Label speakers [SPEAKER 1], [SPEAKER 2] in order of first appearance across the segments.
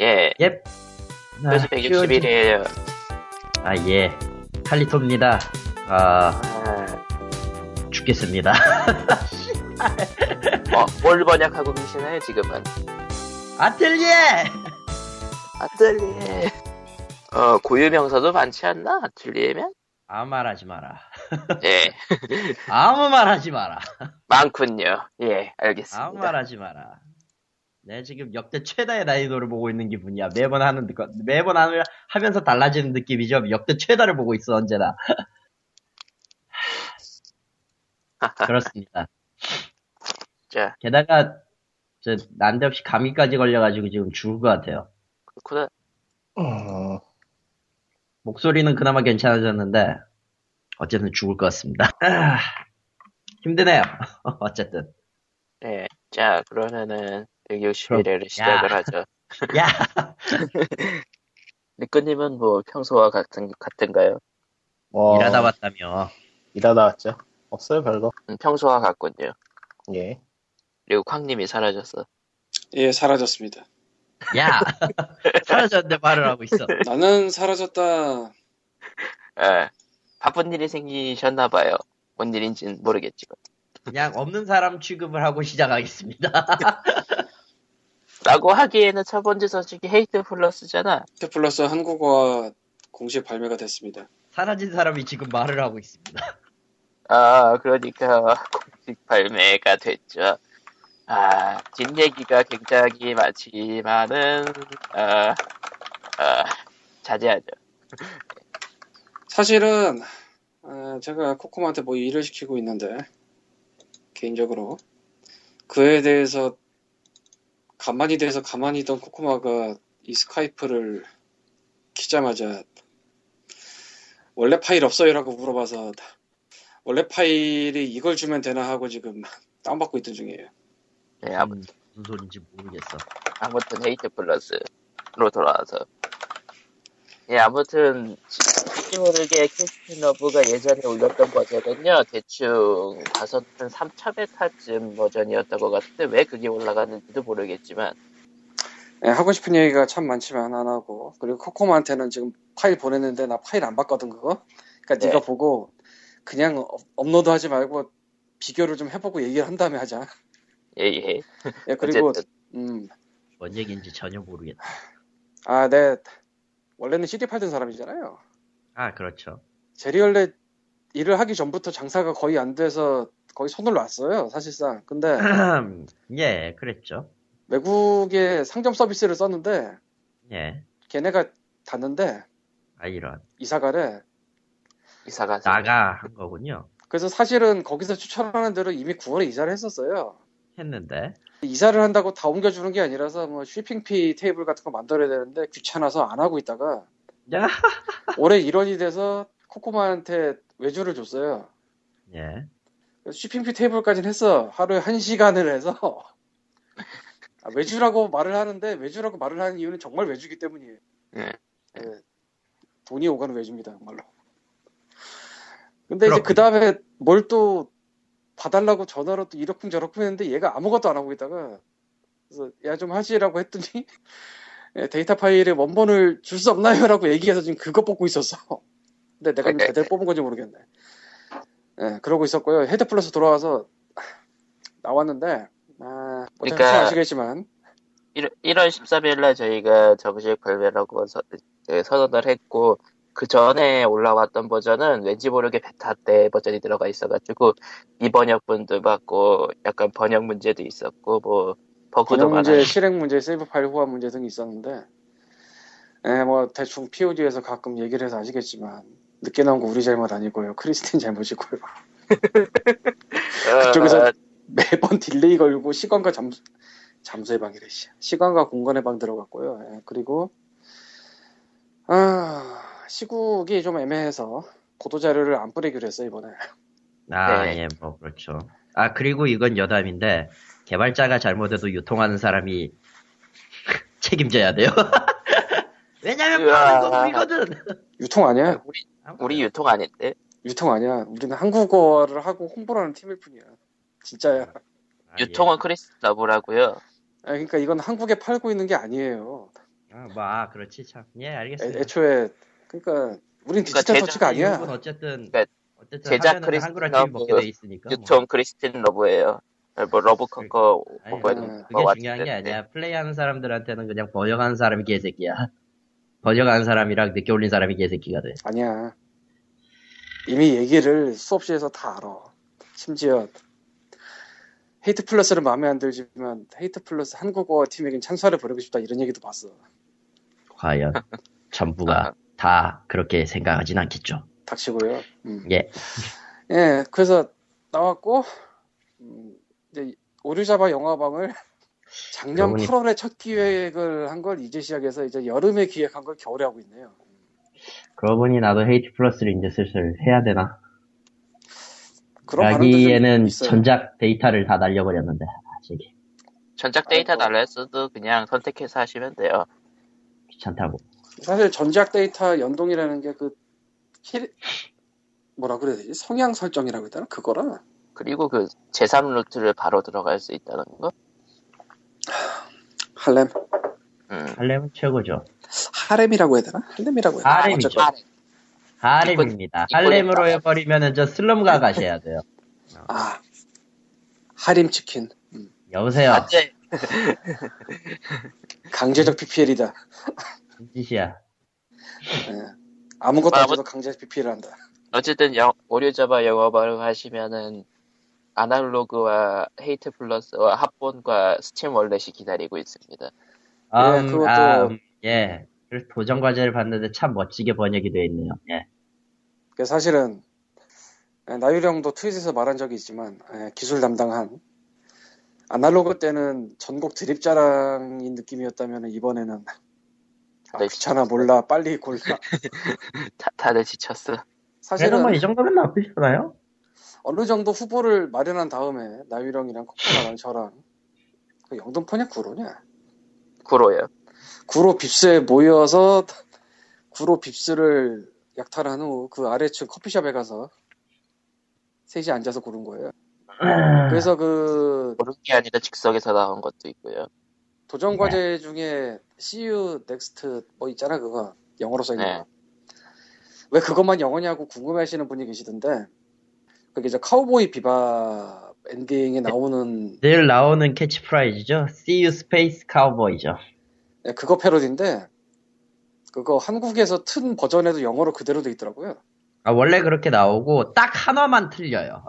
[SPEAKER 1] 예.
[SPEAKER 2] 예.
[SPEAKER 1] 그래서 161이에요.
[SPEAKER 2] 아, 예. 칼리토입니다. 아, 죽겠습니다.
[SPEAKER 1] 뭐, 뭘 번역하고 계시나요, 지금은?
[SPEAKER 2] 아틀리에!
[SPEAKER 1] 아틀리에. 어, 고유 명사도 많지 않나? 아틀리에면?
[SPEAKER 2] 아무 말 하지 마라.
[SPEAKER 1] 예.
[SPEAKER 2] 아무 말 하지 마라.
[SPEAKER 1] 많군요. 예,
[SPEAKER 2] 아무 말
[SPEAKER 1] 알겠습니다.
[SPEAKER 2] 하지 마라. 내 지금 역대 최다의 난이도를 보고 있는 기분이야. 매번 하는, 느낌- 매번 하는- 하면서 달라지는 느낌이죠. 역대 최다를 보고 있어, 언제나. 그렇습니다.
[SPEAKER 1] 자,
[SPEAKER 2] 게다가, 저, 난데없이 감기까지 걸려가지고 지금 죽을 것 같아요.
[SPEAKER 1] 그렇구나.
[SPEAKER 3] 어,
[SPEAKER 2] 목소리는 그나마 괜찮아졌는데, 어쨌든 죽을 것 같습니다. 아, 힘드네요. 어쨌든.
[SPEAKER 1] 예. 자, 그러면은 161회를 시작을 하죠.
[SPEAKER 2] 야!
[SPEAKER 1] 리꺼님은 뭐 평소와 같은, 같은가요?
[SPEAKER 3] 뭐,
[SPEAKER 2] 일하다 왔다며.
[SPEAKER 3] 일하다 왔죠. 없어요, 별거.
[SPEAKER 1] 음, 평소와 같군요.
[SPEAKER 3] 예.
[SPEAKER 1] 그리고 쾅님이 사라졌어.
[SPEAKER 4] 예, 사라졌습니다.
[SPEAKER 2] 야! 사라졌는데 말을 하고 있어.
[SPEAKER 4] 나는 사라졌다.
[SPEAKER 1] 예. 바쁜 일이 생기셨나봐요. 뭔 일인지는 모르겠지만.
[SPEAKER 2] 그냥 없는 사람 취급을 하고 시작하겠습니다.
[SPEAKER 1] 라고 하기에는 첫 번째 소식이 헤이트 플러스잖아.
[SPEAKER 4] 테 플러스 한국어가 공식 발매가 됐습니다.
[SPEAKER 2] 사라진 사람이 지금 말을 하고 있습니다.
[SPEAKER 1] 아, 그러니까 공식 발매가 됐죠. 아, 뒷얘기가 굉장히 많지만은, 아, 아, 자제하죠.
[SPEAKER 4] 사실은 아, 제가 코코마한테 뭐 일을 시키고 있는데 개인적으로 그에 대해서 가만히 대해서 가만히 있던 코코마가 이 스카이프를 키자마자 원래 파일 없어요라고 물어봐서 원래 파일이 이걸 주면 되나 하고 지금 다운받고 있던 중이에요.
[SPEAKER 1] 네, 아무,
[SPEAKER 2] 무슨 소린지 모르겠어.
[SPEAKER 1] 아무튼 헤이트 플러스로 돌아와서. 예, 아무튼, 혹시 모르게 캐스팅 러브가 예전에 올렸던 버전은요, 대충 다섯, 한 3차 베타쯤 버전이었던 것 같은데, 왜 그게 올라갔는지도 모르겠지만,
[SPEAKER 4] 예, 하고 싶은 얘기가 참 많지만 안 하고 그리고 코코마한테는 지금 파일 보냈는데 나 파일 안 봤거든 그거 그러니까
[SPEAKER 1] 네.
[SPEAKER 4] 네. 가 보고 그냥 업- 업로드하지 말고 비교를 좀 해보고 얘기를 한 다음에 하자
[SPEAKER 1] 예, 예.
[SPEAKER 4] 예, 그리고
[SPEAKER 1] 어쨌든.
[SPEAKER 4] 음,
[SPEAKER 2] 뭔 얘기인지 전혀 모르겠다.
[SPEAKER 4] 음아네 원래는 CD 팔던 사람이잖아요
[SPEAKER 2] 아, 그렇죠.
[SPEAKER 4] 제리 원래 일을 하기 전부터 장사가 거의 안 돼서 거의 손을 놨어요 사실상 근데
[SPEAKER 2] 음. 예, 그랬죠.
[SPEAKER 4] 외국에 상점 서비스를 썼는데
[SPEAKER 2] 예.
[SPEAKER 4] 걔네가 닫는데
[SPEAKER 2] 아, 이런.
[SPEAKER 4] 이사가래
[SPEAKER 1] 이사가서.
[SPEAKER 2] 나가 한 거군요.
[SPEAKER 4] 그래서 사실은 거기서 추천하는 대로 이미 9월에 이사를 했었어요
[SPEAKER 2] 했는데.
[SPEAKER 4] 이사를 한다고 다 옮겨주는 게 아니라서 뭐 쇼핑피 테이블 같은 거 만들어야 되는데 귀찮아서 안 하고 있다가
[SPEAKER 2] 야!
[SPEAKER 4] 올해 1원이 돼서 코코마한테 외주를 줬어요.
[SPEAKER 2] 예.
[SPEAKER 4] 그래서 쇼핑피 테이블까지는 했어. 하루에 1시간을 해서 아, 외주라고 말을 하는데 외주라고 말을 하는 이유는 정말 외주기 때문이에요.
[SPEAKER 1] 네.
[SPEAKER 4] 예. 돈이 오가는 외주입니다. 정말로. 근데 이제
[SPEAKER 2] 그렇군요.
[SPEAKER 4] 그 다음에 뭘 또 봐달라고 전화로 또 이러쿵 저러쿵 했는데 얘가 아무것도 안 하고 있다가 그래서 야 좀 하시라고 했더니 예, 데이터 파일에 원본을 줄 수 없나요? 라고 얘기해서 지금 그거 뽑고 있었어. 근데 내가 지금 제대로 뽑은 건지 모르겠네. 예, 그러고 있었고요. 헤드 플러스 돌아와서 나왔는데 아, 뭐
[SPEAKER 1] 그러니까-
[SPEAKER 4] 대충 아시겠지만
[SPEAKER 1] 1, 1월 13일날 저희가 정식 발매라고 서, 예, 선언을 했고, 그 전에 올라왔던 버전은 왠지 모르게 베타 때 버전이 들어가 있어가지고, 이번역분도 받고, 약간 번역 문제도 있었고, 뭐, 버그도
[SPEAKER 4] 번역
[SPEAKER 1] 많아요.
[SPEAKER 4] 문제, 실행 문제, 세이브 파일 호환 문제 등이 있었는데 예, 뭐 대충 POD에서 가끔 얘기를 해서 아시겠지만 늦게 나온 거 우리 잘못 아니고요. 크리스틴 잘못이고요. 아, 그쪽에서-
[SPEAKER 1] 어,
[SPEAKER 4] 매번 딜레이 걸고 시간과 잠수 잠수의 방이래 씨. 시간과 공간의 방 들어갔고요. 예, 그리고 아, 시국이 좀 애매해서 보도 자료를 안 뿌리기로 했어 요 이번에.
[SPEAKER 2] 아,
[SPEAKER 1] 네.
[SPEAKER 2] 예, 뭐, 그렇죠. 아, 그리고 이건 여담인데, 개발자가 잘못해도 유통하는 사람이 책임져야 돼요. 왜냐면,
[SPEAKER 1] 으아.
[SPEAKER 2] 파는 건 우리거든!
[SPEAKER 4] 유통 아니야?
[SPEAKER 1] 우리 유통 아닌데?
[SPEAKER 4] 유통 아니야. 우리는 한국어를 하고 홍보를 하는 팀일 뿐이야. 진짜야.
[SPEAKER 2] 아, 예.
[SPEAKER 1] 유통은 크리스 러브라고요.
[SPEAKER 4] 아, 그러니까 이건 한국에 팔고 있는 게 아니에요.
[SPEAKER 2] 아, 뭐, 아, 그렇지, 참. 예, 알겠어요.
[SPEAKER 4] 애, 초에 그러니까 우린 디지털
[SPEAKER 1] 제작
[SPEAKER 4] 터치가 아니야.
[SPEAKER 2] 미국은 어쨌든,
[SPEAKER 1] 그러니까
[SPEAKER 2] 어쨌든
[SPEAKER 1] 제작
[SPEAKER 2] 하면은 한글화
[SPEAKER 1] 크리스티나
[SPEAKER 2] 팀 먹게
[SPEAKER 1] 뭐
[SPEAKER 2] 돼 있으니까. 뭐. 그,
[SPEAKER 1] 유통 크리스틴 러브예요. 뭐 러브 컨커
[SPEAKER 2] 아니,
[SPEAKER 1] 뭐가
[SPEAKER 4] 음,
[SPEAKER 2] 그게 중요한 게 아니야. 플레이하는 사람들한테는 그냥 번역하는 사람이 개새끼야. 번역하는 사람이랑 늦게 올린 사람이 개새끼가 돼.
[SPEAKER 4] 아니야. 이미 얘기를 수업시에서 다 알아. 심지어 헤이트 플러스는 마음에 안 들지만 헤이트 플러스 한국어 팀에겐 찬사를 보내고 싶다 이런 얘기도 봤어.
[SPEAKER 2] 과연 전부가
[SPEAKER 1] 아.
[SPEAKER 2] 다 그렇게 생각하진 않겠죠.
[SPEAKER 4] 닥치고요. 음.
[SPEAKER 2] 예.
[SPEAKER 4] 예, 그래서 나왔고 음, 이제 오류자바 영화방을 작년
[SPEAKER 2] 그러고 보니-
[SPEAKER 4] 8월에 첫 기획을 한 걸 이제 시작해서 이제 여름에 기획한 걸 겨울에 하고 있네요.
[SPEAKER 2] 그러고 보니 나도 헤이트 플러스를 이제 슬슬 해야 되나?
[SPEAKER 4] 그런
[SPEAKER 2] 라기에는
[SPEAKER 4] 반응들이 좀 있어요.
[SPEAKER 2] 전작 데이터를 다 날려버렸는데. 아직
[SPEAKER 1] 전작 데이터
[SPEAKER 4] 아이고.
[SPEAKER 1] 달라 했어도 그냥 선택해서 하시면 돼요.
[SPEAKER 2] 귀찮다고.
[SPEAKER 4] 사실 전작 데이터 연동이라는 게 그 뭐라 그래야 되지? 성향 설정이라고 했나? 그거라.
[SPEAKER 1] 그리고 그 제3 루트를 바로 들어갈 수 있다는 거.
[SPEAKER 4] 할렘.
[SPEAKER 1] 음.
[SPEAKER 2] 할렘은 최고죠.
[SPEAKER 4] 할렘이라고 해야 되나? 할렘이라고 해야 되나?
[SPEAKER 2] 할렘이죠.
[SPEAKER 4] 어쨌건.
[SPEAKER 2] 할렘입니다.
[SPEAKER 1] 이거-
[SPEAKER 2] 할렘으로
[SPEAKER 1] 이거였다.
[SPEAKER 2] 해버리면은 저 슬럼가 가셔야 돼요.
[SPEAKER 4] 아. 할렘 치킨.
[SPEAKER 2] 여보세요.
[SPEAKER 4] 아. 네.
[SPEAKER 1] 어째
[SPEAKER 4] 강제적 PPL이다. 예.
[SPEAKER 2] 무슨 짓이야.
[SPEAKER 4] 아무것도 안
[SPEAKER 1] 아무-
[SPEAKER 4] 줘도 강제적 PPL을 한다.
[SPEAKER 1] 어쨌든 영, 오류 잡아 영어 발음 하시면은 아날로그와 헤이트 플러스와 합본과 스팀 월렛이 기다리고 있습니다.
[SPEAKER 2] 음,
[SPEAKER 4] 네, 그것도-
[SPEAKER 2] 아, 음, 예. 그래서 도전 과제를 봤는데 참 멋지게 번역이 되어 있네요. 예.
[SPEAKER 4] 그 사실은 예, 나유령도 트윗에서 말한 적이 있지만 예, 기술 담당한 아날로그 때는 전곡 드립자랑인 느낌이었다면 이번에는 아,
[SPEAKER 1] 네.
[SPEAKER 4] 귀찮아 몰라 빨리 골라
[SPEAKER 1] 다, 다들 지쳤어.
[SPEAKER 4] 사실은
[SPEAKER 2] 그래도 뭐이 정도면 나쁘지 않아요?
[SPEAKER 4] 어느 정도 후보를 마련한 다음에 나유령이랑 코코나랑 저랑 그 영등포냐 구로냐
[SPEAKER 1] 구로요.
[SPEAKER 4] 구로 빕스에 모여서 구로 빕스를 약탈한 후 그 아래층 커피숍에 가서 셋이 앉아서 고른 거예요. 그래서 그
[SPEAKER 1] 모르는 게 아니라 즉석에서 나온 것도 있고요.
[SPEAKER 4] 도전 과제 중에 See you next 뭐 있잖아 그거 영어로 써 있는
[SPEAKER 1] 네.
[SPEAKER 4] 거. 왜 그것만 영어냐고 궁금해하시는 분이 계시던데 그게 이제 카우보이 비밥 엔딩에 나오는
[SPEAKER 2] 늘 나오는 캐치프라이즈죠. See you space cowboy죠.
[SPEAKER 4] 네, 그거 패러디인데 그거 한국에서 튼 버전에도 영어로 그대로 돼 있더라고요.
[SPEAKER 2] 아, 원래 그렇게 나오고 딱 하나만 틀려요.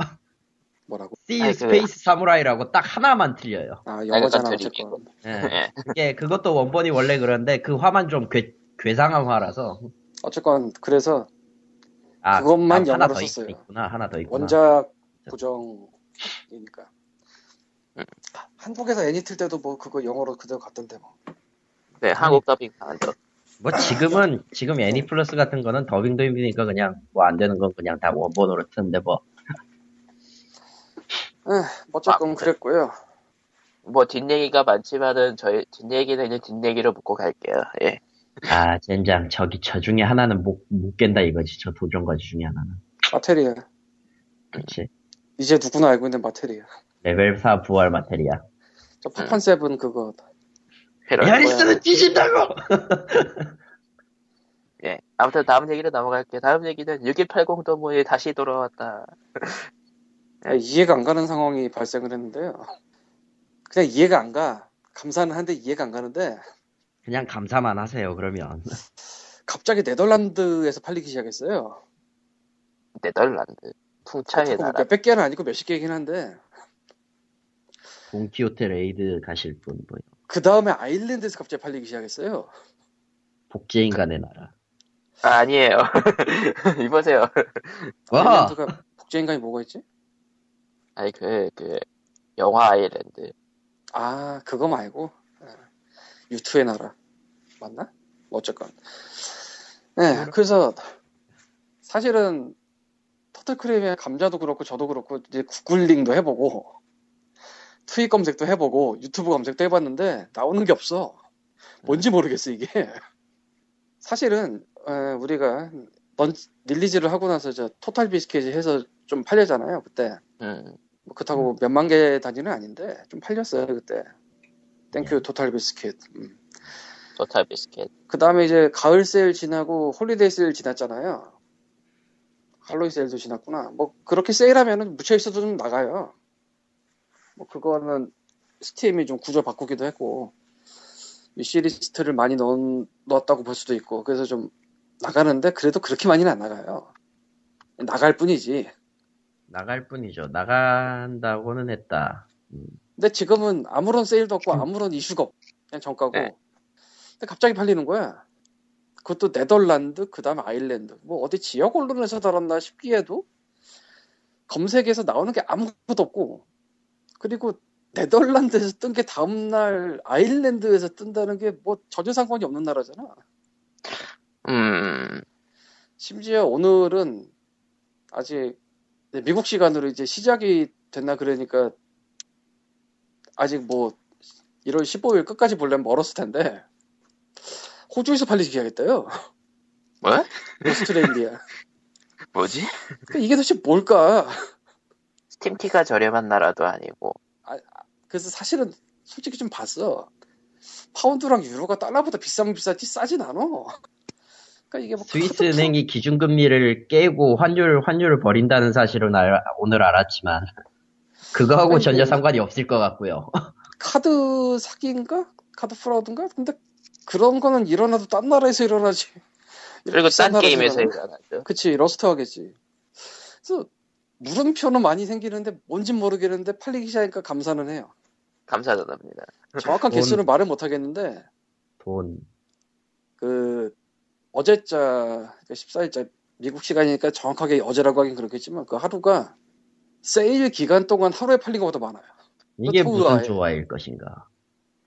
[SPEAKER 4] 뭐라고?
[SPEAKER 2] See you
[SPEAKER 1] 아니, 그-
[SPEAKER 2] space samurai라고 딱 하나만 틀려요.
[SPEAKER 4] 아 영어잖아
[SPEAKER 1] 아니, 그건
[SPEAKER 4] 어쨌건.
[SPEAKER 2] 예.
[SPEAKER 1] 예.
[SPEAKER 2] 그게 그것도 원본이 원래 그런데 그 화만 좀 괴, 괴상한 화라서
[SPEAKER 4] 어쨌건 그래서
[SPEAKER 2] 아,
[SPEAKER 4] 그것만
[SPEAKER 2] 아, 하나
[SPEAKER 4] 영어로
[SPEAKER 2] 더 있,
[SPEAKER 4] 썼어요.
[SPEAKER 2] 있구나. 하나 더 있구나.
[SPEAKER 4] 원작 고정이니까. 음. 한국에서 애니 틀 때도 뭐 그거 영어로 그대로 갔던데 뭐.
[SPEAKER 1] 네, 한국 더빙 반도.
[SPEAKER 2] 뭐 지금은 지금
[SPEAKER 4] 네.
[SPEAKER 2] 애니 플러스 같은 거는 더빙도 힘드니까 그냥 뭐 안 되는 건 그냥 다 원본으로 트는데 뭐
[SPEAKER 4] 에, 어쨌건
[SPEAKER 1] 아,
[SPEAKER 4] 그랬고요.
[SPEAKER 1] 뭐 뒷얘기가 많지만은 저희 뒷얘기는 그냥 뒷얘기로 묶고 갈게요. 예.
[SPEAKER 2] 아, 젠장. 저기, 저 중에 하나는 못, 못 깬다 이거지. 저 도전과제 중에 하나는.
[SPEAKER 4] 마테리아.
[SPEAKER 2] 그치.
[SPEAKER 4] 이제 누구나 알고 있는 마테리아.
[SPEAKER 2] 레벨 4 부활 마테리아.
[SPEAKER 4] 저 파판 세븐 그거.
[SPEAKER 1] 그럴 거예요.
[SPEAKER 2] 야리스는 찢는다고!
[SPEAKER 1] 예. 아무튼 다음 얘기로 넘어갈게요. 다음 얘기는 6180 도모에 다시 돌아왔다.
[SPEAKER 4] 아, 이해가 안 가는 상황이 발생을 했는데요. 그냥 이해가 안 가. 감사는 한데 이해가 안 가는데
[SPEAKER 2] 그냥 감사만 하세요, 그러면.
[SPEAKER 4] 갑자기 네덜란드에서 팔리기 시작했어요.
[SPEAKER 1] 네덜란드. 풍차의
[SPEAKER 4] 그거
[SPEAKER 1] 나라.
[SPEAKER 4] 그러니까 몇백 개는 아니고 몇십 개이긴 한데
[SPEAKER 2] 동키호테 레이드 가실 분, 뭐,
[SPEAKER 4] 그 다음에 아일랜드에서 갑자기 팔리기 시작했어요.
[SPEAKER 2] 복제인간의 나라.
[SPEAKER 1] 아, 아니에요. 이보세요.
[SPEAKER 2] 와!
[SPEAKER 4] 아일랜드가 복제인간이 뭐가 있지?
[SPEAKER 1] 아니 그, 그 영화 아일랜드.
[SPEAKER 4] 아 그거 말고 아, 유투의 나라 맞나? 어쨌건 네 그래서 사실은 터틀크림의 감자도 그렇고 저도 그렇고 이제 구글링도 해보고 트윗 검색도 해보고 유튜브 검색도 해봤는데 나오는 게 없어 뭔지 모르겠어 이게 사실은 어, 우리가 번 릴리즈를 하고 나서 저 토탈 비스켓이 해서 좀 팔렸잖아요 그때
[SPEAKER 1] 음.
[SPEAKER 4] 뭐 그렇다고 몇만 개 단위는 아닌데 좀 팔렸어요 그때 땡큐 토탈 비스킷 음.
[SPEAKER 1] 토탈 비스켓.
[SPEAKER 4] 그 다음에 이제 가을 세일 지나고 홀리데이 세일 지났잖아요. 할로윈 세일도 지났구나. 뭐 그렇게 세일하면은 묻혀 있어도 좀 나가요. 뭐 그거는 스팀이 좀 구조 바꾸기도 했고 위시리스트를 많이 넣은, 넣었다고 볼 수도 있고 그래서 좀 나가는데 그래도 그렇게 많이는 안 나가요. 나갈 뿐이지.
[SPEAKER 2] 나갈 뿐이죠. 나간다고는 했다. 음,
[SPEAKER 4] 근데 지금은 아무런 세일도 없고 아무런 이슈가 없 그냥 정가고
[SPEAKER 1] 네.
[SPEAKER 4] 근데 갑자기 팔리는 거야 그것도 네덜란드 그다음 아일랜드 뭐 어디 지역 언론에서 다뤘나 싶기에도 검색에서 나오는 게 아무것도 없고 그리고 네덜란드에서 뜬 게 다음날 아일랜드에서 뜬다는 게 뭐 전혀 상관이 없는 나라잖아
[SPEAKER 1] 음,
[SPEAKER 4] 심지어 오늘은 아직 이제 미국 시간으로 이제 시작이 됐나 그러니까 아직 뭐 1월 15일 끝까지 보려면 멀었을 텐데 호주에서 팔리기 시작했대요.
[SPEAKER 1] 뭐?
[SPEAKER 4] 오스트레일리아.
[SPEAKER 1] 뭐지?
[SPEAKER 4] 그러니까 이게 도대체 뭘까?
[SPEAKER 1] 스팀티가 저렴한 나라도 아니고.
[SPEAKER 4] 그래서 사실은 솔직히 좀 봤어. 파운드랑 유로가 달러보다 비싸면 비싸지 싸진 않아. 그러니까 이게 뭐
[SPEAKER 2] 스위스
[SPEAKER 4] 카드 프-
[SPEAKER 2] 은행이 기준금리를 깨고 환율 환율을 버린다는 사실은 알- 오늘 알았지만 그거하고
[SPEAKER 4] 아니,
[SPEAKER 2] 전혀
[SPEAKER 4] 뭐-
[SPEAKER 2] 상관이 없을 것 같고요.
[SPEAKER 4] 카드 사기인가? 카드 프라우드인가? 근데 그런 거는 일어나도 딴 나라에서 일어나지.
[SPEAKER 1] 그리고
[SPEAKER 4] 싼
[SPEAKER 1] 싼 게임에서
[SPEAKER 4] 나라에서
[SPEAKER 1] 일어나죠.
[SPEAKER 4] 그치, 러스트 하겠지. 그래서 물음표는 많이 생기는데 뭔진 모르겠는데 팔리기 시작하니까 감사는 해요.
[SPEAKER 1] 감사드립니다.
[SPEAKER 4] 정확한
[SPEAKER 2] 돈.
[SPEAKER 4] 개수는 말을 못 하겠는데
[SPEAKER 2] 돈
[SPEAKER 4] 그 어제자 14일자 미국 시간이니까 정확하게 어제라고 하긴 그렇겠지만 그 하루가 세일 기간 동안 하루에 팔린 것보다 많아요.
[SPEAKER 2] 이게
[SPEAKER 4] 그거
[SPEAKER 2] 무슨
[SPEAKER 4] 좋아해.
[SPEAKER 2] 조화일 것인가?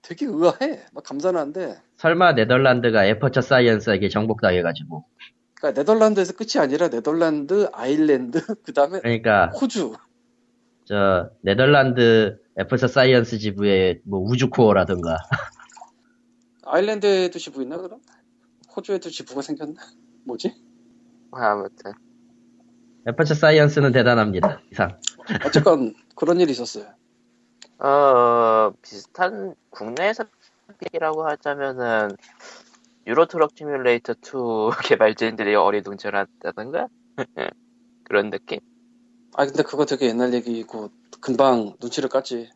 [SPEAKER 4] 되게 의아해. 막 감사는 한데
[SPEAKER 2] 설마 네덜란드가 에퍼처 사이언스에게 정복당해가지고
[SPEAKER 4] 그러니까 네덜란드에서 끝이 아니라 네덜란드, 아일랜드, 그 다음에
[SPEAKER 2] 그러니까
[SPEAKER 4] 호주.
[SPEAKER 2] 저 네덜란드 에퍼처 사이언스 지부의 뭐 우주코어라든가
[SPEAKER 4] 아일랜드에도 지부 있나 그럼? 호주에도 지부가 생겼나? 뭐지?
[SPEAKER 1] 아무튼.
[SPEAKER 2] 에퍼처 사이언스는 대단합니다. 이상
[SPEAKER 4] 어쨌건 그런 일이 있었어요.
[SPEAKER 1] 어, 비슷한 국내에서 얘기라고 하자면은 유로트럭 시뮬레이터 2 개발진들이 어리둥절하다던가 그런 느낌.
[SPEAKER 4] 아 근데 그거 되게 옛날 얘기고 금방 눈치를 깠지.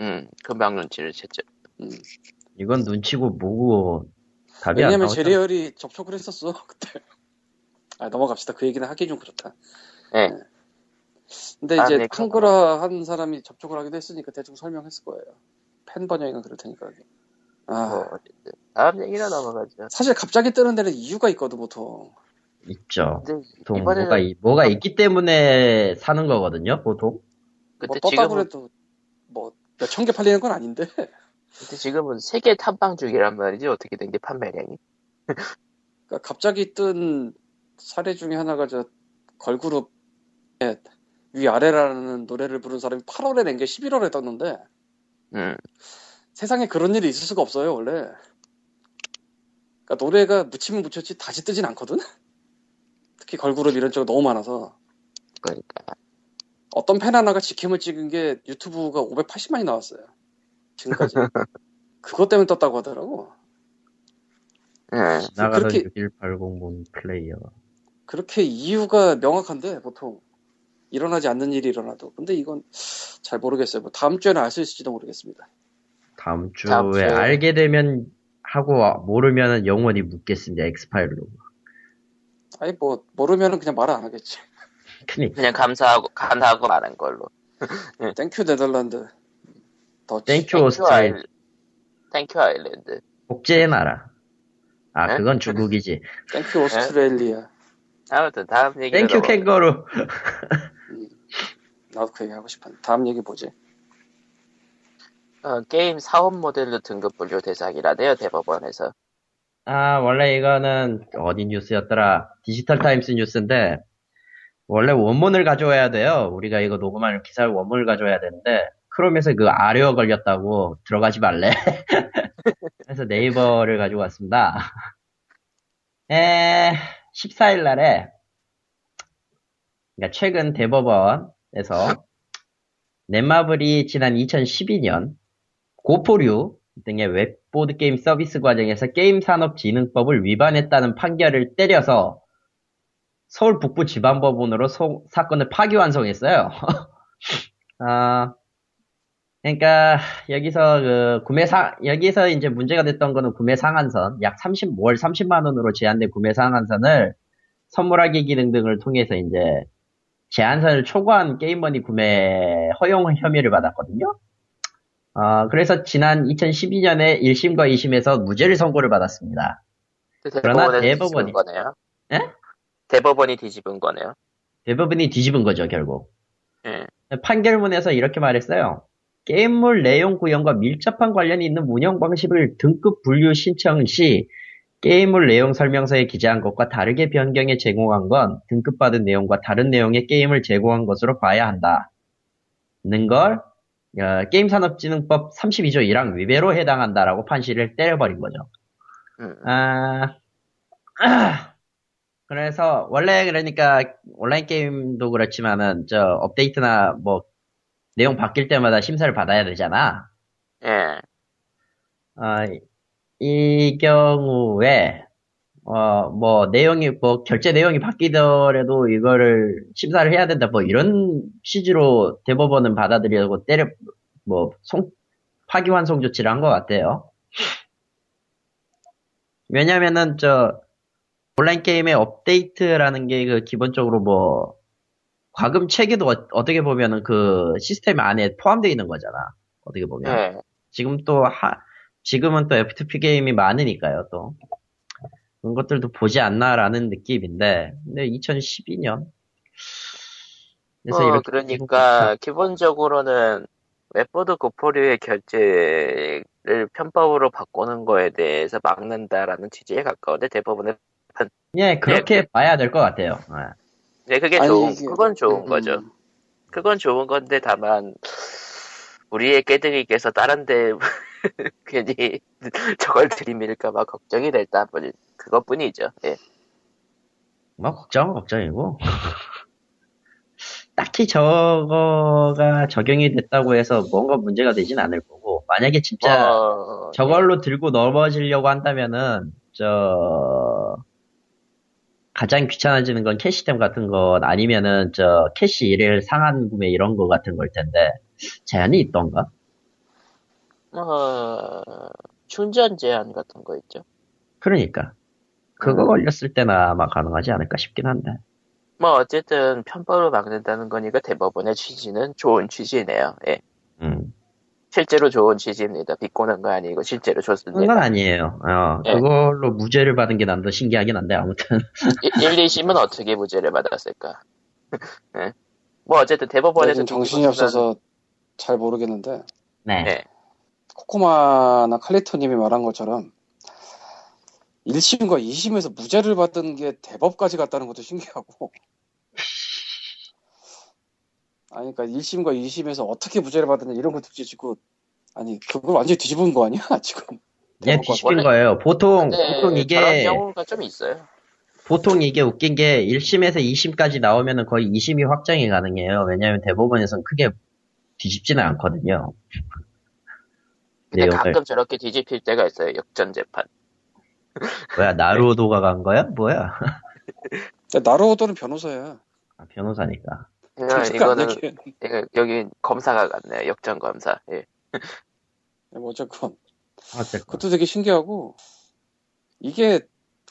[SPEAKER 1] 음, 금방 눈치를 챘죠.
[SPEAKER 4] 음.
[SPEAKER 2] 이건 눈치고 뭐고 답이 안
[SPEAKER 4] 왜냐면
[SPEAKER 2] 나오죠.
[SPEAKER 4] 제리얼이 접촉을 했었어 그때. 아 넘어갑시다. 그 얘기는 하기 좀 그렇다. 네.
[SPEAKER 1] 예.
[SPEAKER 4] 근데
[SPEAKER 1] 아,
[SPEAKER 4] 이제
[SPEAKER 1] 네,
[SPEAKER 4] 판구라 한 사람이 접촉을 하기도 했으니까 대충 설명했을 거예요. 팬 번역이나 그럴 테니까.
[SPEAKER 1] 뭐
[SPEAKER 4] 아
[SPEAKER 1] 어쨌든 다음 얘기로 넘어가죠.
[SPEAKER 4] 사실 갑자기 뜨는 데는 이유가 있거든 보통.
[SPEAKER 2] 있죠.
[SPEAKER 1] 근데
[SPEAKER 2] 보통
[SPEAKER 1] 이번에는 아,
[SPEAKER 2] 뭐가 이- 뭐가 있기 때문에 사는 거거든요. 보통.
[SPEAKER 1] 그때
[SPEAKER 4] 뭐 떴다
[SPEAKER 1] 지금은
[SPEAKER 4] 그래도 뭐 몇 천 개 팔리는 건 아닌데.
[SPEAKER 1] 그때 지금은 세계 탐방 중이란 말이지 어떻게 된 게 판매량이.
[SPEAKER 4] 그러니까 갑자기 뜬 사례 중에 하나가 저 걸그룹 위아래라는 노래를 부른 사람이 8월에 낸 게 11월에 떴는데
[SPEAKER 1] 음,
[SPEAKER 4] 세상에 그런 일이 있을 수가 없어요 원래. 그러니까 노래가 묻히면 묻혔지 다시 뜨진 않거든. 특히 걸그룹 이런 쪽 너무 많아서
[SPEAKER 1] 그러니까
[SPEAKER 4] 어떤 팬 하나가 직캠을 찍은 게 유튜브가 580만이 나왔어요. 지금까지. 그것 때문에 떴다고 하더라고.
[SPEAKER 1] 음,
[SPEAKER 2] 나가던
[SPEAKER 4] 그렇게-
[SPEAKER 2] 6180문 플레이어.
[SPEAKER 4] 그렇게 이유가 명확한데 보통 일어나지 않는 일이 일어나도 근데 이건 잘 모르겠어요 뭐 다음 주에는 알 수 있을지도 모르겠습니다
[SPEAKER 2] 다음 주에
[SPEAKER 1] 다음 주에.
[SPEAKER 2] 알게 되면 하고 모르면 영원히 묻겠습니다. 엑스파일로.
[SPEAKER 4] 아니 뭐 모르면은 그냥 말을 안 하겠지
[SPEAKER 2] 그니
[SPEAKER 1] 그냥 감사하고 감사하고 말한 걸로. 네.
[SPEAKER 4] 땡큐 네덜란드 더치
[SPEAKER 2] 땡큐 그 오스트레일
[SPEAKER 1] 아일- 땡큐 아일랜드.
[SPEAKER 2] 복제의 나라. 아
[SPEAKER 1] 네?
[SPEAKER 2] 그건 중국이지.
[SPEAKER 4] 땡큐 오스트레일리아
[SPEAKER 1] 아무튼 다음 얘기로
[SPEAKER 2] 땡큐
[SPEAKER 1] 넘어가죠.
[SPEAKER 2] 캥거루.
[SPEAKER 4] 나도 그 얘기 하고 싶어 다음 얘기 뭐지
[SPEAKER 1] 어, 게임 사업 모델로 등급 분류 대상이라네요 대법원에서.
[SPEAKER 2] 아 원래 이거는 어디 뉴스였더라. 디지털 타임스 뉴스인데 원래 원문을 가져와야 돼요. 우리가 이거 녹음하는 기사를 원문을 가져와야 되는데 크롬에서 그 아려 걸렸다고 들어가지 말래. 그래서 네이버를 가지고 왔습니다. 에, 14일 날에 그러니까 최근 대법원에서 넷마블이 지난 2012년 고포류 등의 웹 보드게임 서비스 과정에서 게임산업진흥법을 위반했다는 판결을 때려서 서울 북부 지방법원으로 소- 사건을 파기환송했어요. 아, 그러니까 여기서 그 구매 상 여기서 이제 문제가 됐던 거는 구매 상한선 약 30, 월 30만 원으로 제한된 구매 상한선을 선물하기 기능 등을 통해서 이제 제한선을 초과한 게임머니 구매 허용 혐의를 받았거든요. 아, 그래서 지난 2012년에 1심과 2심에서 무죄를 선고를 받았습니다.
[SPEAKER 1] 근데
[SPEAKER 2] 그러나
[SPEAKER 1] 대법원에서
[SPEAKER 2] 대법원이-
[SPEAKER 1] 뒤집은 거네요.
[SPEAKER 2] 예?
[SPEAKER 1] 대법원이 뒤집은 거네요.
[SPEAKER 2] 대부분이 뒤집은 거죠, 결국.
[SPEAKER 1] 예.
[SPEAKER 2] 판결문에서 이렇게 말했어요. 게임물 내용 구현과 밀접한 관련이 있는 운영 방식을 등급 분류 신청 시 게임물 내용 설명서에 기재한 것과 다르게 변경해 제공한 건 등급받은 내용과 다른 내용의 게임을 제공한 것으로 봐야 한다. 는 걸, 어, 게임산업진흥법 32조 1항 위배로 해당한다라고 판시를 때려버린 거죠.
[SPEAKER 1] 음.
[SPEAKER 2] 아, 그래서 원래 그러니까 온라인 게임도 그렇지만은 저 업데이트나 뭐 내용 바뀔 때마다 심사를 받아야 되잖아.
[SPEAKER 1] 예.
[SPEAKER 2] 아, 이- 이 경우에 어 뭐 내용이 뭐 결제 내용이 바뀌더라도 이거를 심사를 해야 된다 뭐 이런 취지로 대법원은 받아들이려고 때려 뭐 송, 파기환송 조치를 한 것 같아요. 왜냐면은 저 온라인 게임의 업데이트라는 게 그 기본적으로 뭐 과금 체계도 어, 떻게 보면은 그 시스템 안에 포함되어 있는 거잖아. 어떻게 보면.
[SPEAKER 1] 예.
[SPEAKER 2] 지금 또 하, 지금은 또 F2P 게임이 많으니까요, 또. 그런 것들도 보지 않나라는 느낌인데, 근데 2012년? 그래서
[SPEAKER 1] 어,
[SPEAKER 2] 이렇게
[SPEAKER 1] 그러니까 기본적으로는 웹보드 고포류의 결제를 편법으로 바꾸는 거에 대해서 막는다라는 취지에 가까운데 대법원은
[SPEAKER 2] 예, 그렇게 봐야 될 것 같아요. 예.
[SPEAKER 1] 네, 그게
[SPEAKER 4] 아니,
[SPEAKER 1] 좋은
[SPEAKER 4] 이게-
[SPEAKER 1] 그건 좋은
[SPEAKER 4] 음,
[SPEAKER 1] 거죠. 그건 좋은 건데 다만 우리의 깨등이께서 다른데 괜히 저걸 들이밀까봐 걱정이 됐다 뿐 그것뿐이죠. 예.
[SPEAKER 2] 뭐, 걱정은 걱정이고. 딱히 저거가 적용이 됐다고 해서 뭔가 문제가 되진 않을 거고, 만약에 진짜
[SPEAKER 1] 어,
[SPEAKER 2] 저걸로 들고 넘어지려고 한다면은 저 가장 귀찮아지는 건 캐시템 같은 건 아니면은 저 캐시 일일 상한 구매 이런 거 같은 걸 텐데 제한이 있던가?
[SPEAKER 1] 어, 충전 제한 같은 거 있죠. 음.
[SPEAKER 2] 그러니까 그거 걸렸을 때나 아마 가능하지 않을까 싶긴 한데
[SPEAKER 1] 뭐 어쨌든 편법을 막는다는 거니까 대법원의 취지는 좋은 취지네요. 예.
[SPEAKER 2] 음
[SPEAKER 1] 실제로 좋은 취지입니다. 비꼬는 거 아니고 실제로
[SPEAKER 2] 그런 건
[SPEAKER 1] 좋습니다.
[SPEAKER 2] 아니에요. 어
[SPEAKER 1] 예.
[SPEAKER 2] 그걸로 무죄를 받은 게 난 더 신기하긴 한데 아무튼
[SPEAKER 1] 1, 2심은 어떻게 무죄를 받았을까? 예. 뭐 어쨌든 대법원에서
[SPEAKER 4] 요즘 네, 정신이 없어서 잘 모르겠는데
[SPEAKER 2] 네.
[SPEAKER 1] 예.
[SPEAKER 4] 코코마나 칼리토님이 말한 것처럼 1심과 2심에서 무죄를 받은 게 대법까지 갔다는 것도 신기하고 아니 그러니까 1심과 2심에서 어떻게 무죄를 받았냐 이런 걸 뒤집고 아니 그걸 완전히 뒤집은 거 아니야 지금
[SPEAKER 2] 예,
[SPEAKER 4] 대법관.
[SPEAKER 2] 뒤집힌 거예요. 보통,
[SPEAKER 1] 네,
[SPEAKER 2] 보통 이게,
[SPEAKER 1] 저런 경우가 좀 있어요.
[SPEAKER 2] 보통 이게 웃긴 게 1심에서 2심까지 나오면은 거의 2심이 확정이 가능해요. 왜냐하면 대법원에선 크게 뒤집지는 않거든요.
[SPEAKER 1] 근데
[SPEAKER 2] 내용을.
[SPEAKER 1] 가끔 저렇게 뒤집힐 때가 있어요. 역전 재판.
[SPEAKER 2] 뭐야
[SPEAKER 1] 네.
[SPEAKER 2] 나루오도가 간 거야? 뭐야?
[SPEAKER 4] 근데 나로호도는 변호사야
[SPEAKER 2] 아, 변호사니까.
[SPEAKER 1] 그
[SPEAKER 4] 정치가
[SPEAKER 1] 이거는
[SPEAKER 4] 안 되게.
[SPEAKER 1] 이거- 여기 검사가 같네요. 역전 검사. 예.
[SPEAKER 4] 뭐 어쨌건
[SPEAKER 2] 어쨌건
[SPEAKER 4] 그것도 되게 신기하고 이게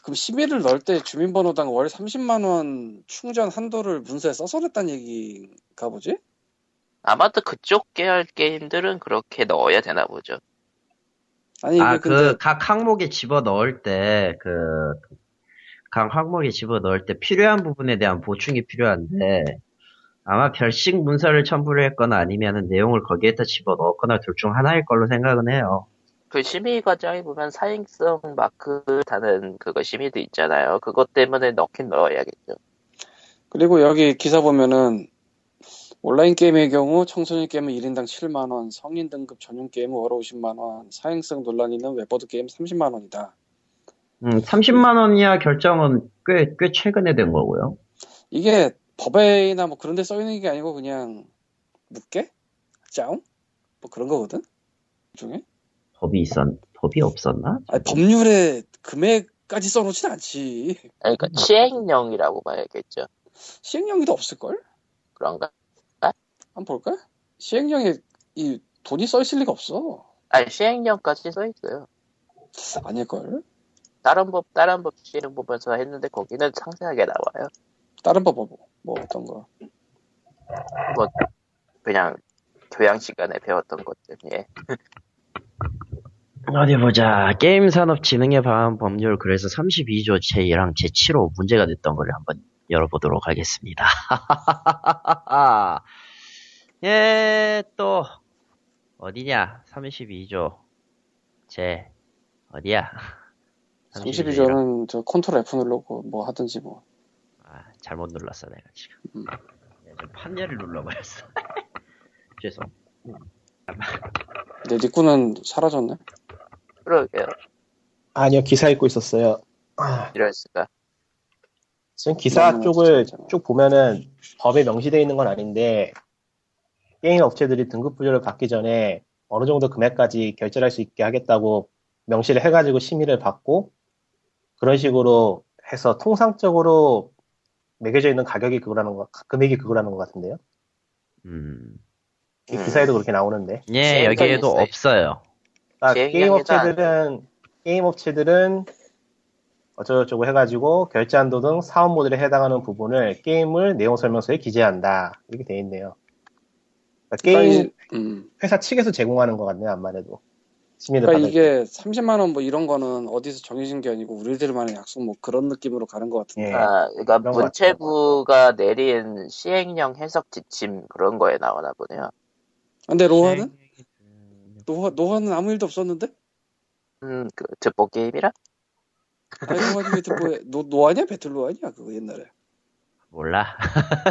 [SPEAKER 4] 그럼 심의를 넣을 때 주민번호당 월 30만 원 충전 한도를 문서에 써서 냈다는 얘기인가 보지?
[SPEAKER 1] 아마도 그쪽 계열 게임들은 그렇게 넣어야 되나 보죠.
[SPEAKER 4] 아니 이게
[SPEAKER 1] 네,
[SPEAKER 2] 아그
[SPEAKER 4] 근데
[SPEAKER 2] 각 항목에 집어 넣을 때그각 항목에 집어 넣을 때 필요한 부분에 대한 보충이 필요한데 아마 별식 문서를 첨부를 했거나 아니면은 내용을 거기에다 집어 넣었거나 둘 중 하나일 걸로 생각은 해요.
[SPEAKER 1] 그 심의 과정에 보면 사행성 마크 다는 그거 심의도 있잖아요. 그것 때문에 넣긴 넣어야겠죠.
[SPEAKER 4] 그리고 여기 기사 보면은 온라인 게임의 경우 청소년 게임은 1인당 7만 원, 성인 등급 전용 게임은 월 50만 원, 사행성 논란이 있는 웹보드 게임 30만 원이다.
[SPEAKER 2] 음, 30만 원 이하 결정은 꽤, 꽤 최근에 된 거고요.
[SPEAKER 4] 이게 법에나 뭐 그런 데 써 있는 게 아니고 그냥 묻게? 짜옹? 뭐 그런 거거든? 중에?
[SPEAKER 2] 법이 있었, 법이 없었나?
[SPEAKER 4] 아니, 법률에 금액까지 써놓진 않지.
[SPEAKER 1] 아니,
[SPEAKER 2] 음.
[SPEAKER 1] 그러니까 시행령이라고 봐야겠죠.
[SPEAKER 4] 시행령이도 없을걸?
[SPEAKER 1] 그런가?
[SPEAKER 4] 한번 볼까? 시행령에 이 돈이 써있을 리가 없어.
[SPEAKER 1] 아니, 시행령까지 써 있어요.
[SPEAKER 4] 아닐걸?
[SPEAKER 1] 다른 법, 다른 법 시행 보면서 했는데 거기는 상세하게 나와요.
[SPEAKER 4] 다른 법 뭐, 뭐 어떤 거.
[SPEAKER 1] 그냥 교양 시간에 배웠던 것들. 예.
[SPEAKER 2] 어디 보자. 게임 산업 진흥에 반한 법률 그래서 32조 제1항 제7호 문제가 됐던 걸 한번 열어보도록 하겠습니다. 예, 또 어디냐? 32조 제 어디야? 32 조
[SPEAKER 4] 32조는 저 컨트롤 F 누르고 뭐 하든지 뭐.
[SPEAKER 2] 아, 잘못 눌렀어 내가 지금.
[SPEAKER 4] 음.
[SPEAKER 2] 내가 지금 판자를 눌러버렸어. 죄송.
[SPEAKER 4] 근데 니꾸는 사라졌네.
[SPEAKER 1] 그러게요.
[SPEAKER 3] 아니요, 기사 읽고 있었어요.
[SPEAKER 1] 이럴 수가.
[SPEAKER 3] 지금 기사
[SPEAKER 4] 음,
[SPEAKER 3] 쪽을
[SPEAKER 4] 진짜.
[SPEAKER 3] 쭉 보면은 법에 명시되어 있는 건 아닌데 게임 업체들이 등급 부여를 받기 전에 어느 정도 금액까지 결제할 수 있게 하겠다고 명시를 해가지고 심의를 받고 그런 식으로 해서 통상적으로 매겨져 있는 가격이 그거라는 거, 금액이 그거라는 것 같은데요.
[SPEAKER 2] 음.
[SPEAKER 3] 이
[SPEAKER 4] 네.
[SPEAKER 1] 음.
[SPEAKER 3] 기사에도 그렇게 나오는데.
[SPEAKER 2] 예,
[SPEAKER 1] 시행령이
[SPEAKER 2] 여기에도
[SPEAKER 1] 있어요.
[SPEAKER 2] 없어요.
[SPEAKER 3] 아,
[SPEAKER 1] 제 얘기도
[SPEAKER 3] 게임
[SPEAKER 1] 안
[SPEAKER 3] 업체들은 게임 업체들은 어쩌고저쩌고 해가지고 결제 한도 등 사업 모델에 해당하는 부분을 게임을 내용 설명서에 기재한다 이렇게 돼 있네요. 그러니까 게임
[SPEAKER 4] 그러니까 이- 음.
[SPEAKER 3] 회사 측에서 제공하는 것 같네요 안만해도 시민을
[SPEAKER 4] 그러니까
[SPEAKER 3] 받을 때.
[SPEAKER 4] 이게 30만 원 뭐 이런 거는 어디서 정해진 게 아니고 우리들만의 약속 뭐 그런 느낌으로 가는 것 같은데.
[SPEAKER 3] 예.
[SPEAKER 1] 아, 그러니까
[SPEAKER 3] 그런 것
[SPEAKER 1] 문체부가 내린 시행령 해석 지침 그런 거에 나오나 보네요.
[SPEAKER 4] 근데 로하는?
[SPEAKER 2] 시행령이-
[SPEAKER 4] 노화, 노화는 아무 일도 없었는데?
[SPEAKER 1] 음, 그 듣보 게임이라?
[SPEAKER 4] 아니, 노화 배틀 뭐야? 노, 노화냐? 배틀 노화냐? 그거 옛날에.
[SPEAKER 2] 몰라.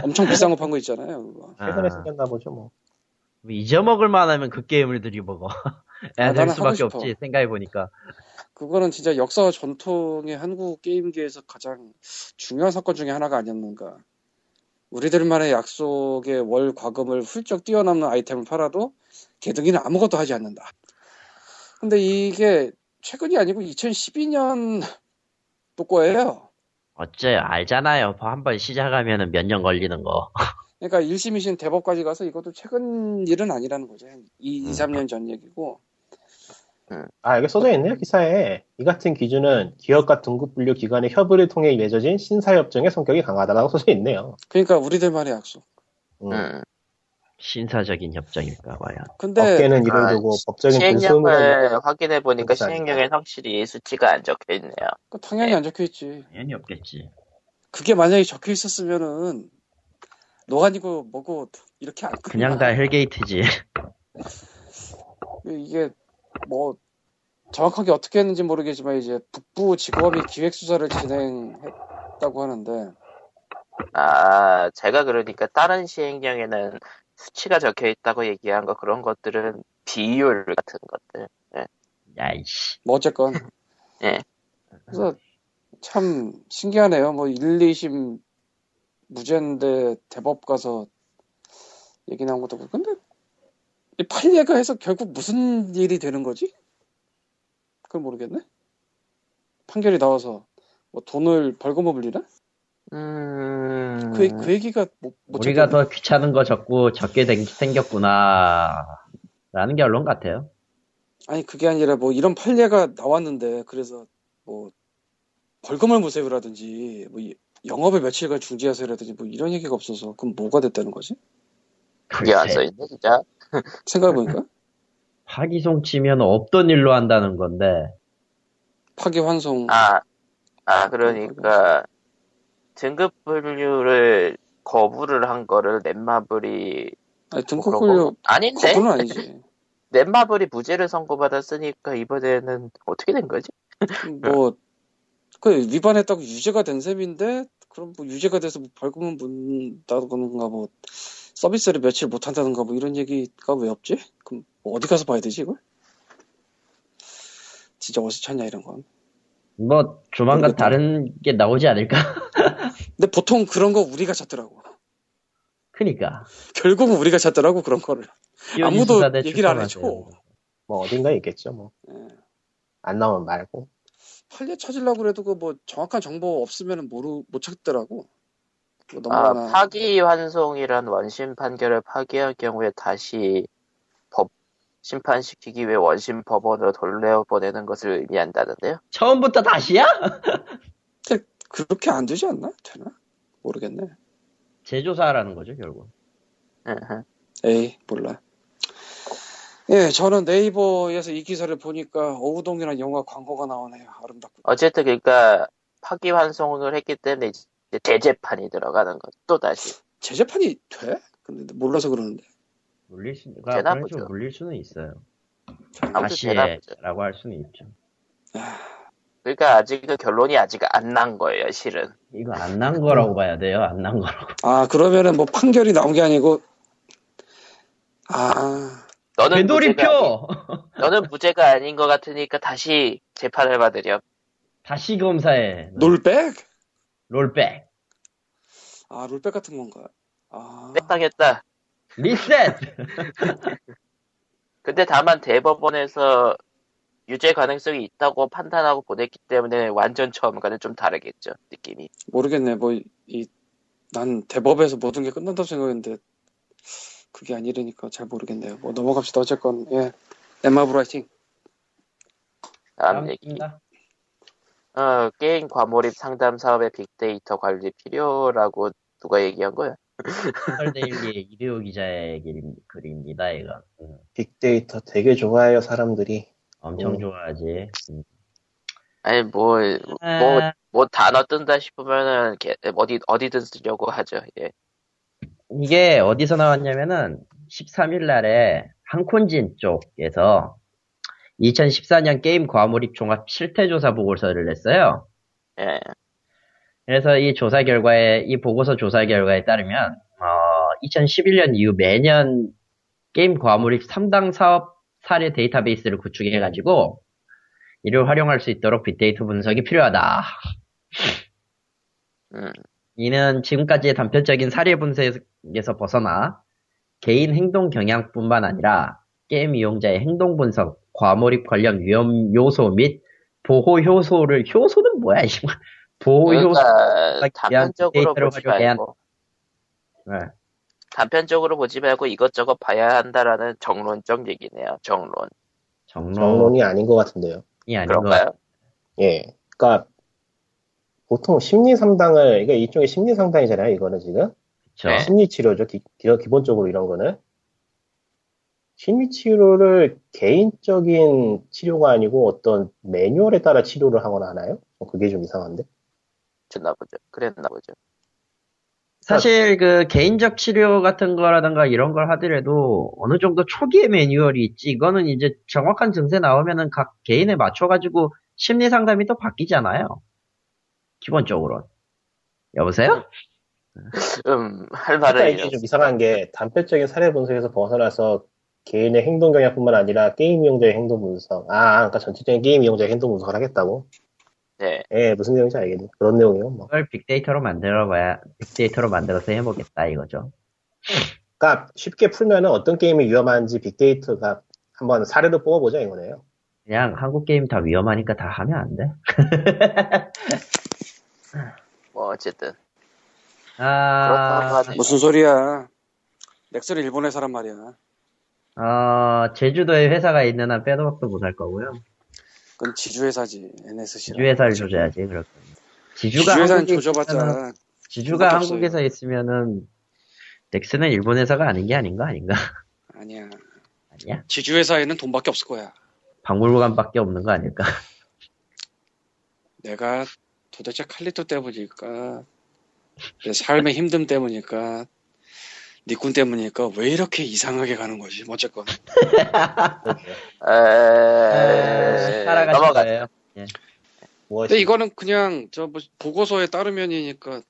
[SPEAKER 4] 엄청 비싼 거 판 거 있잖아요. 그거.
[SPEAKER 3] 최근에
[SPEAKER 2] 아.
[SPEAKER 3] 생겼나 보죠 뭐.
[SPEAKER 2] 뭐 잊어먹을 만하면 그 게임을 들이먹어. 애될
[SPEAKER 4] 아, 나는 하고
[SPEAKER 2] 수밖에
[SPEAKER 4] 싶어.
[SPEAKER 2] 없지, 생각해보니까.
[SPEAKER 4] 그거는 진짜 역사와 전통의 한국 게임계에서 가장 중요한 사건 중에 하나가 아니었는가. 우리들만의 약속의 월 과금을 훌쩍 뛰어넘는 아이템을 팔아도 개등이는 아무것도 하지 않는다. 근데 이게 최근이 아니고 2012년 또 거예요.
[SPEAKER 2] 어째요, 알잖아요. 뭐 한 번 시작하면 몇 년 걸리는 거.
[SPEAKER 4] 그러니까 1심이신 대법까지 가서 이것도 최근 일은 아니라는 거죠. 2,
[SPEAKER 2] 음.
[SPEAKER 4] 3년 전 얘기고.
[SPEAKER 3] 아 여기 써져 있네요 기사에 이 같은 기준은 기업과 등급 분류 기관의 협의를 통해 맺어진 신사협정의 성격이 강하다라고 써져 있네요.
[SPEAKER 4] 그러니까 우리들만의 약속.
[SPEAKER 3] 음.
[SPEAKER 1] 음.
[SPEAKER 2] 신사적인 협정일까, 과연.
[SPEAKER 4] 근데
[SPEAKER 3] 업계는 이를
[SPEAKER 1] 아,
[SPEAKER 3] 두고
[SPEAKER 1] 시-
[SPEAKER 3] 법적인 불소음을
[SPEAKER 1] 시행령을 확인해 보니까
[SPEAKER 3] 그렇지 않을까.
[SPEAKER 1] 시행령에 확실히 수치가 안 적혀 있네요.
[SPEAKER 4] 그거 당연히 안 적혀 있지.
[SPEAKER 2] 당연히 없겠지.
[SPEAKER 4] 그게 만약에 적혀 있었으면은 노안이고 뭐고 이렇게 안
[SPEAKER 2] 그냥
[SPEAKER 4] 끝나.
[SPEAKER 2] 다 헬게이트지.
[SPEAKER 4] 이게 뭐 정확하게 어떻게 했는지 모르겠지만 이제 북부 지검이 기획 수사를 진행했다고 하는데
[SPEAKER 1] 아, 제가 그러니까 다른 시행령에는 수치가 적혀 있다고 얘기한 거 그런 것들은 비율 같은 것들.
[SPEAKER 2] 야이씨.
[SPEAKER 4] 뭐 어쨌건
[SPEAKER 1] 예.
[SPEAKER 4] 그래서 참 신기하네요. 뭐 1, 2심 무죄인데 대법 가서 얘기 나온 것도 그렇고 근데 이 판례가 해서 결국 무슨 일이 되는 거지? 그걸 모르겠네. 판결이 나와서 뭐 돈을 벌금을 물리나?
[SPEAKER 1] 음.
[SPEAKER 4] 그, 그 얘기가 뭐, 뭐
[SPEAKER 2] 우리가
[SPEAKER 4] 어쨌든
[SPEAKER 2] 더 귀찮은 거 적고 적게 된- 생겼구나. 라는 결론 같아요.
[SPEAKER 4] 아니 그게 아니라 뭐 이런 판례가 나왔는데 그래서 뭐 벌금을 무세요라든지 뭐 이- 영업을 며칠간 중지하세요라든지 뭐 이런 얘기가 없어서 그럼 뭐가 됐다는 거지?
[SPEAKER 1] 이게 안
[SPEAKER 2] 글쎄,
[SPEAKER 1] 써있네, 진짜.
[SPEAKER 4] 생각해보니까
[SPEAKER 2] 파기송 치면 없던 일로 한다는 건데,
[SPEAKER 4] 파기환송
[SPEAKER 1] 아, 아, 그러니까 등급 분류를 거부를 한 거를 넷마블이
[SPEAKER 4] 아니, 등급
[SPEAKER 1] 뭐 그런
[SPEAKER 4] 분류
[SPEAKER 1] 거 아닌데?
[SPEAKER 4] 거부는 아니지
[SPEAKER 1] 넷마블이 무죄를 선고받았으니까 이번에는 어떻게 된 거지?
[SPEAKER 4] 뭐 그 위반했다고 유죄가 된 셈인데 그럼 뭐 유죄가 돼서 뭐 벌금은 문다던가 뭐 서비스를 며칠 못한다던가 뭐 이런 얘기가 왜 없지? 그럼 뭐 어디 가서 봐야 되지 이걸? 진짜 어색하냐 이런 건
[SPEAKER 2] 뭐, 조만간
[SPEAKER 4] 모르겠다.
[SPEAKER 2] 다른 게 나오지 않을까?
[SPEAKER 4] 근데 보통 그런 거 우리가 찾더라고.
[SPEAKER 2] 그니까.
[SPEAKER 4] 결국은 우리가 찾더라고 그런 거를. 아무도
[SPEAKER 2] 수사대
[SPEAKER 4] 얘기를 안 해줘.
[SPEAKER 2] 출범하세요.
[SPEAKER 3] 뭐 어딘가에 있겠죠 뭐. 안 나오면 말고.
[SPEAKER 4] 팔려 찾으려고 그래도 그 뭐 정확한 정보 없으면 모르 못 찾더라고. 뭐
[SPEAKER 1] 아,
[SPEAKER 4] 넘어가나.
[SPEAKER 1] 파기 환송이란 원심 판결을 파기할 경우에 다시 법 심판시키기 위해 원심 법원으로 돌려보내는 것을 의미한다는데요.
[SPEAKER 2] 처음부터 다시야?
[SPEAKER 4] 그렇게 안 되지 않나? 되나? 모르겠네.
[SPEAKER 2] 재조사라는 거죠 결국.
[SPEAKER 1] 으흠.
[SPEAKER 4] 에이 몰라. 예, 저는 네이버에서 이 기사를 보니까 어우동이라는 영화 광고가 나오네요. 아름답고.
[SPEAKER 1] 어쨌든 그러니까 파기 환송을 했기 때문에 이제 재재판이 들어가는 것. 또 다시
[SPEAKER 4] 재재판이 돼? 근데 몰라서 그러는데.
[SPEAKER 2] 물릴 수, 그러니까
[SPEAKER 1] 되나
[SPEAKER 2] 그런
[SPEAKER 1] 보죠.
[SPEAKER 2] 식으로 물릴 수는 있어요.
[SPEAKER 1] 아무튼 되나 보죠.
[SPEAKER 2] 다시라고 할 수는 있죠.
[SPEAKER 1] 그러니까 아직은 결론이 아직 안 난 거예요, 실은.
[SPEAKER 2] 이거 안 난 거라고 봐야 돼요. 안 난 거라고.
[SPEAKER 4] 아 그러면은 뭐 판결이 나온 게 아니고 아
[SPEAKER 1] 너는 무죄가,
[SPEAKER 2] 되돌이표
[SPEAKER 1] 아니- 너는 무죄가 아닌 것 같으니까 다시 재판을 받으렴.
[SPEAKER 2] 다시 검사해
[SPEAKER 4] 롤백?
[SPEAKER 2] 롤백
[SPEAKER 4] 아 롤백 같은 건가? 아
[SPEAKER 1] 네, 뺏당했다.
[SPEAKER 2] 리셋.
[SPEAKER 1] 근데 다만 대법원에서 유죄 가능성이 있다고 판단하고 보냈기 때문에 완전 처음과는 좀 다르겠죠, 느낌이.
[SPEAKER 4] 모르겠네. 뭐 이 난 대법에서 모든 게 끝난다고 생각했는데 그게 아니라니까 잘 모르겠네요. 뭐 넘어갑시다. 어쨌건 예 엠마 브라이팅.
[SPEAKER 1] 다음 얘기. 어, 게임 과몰입 상담 사업의 빅데이터 관리 필요라고 누가 얘기한 거야?
[SPEAKER 2] 설데일리의 이대호 기자의 길- 글입니다. 이거 음,
[SPEAKER 3] 빅데이터 되게 좋아해요, 사람들이.
[SPEAKER 2] 엄청
[SPEAKER 3] 음.
[SPEAKER 2] 좋아하지. 음.
[SPEAKER 1] 아니, 뭐, 뭐,
[SPEAKER 2] 아,
[SPEAKER 1] 뭐 단어 뜬다 싶으면은 게- 어디, 어디든 쓰려고 하죠, 예.
[SPEAKER 2] 이게 어디서 나왔냐면은 13일 날에 한콘진 쪽에서 2014년 게임 과몰입 종합 실태조사 보고서를 냈어요.
[SPEAKER 1] 예.
[SPEAKER 2] 그래서 이 조사 결과에, 이 보고서 조사 결과에 따르면, 2011년 이후 매년 게임 과몰입 3당 사업 사례 데이터베이스를 구축해가지고, 이를 활용할 수 있도록 빅데이터 분석이 필요하다.
[SPEAKER 1] 음.
[SPEAKER 2] 이는 지금까지의 단편적인 사례 분석에서 벗어나, 개인 행동 경향뿐만 아니라, 게임 이용자의 행동 분석, 과몰입 관련 위험 요소 및 보호 효소를, 효소는 뭐야, 뭐 이 보호 효소.
[SPEAKER 1] 그러니까 단편적으로
[SPEAKER 2] 빅데이터로
[SPEAKER 1] 보지
[SPEAKER 2] 활용해야
[SPEAKER 1] 말고
[SPEAKER 2] 네.
[SPEAKER 1] 단편적으로 보지 말고 이것저것 봐야 한다라는 정론적 얘기네요. 정론.
[SPEAKER 2] 정론이
[SPEAKER 3] 정론이 아닌 것 같은데요.
[SPEAKER 2] 아닌 것
[SPEAKER 1] 그런가요?
[SPEAKER 2] 같아요.
[SPEAKER 3] 예. 그러니까 보통 심리 상담을 이게 일종의 심리 상담이잖아요, 이거는 지금.
[SPEAKER 1] 네.
[SPEAKER 3] 심리 치료죠. 기, 본적으로 이런 거는. 심리 치료를 개인적인 치료가 아니고 어떤 매뉴얼에 따라 치료를 하거나 하나요? 어, 그게 좀 이상한데.
[SPEAKER 1] 좋나 보죠. 그랬나 보죠.
[SPEAKER 2] 사실 그 개인적 치료 같은 거라든가 이런 걸 하더라도 어느 정도 초기의 매뉴얼이 있지. 이거는 이제 정확한 증세 나오면은 각 개인에 맞춰가지고 심리 상담이 또 바뀌잖아요. 기본적으로. 여보세요?
[SPEAKER 1] 음, 할
[SPEAKER 3] 그러니까
[SPEAKER 1] 말을
[SPEAKER 3] 이게 좀 이상한 게 단편적인 사례 분석에서 벗어나서 개인의 행동 경향뿐만 아니라 게임 이용자의 행동 분석. 아, 그러니까 전체적인 게임 이용자의 행동 분석을 하겠다고.
[SPEAKER 1] 네.
[SPEAKER 3] 예, 무슨 내용인지 알겠네. 그런 내용이요. 뭐.
[SPEAKER 2] 그걸 빅데이터로 만들어봐야 빅데이터로 만들어서 해보겠다 이거죠.
[SPEAKER 3] 그러니까 쉽게 풀면은 어떤 게임이 위험한지 빅데이터가 한번 사례로 뽑아보자 이거네요.
[SPEAKER 2] 그냥 한국 게임 다 위험하니까 다 하면 안 돼?
[SPEAKER 1] 뭐 어쨌든 그렇다고
[SPEAKER 2] 아,
[SPEAKER 1] 하네요.
[SPEAKER 4] 무슨 소리야? 넥슨은 일본의 사람 말이야.
[SPEAKER 2] 어, 제주도에 회사가 있는 한 빼도 박도 못 할 거고요.
[SPEAKER 4] 그럼 지주회사지 NSC랑.
[SPEAKER 2] 지주회사를 조져야지 그렇군. 지주가
[SPEAKER 4] 그렇죠. 지주회사는
[SPEAKER 2] 한국에 있으면은-
[SPEAKER 4] 조져봤자
[SPEAKER 2] 지주가
[SPEAKER 4] 없어요.
[SPEAKER 2] 한국에서 있으면은 넥슨은 일본 회사가 아닌 게 아닌가 아닌가
[SPEAKER 4] 아니야.
[SPEAKER 2] 아니야?
[SPEAKER 4] 지주회사에는 돈밖에 없을 거야.
[SPEAKER 2] 박물관밖에 없는 거 아닐까?
[SPEAKER 4] 내가 도대체 칼리토 때문일까? 내 삶의 힘듦 때문일까? 니꾼 때문일까? 왜 이렇게 이상하게 가는 거지? 뭐 어쨌건
[SPEAKER 1] 에... 넘어가.
[SPEAKER 2] 거예요.
[SPEAKER 4] 근데
[SPEAKER 3] 무엇이
[SPEAKER 4] 이거는 그냥 저뭐 보고서에 따르면이니까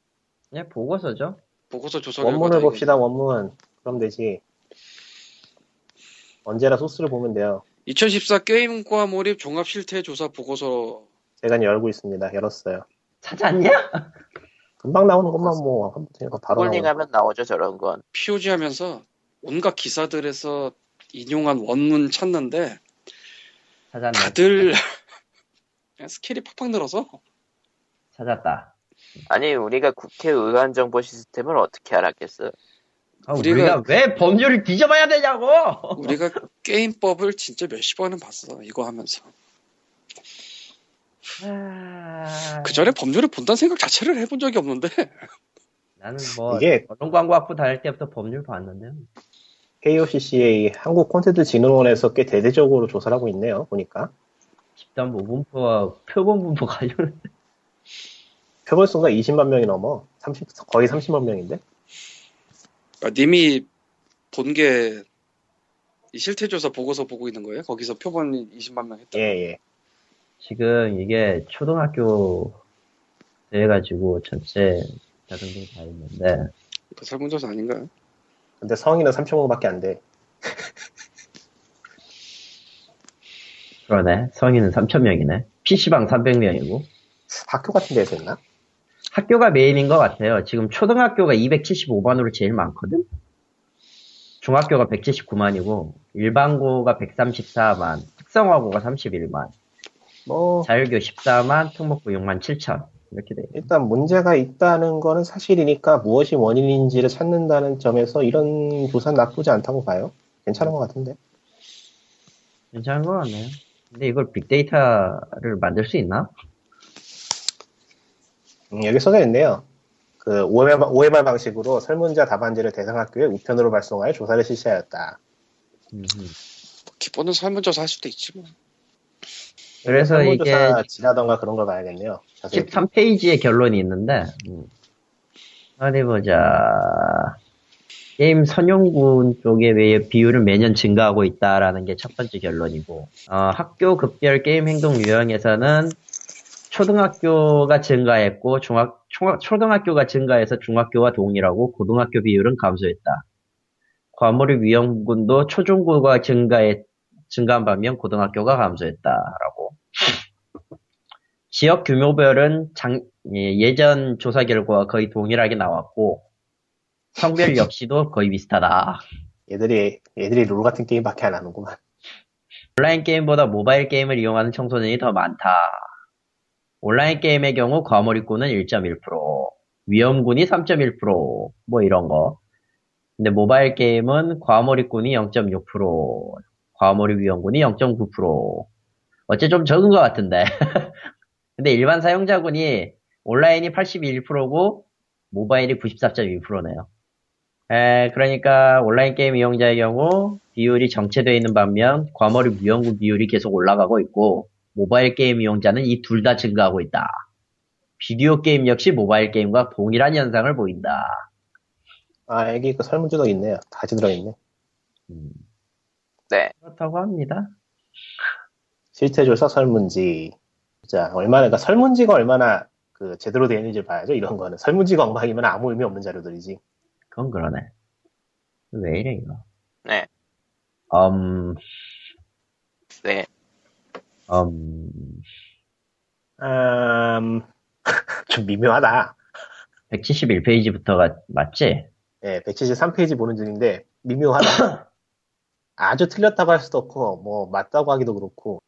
[SPEAKER 2] 네 보고서죠.
[SPEAKER 4] 보고서 조사
[SPEAKER 3] 원문을
[SPEAKER 4] 결과다,
[SPEAKER 3] 봅시다 원문. 그럼 되지. 언제나 소스를 보면 돼요.
[SPEAKER 4] 이게. 2014 게임과 몰입 종합 실태 조사 보고서
[SPEAKER 3] 제가 열고 있습니다. 열었어요.
[SPEAKER 2] 찾았냐?
[SPEAKER 3] 금방 나오는 것만 뭐 하면 돼요. 바로 나오는
[SPEAKER 1] 홀링하면 나오죠 저런 건.
[SPEAKER 4] POG 하면서 온갖 기사들에서 인용한 원문 찾는데
[SPEAKER 3] 아,
[SPEAKER 4] 아,
[SPEAKER 2] 찾았네.
[SPEAKER 4] 다들 그냥 스킬이 팍팍 늘어서
[SPEAKER 2] 찾았다.
[SPEAKER 1] 아니 우리가 국회의원 정보 시스템을 어떻게 알았겠어?
[SPEAKER 2] 아,
[SPEAKER 4] 우리가-
[SPEAKER 2] 우리가... 왜 법률을 뒤져봐야 되냐고!
[SPEAKER 4] 우리가 게임법을 진짜 몇십 번은 봤어 이거 하면서
[SPEAKER 2] 아,
[SPEAKER 4] 그 전에 법률을 본다는 생각 자체를 해본 적이 없는데
[SPEAKER 2] 나는 뭐
[SPEAKER 3] 이게-
[SPEAKER 2] 언론광고학부 다닐 때부터 법률 봤는데요.
[SPEAKER 3] KOCCA 한국 콘텐츠 진흥원에서 꽤 대대적으로 조사를 하고 있네요. 보니까
[SPEAKER 2] 집단 모분포와 표본분포 관련
[SPEAKER 3] 표본 수가 20만 명이 넘어 30 거의 30만 명인데
[SPEAKER 4] 아, 님이 본 게 실태조사 보고서 보고 있는 거예요? 거기서 표본 20만 명 했다.
[SPEAKER 3] 예예
[SPEAKER 2] 지금 이게 초등학교 돼가지고 전체 자등등 다 있는데
[SPEAKER 4] 이거 그 설문조사 아닌가요?
[SPEAKER 3] 근데 성인은 3천 명밖에 안돼
[SPEAKER 2] 그러네 성인은 3천 명이네 PC방 300명이고
[SPEAKER 3] 학교 같은 데서 했나?
[SPEAKER 2] 학교가 메인인 것 같아요. 지금 초등학교가 275만으로 제일 많거든? 중학교가 179만이고, 일반고가 134만, 특성화고가 31만,
[SPEAKER 3] 뭐
[SPEAKER 2] 자율교 14만, 특목고 6만 7천. 이렇게 돼.
[SPEAKER 3] 일단 문제가 있다는 거는 사실이니까 무엇이 원인인지를 찾는다는 점에서 이런 조사는 나쁘지 않다고 봐요. 괜찮은 것 같은데.
[SPEAKER 2] 괜찮은 것 같네요. 근데 이걸 빅데이터를 만들 수 있나?
[SPEAKER 3] 음, 여기 써져 있네요. 그 OMR, OMR 방식으로 설문자 답안지를 대상 학교에 우편으로 발송하여 조사를 실시하였다.
[SPEAKER 2] 음흠.
[SPEAKER 4] 기본은 설문조사 할 수도 있지 뭐.
[SPEAKER 2] 그래서 이게
[SPEAKER 3] 설문조사 지나던가 그런 걸 봐야겠네요. 자세히.
[SPEAKER 2] 13페이지에 결론이 있는데, 음. 어디 보자. 게임 선용군 쪽의 매- 비율은 매년 증가하고 있다라는 게 첫 번째 결론이고, 어, 학교 급별 게임 행동 유형에서는 초등학교가 증가했고, 중학, 초, 초등학교가 증가해서 중학교와 동일하고, 고등학교 비율은 감소했다. 과몰입 위험군도 초중고가 증가해, 증가한 반면 고등학교가 감소했다라고. 지역 규모별은 장- 예, 예전 조사 결과와 거의 동일하게 나왔고, 성별 역시도 거의 비슷하다.
[SPEAKER 3] 얘들이, 얘들이 롤 같은 게임밖에 안 하는구만.
[SPEAKER 2] 온라인 게임보다 모바일 게임을 이용하는 청소년이 더 많다. 온라인 게임의 경우 과몰입군은 1.1%, 위험군이 3.1%, 뭐 이런 거. 근데 모바일 게임은 과몰입군이 0.6%, 과몰입 위험군이 0.9%. 어째 좀 적은 것 같은데. 근데 일반 사용자군이 온라인이 81%고 모바일이 94.2%네요. 에, 그러니까 온라인 게임 이용자의 경우 비율이 정체되어 있는 반면 과몰입 위험군 비율이 계속 올라가고 있고 모바일 게임 이용자는 이 둘 다 증가하고 있다. 비디오 게임 역시 모바일 게임과 동일한 현상을 보인다.
[SPEAKER 3] 아, 여기 그 설문조사 있네요. 다시 들어있네.
[SPEAKER 2] 음,
[SPEAKER 1] 네.
[SPEAKER 2] 그렇다고 합니다.
[SPEAKER 3] 실태조사 설문지. 자, 얼마나, 그러니까 설문지가 얼마나 그 제대로 되어 있는지 봐야죠. 이런 거는. 설문지가 엉망이면 아무 의미 없는 자료들이지.
[SPEAKER 2] 그건 그러네. 왜 이래 이거?
[SPEAKER 1] 네.
[SPEAKER 2] 음,
[SPEAKER 1] 네.
[SPEAKER 2] 음,
[SPEAKER 3] 음, 좀 미묘하다.
[SPEAKER 2] 171페이지부터가 맞지?
[SPEAKER 3] 예, 173페이지 보는 중인데 미묘하다. 아주 틀렸다고 할 수도 없고 뭐 맞다고 하기도 그렇고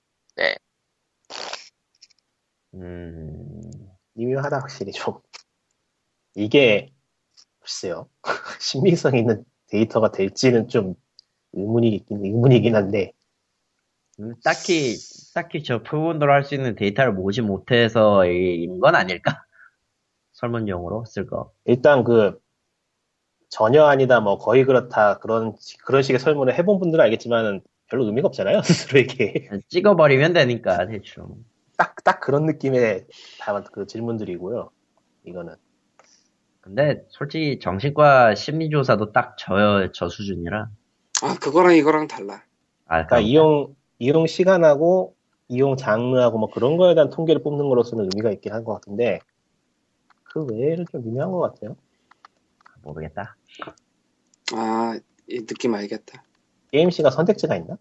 [SPEAKER 2] 음,
[SPEAKER 3] 미묘하다 확실히 좀 이게 글쎄요 신빙성 있는 데이터가 될지는 좀 의문이 있긴 의문이긴 한데
[SPEAKER 2] 음, 딱히 딱히 저 표본으로 할 수 있는 데이터를 모으지 못해서인 건 아닐까? 설문용으로 쓸 거.
[SPEAKER 3] 일단 그 전혀 아니다 뭐 거의 그렇다 그런 그런 식의 설문을 해본 분들은 알겠지만 별로 의미가 없잖아요 스스로에게
[SPEAKER 2] 찍어버리면 되니까 대충.
[SPEAKER 3] 딱 딱 그런 느낌의 다그 질문들이고요 이거는
[SPEAKER 2] 근데 솔직히 정신과 심리조사도 딱 저 저 수준이라.
[SPEAKER 4] 아 그거랑 이거랑 달라.
[SPEAKER 2] 아,
[SPEAKER 3] 그러니까 이용 이용 시간하고 이용 장르하고 뭐 그런 거에 대한 통계를 뽑는 거로서는 의미가 있긴 한 것 같은데 그 외에는 좀 미묘한 것 같아요.
[SPEAKER 2] 모르겠다.
[SPEAKER 4] 아 이 느낌 알겠다.
[SPEAKER 3] 게임씨가 선택지가 있나?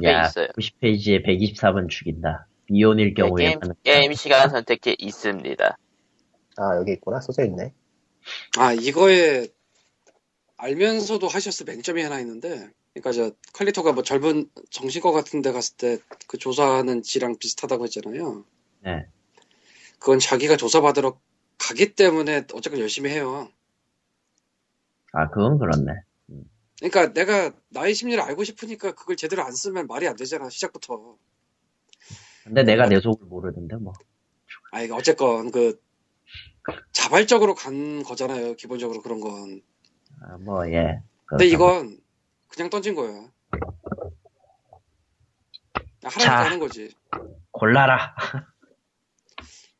[SPEAKER 1] 꽤
[SPEAKER 2] 야,
[SPEAKER 1] 있어요.
[SPEAKER 2] 90페이지에 124번 죽인다.
[SPEAKER 1] 네,
[SPEAKER 2] 미혼일 그 경우에
[SPEAKER 1] 게임, 게임 시간 선택이 있습니다.
[SPEAKER 3] 아 여기 있구나 써져 있네.
[SPEAKER 4] 아 이거에 알면서도 하셨을 맹점이 하나 있는데 그러니까 저 칼리토가 뭐 젊은 정신과 같은 데 갔을 때 그 조사하는 지랑 비슷하다고 했잖아요.
[SPEAKER 2] 네.
[SPEAKER 4] 그건 자기가 조사받으러 가기 때문에 어쨌건 열심히 해요.
[SPEAKER 2] 아, 그건 그렇네.
[SPEAKER 4] 그러니까 내가 나의 심리를 알고 싶으니까 그걸 제대로 안 쓰면 말이 안 되잖아 시작부터.
[SPEAKER 2] 근데 내가 내 속을 모르는데, 뭐.
[SPEAKER 4] 아 이거 어쨌건 그 자발적으로 간 거잖아요 기본적으로 그런 건.
[SPEAKER 2] 아, 뭐, 예.
[SPEAKER 4] 근데
[SPEAKER 2] 그렇다고.
[SPEAKER 4] 이건 그냥 던진 거예요.
[SPEAKER 2] 자.
[SPEAKER 4] 하라는 거지.
[SPEAKER 2] 골라라.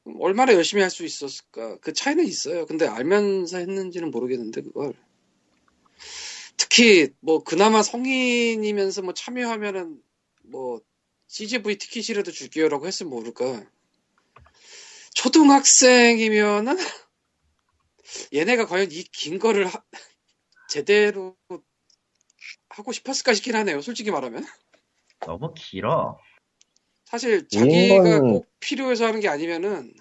[SPEAKER 4] 음, 얼마나 열심히 할 수 있었을까? 그 차이는 있어요. 근데 알면서 했는지는 모르겠는데 그걸. 특히 뭐 그나마 성인이면서 뭐 참여하면은 뭐 CGV 티켓이라도 줄게요라고 했으면 모를까. 초등학생이면은 얘네가 과연 이 긴 거를 하- 제대로 하고 싶었을까 싶긴 하네요. 솔직히 말하면
[SPEAKER 2] 너무 길어.
[SPEAKER 4] 사실 자기가
[SPEAKER 3] 이건-
[SPEAKER 4] 꼭 필요해서 하는 게 아니면은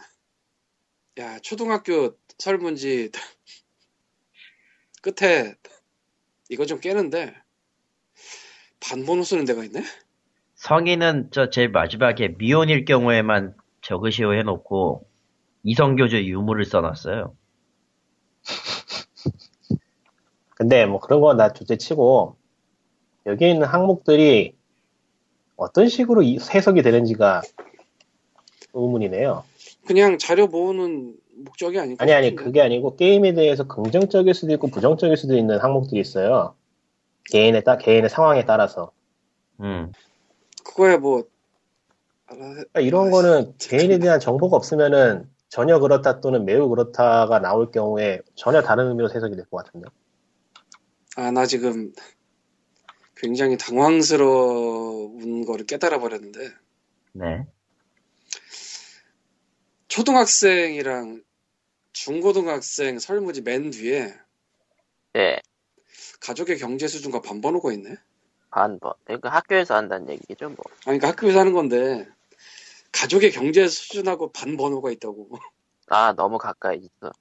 [SPEAKER 4] 야 초등학교 설문지 끝에 이거 좀 깨는데 반번호 쓰는 데가 있네.
[SPEAKER 2] 성인은 저 제일 마지막에 미혼일 경우에만 적으시오 해놓고 이성교주 유무를 써놨어요.
[SPEAKER 3] 근데 뭐 그런 거 나 둘째치고 여기에 있는 항목들이 어떤 식으로 이- 해석이 되는지가 의문이네요.
[SPEAKER 4] 그냥 자료 모으는 목적이 아닐까?
[SPEAKER 3] 아니 아니
[SPEAKER 4] 싶은데.
[SPEAKER 3] 그게 아니고 게임에 대해서 긍정적일 수도 있고 부정적일 수도 있는 항목들이 있어요. 개인의 따 개인의 상황에 따라서
[SPEAKER 2] 음.
[SPEAKER 4] 그거야 뭐 알아-
[SPEAKER 3] 그러니까 이런 거는 개인에 대한 정보가 없으면은 전혀 그렇다 또는 매우 그렇다가 나올 경우에 전혀 다른 의미로 해석이 될 것 같은데.
[SPEAKER 4] 아, 나 지금 굉장히 당황스러운 거를 깨달아 버렸는데
[SPEAKER 2] 네.
[SPEAKER 4] 초등학생이랑 중고등학생 설문지 맨 뒤에
[SPEAKER 1] 예,
[SPEAKER 4] 가족의 경제 수준과 반번호가 있네. 아,
[SPEAKER 1] 반번. 그러니까 학교에서 한다는 얘기죠, 뭐.
[SPEAKER 4] 그러니까 학교에서 하는 건데 가족의 경제 수준하고 반번호가 있다고.
[SPEAKER 1] 아, 너무 가까이 있어.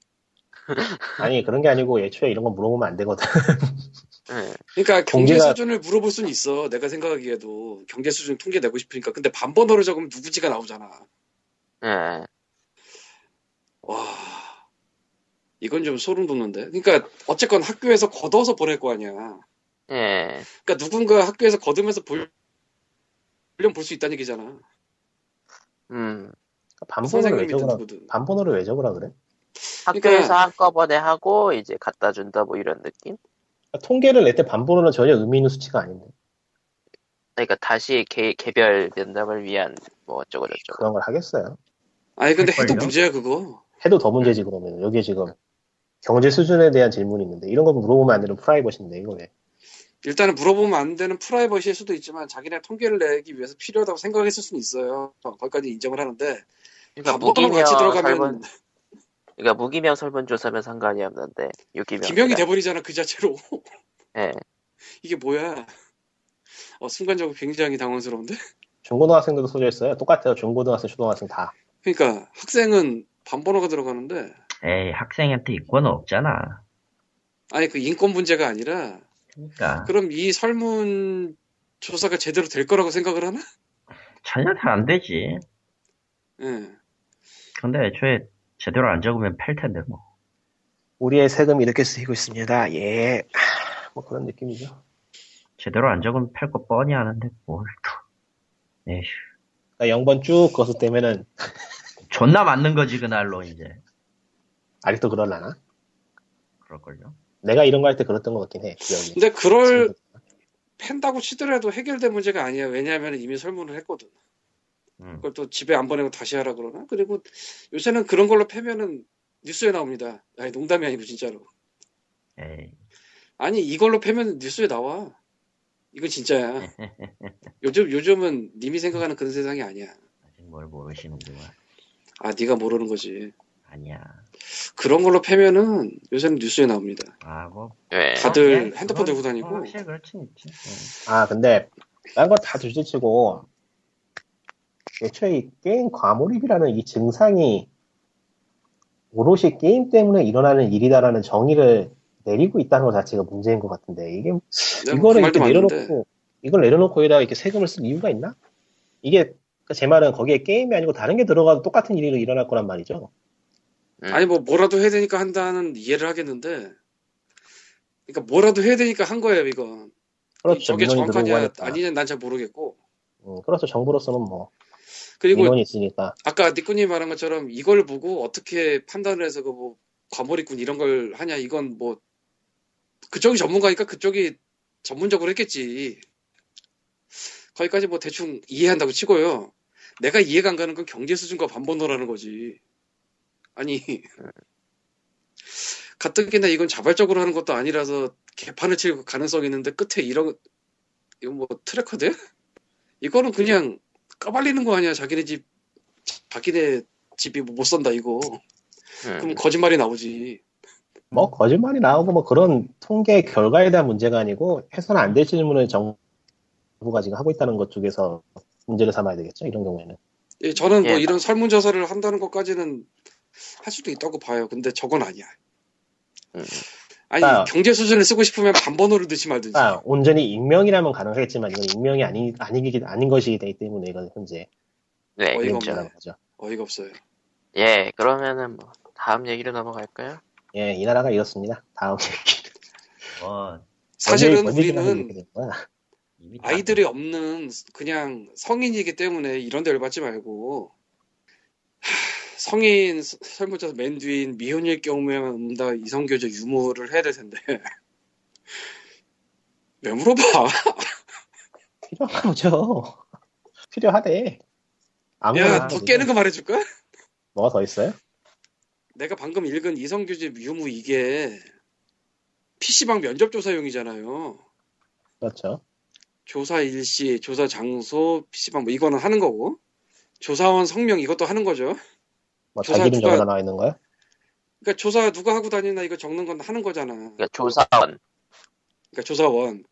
[SPEAKER 3] 아니 그런 게 아니고 애초에 이런 거 물어보면 안 되거든.
[SPEAKER 1] 예.
[SPEAKER 4] 그러니까 경제
[SPEAKER 3] 경제가-
[SPEAKER 4] 수준을 물어볼 수는 있어. 내가 생각하기에도 경제 수준 통계 내고 싶으니까. 근데 반번호를 적으면 누구지가 나오잖아.
[SPEAKER 1] 예.
[SPEAKER 4] 와, 이건 좀 소름 돋는데. 그러니까 어쨌건 학교에서 걷어서 보낼 거 아니야.
[SPEAKER 1] 예.
[SPEAKER 4] 그러니까 누군가 학교에서 거두면서 볼, 훈련 볼수 있다는 얘기잖아.
[SPEAKER 1] 음.
[SPEAKER 3] 그러니까 반번호를 왜
[SPEAKER 4] 선생님이든
[SPEAKER 3] 적으라
[SPEAKER 4] 누구든.
[SPEAKER 3] 반번호를 왜 적으라 그래?
[SPEAKER 1] 학교에서
[SPEAKER 4] 그러니까-
[SPEAKER 1] 한꺼번에 하고, 이제 갖다 준다, 뭐 이런 느낌?
[SPEAKER 3] 그러니까 통계를 낼 때 반번호는 전혀 의미 있는 수치가 아닌데
[SPEAKER 1] 그러니까 다시 개, 개별 면담을 위한, 뭐 어쩌고저쩌고.
[SPEAKER 3] 그런 걸 하겠어요.
[SPEAKER 4] 아니 근데 해도
[SPEAKER 2] 할걸요?
[SPEAKER 4] 문제야 그거.
[SPEAKER 3] 해도 더 문제지 그러면 여기 지금 경제 수준에 대한 질문이 있는데 이런 거 물어보면 안 되는 프라이버시인데 이거 왜?
[SPEAKER 4] 일단은 물어보면 안 되는 프라이버시일 수도 있지만 자기네 통계를 내기 위해서 필요하다고 생각했을 수는 있어요. 거기까지 인정을 하는데
[SPEAKER 1] 그러니까
[SPEAKER 4] 반번호
[SPEAKER 1] 무기명
[SPEAKER 4] 같이 들어가면
[SPEAKER 1] 설문, 그러니까 무기명 설문조사면 상관이 없는데, 유기명.
[SPEAKER 4] 기명이 돼버리잖아 그 자체로.
[SPEAKER 1] 예.
[SPEAKER 4] 이게 뭐야? 어, 순간적으로 굉장히 당황스러운데.
[SPEAKER 3] 중고등학생들도 소재했어요. 똑같아요. 중고등학생, 초등학생 다.
[SPEAKER 4] 그러니까 학생은 반번호가 들어가는데
[SPEAKER 2] 에이, 학생한테 인권은 없잖아.
[SPEAKER 4] 아니 그 인권 문제가 아니라
[SPEAKER 2] 그러니까.
[SPEAKER 4] 그럼 이 설문 조사가 제대로 될 거라고 생각을 하나?
[SPEAKER 2] 전혀 다 안 되지.
[SPEAKER 4] 예.
[SPEAKER 2] 근데 애초에 제대로 안 적으면 팰 텐데, 뭐.
[SPEAKER 3] 우리의 세금이 이렇게 쓰이고 있습니다. 예. 하, 뭐 그런 느낌이죠.
[SPEAKER 2] 제대로 안 적으면 팰 거 뻔히 아는데, 뭘 또. 에휴.
[SPEAKER 3] 그러니까 0번 쭉 거서 떼면은
[SPEAKER 2] 존나 맞는 거지, 그날로, 이제.
[SPEAKER 3] 아직도 그럴라나?
[SPEAKER 2] 그럴걸요.
[SPEAKER 3] 내가 이런 거 할 때 그랬던 것 같긴 해. 기억이.
[SPEAKER 4] 근데 그럴 팬다고 치더라도 해결된 문제가 아니야. 왜냐하면 이미 설문을 했거든.
[SPEAKER 2] 음.
[SPEAKER 4] 그걸 또 집에 안 보내고 다시 하라 그러나? 그리고 요새는 그런 걸로 패면은 뉴스에 나옵니다. 아니 농담이 아니고 진짜로.
[SPEAKER 2] 에이.
[SPEAKER 4] 아니 이걸로 패면 뉴스에 나와. 이건 진짜야. 요즘 요즘은 님이 생각하는 그런 세상이 아니야.
[SPEAKER 2] 아직 뭘 모르시는구만.
[SPEAKER 4] 아 네가 모르는 거지.
[SPEAKER 2] 아니야.
[SPEAKER 4] 그런 걸로 패면은 요새는 뉴스에 나옵니다.
[SPEAKER 2] 아, 뭐,
[SPEAKER 1] 예.
[SPEAKER 4] 다들
[SPEAKER 2] 예, 그건-
[SPEAKER 4] 핸드폰 들고 다니고.
[SPEAKER 2] 어, 확실히 그렇지, 있지. 예.
[SPEAKER 3] 아 근데 딴 거 다 둘째치고 애초에 이 게임 과몰입이라는 이 증상이 오롯이 게임 때문에 일어나는 일이다라는 정의를 내리고 있다는 것 자체가 문제인 것 같은데 이게
[SPEAKER 4] 내가 네, 뭐그
[SPEAKER 3] 이거를 이렇게
[SPEAKER 4] 말도 맞는데.
[SPEAKER 3] 내려놓고 이걸 내려놓고 여기다가 이렇게 세금을 쓸 이유가 있나? 이게 그러니까 제 말은 거기에 게임이 아니고 다른 게 들어가도 똑같은 일이 일어날 거란 말이죠.
[SPEAKER 1] 음,
[SPEAKER 4] 아니 뭐 뭐라도 해야 되니까 한다는 이해를 하겠는데 그러니까 뭐라도 해야 되니까 한 거예요 이건
[SPEAKER 3] 그렇죠.
[SPEAKER 4] 저게
[SPEAKER 3] 민원이 들어오고
[SPEAKER 4] 정확하냐
[SPEAKER 3] 하니까.
[SPEAKER 4] 아니냐 난 잘 모르겠고
[SPEAKER 3] 음, 그렇죠. 정부로서는 뭐
[SPEAKER 4] 그리고
[SPEAKER 3] 민원이 있으니까.
[SPEAKER 4] 아까 니꾸님 말한 것처럼 이걸 보고 어떻게 판단을 해서 그 뭐 과몰입군 이런 걸 하냐 이건 뭐 그쪽이 전문가니까 그쪽이 전문적으로 했겠지 거기까지 뭐 대충 이해한다고 치고요 내가 이해가 안 가는 건 경제 수준과 반번호라는 거지 아니 가뜩이나 이건 자발적으로 하는 것도 아니라서 개판을 칠 가능성이 있는데 끝에 이런 이건 뭐 트래커들 이거는 그냥 까발리는 거 아니야 자기네 집 자기네 집이 뭐못 산다 이거
[SPEAKER 1] 음. 네.
[SPEAKER 4] 그럼 거짓말이 나오지
[SPEAKER 3] 뭐 거짓말이 나오고 뭐 그런 통계 결과에 대한 문제가 아니고 해서는 안 될 질문을 정부가 지금 하고 있다는 것 쪽에서 문제를 삼아야 되겠죠. 이런 경우에는.
[SPEAKER 4] 예, 저는 뭐
[SPEAKER 1] 예.
[SPEAKER 4] 이런 설문조사를 한다는 것까지는 할 수도 있다고 봐요 근데 저건 아니야
[SPEAKER 1] 음.
[SPEAKER 4] 아니
[SPEAKER 3] 아.
[SPEAKER 4] 경제 수준을 쓰고 싶으면 반번호를 넣지 말든지
[SPEAKER 3] 아, 온전히 익명이라면 가능하겠지만 이건 익명이 아니 아니기 아닌 것이기 때문에 이건 현재
[SPEAKER 1] 네,
[SPEAKER 4] 어이가
[SPEAKER 1] 그렇죠.
[SPEAKER 4] 없네.
[SPEAKER 3] 문제라는 거죠.
[SPEAKER 4] 어이가 없어요
[SPEAKER 1] 예, 그러면은 뭐 다음 얘기로 넘어갈까요?
[SPEAKER 3] 예, 이 나라가 이렇습니다. 다음 얘기.
[SPEAKER 2] 뭐
[SPEAKER 4] 사실은
[SPEAKER 3] 뭔 얘기를 하고
[SPEAKER 4] 우리는
[SPEAKER 3] 있게 된 거야?
[SPEAKER 2] 이미 다-
[SPEAKER 4] 아이들이 없는 그냥 성인이기 때문에 이런 데 열받지 말고 하, 성인 서- 설문조사 맨 뒤인 미혼일 경우에만 온다 이성교제 유무를 해야 될 텐데 왜 물어봐
[SPEAKER 3] 필요한 거죠. 필요하대. 아무거나 네.
[SPEAKER 4] 야,
[SPEAKER 3] 하는
[SPEAKER 4] 더
[SPEAKER 3] 거지.
[SPEAKER 4] 깨는 거 말해줄까?
[SPEAKER 3] 뭐가 더 있어요?
[SPEAKER 4] 내가 방금 읽은 이성규집 유무 이게 PC방 면접조사용이잖아요.
[SPEAKER 3] 그렇죠.
[SPEAKER 4] 조사 일시, 조사 장소, PC방 뭐 이거는 하는 거고. 조사원 성명 이것도 하는 거죠.
[SPEAKER 3] 뭐
[SPEAKER 4] 조사
[SPEAKER 3] 자기 이름
[SPEAKER 4] 누가-
[SPEAKER 3] 적어 나와 있는 거야?
[SPEAKER 4] 그러니까 조사 누가 하고 다니나 이거 적는 건 하는 거잖아. 그러니까
[SPEAKER 1] 그러니까 조사원.
[SPEAKER 4] 조사원.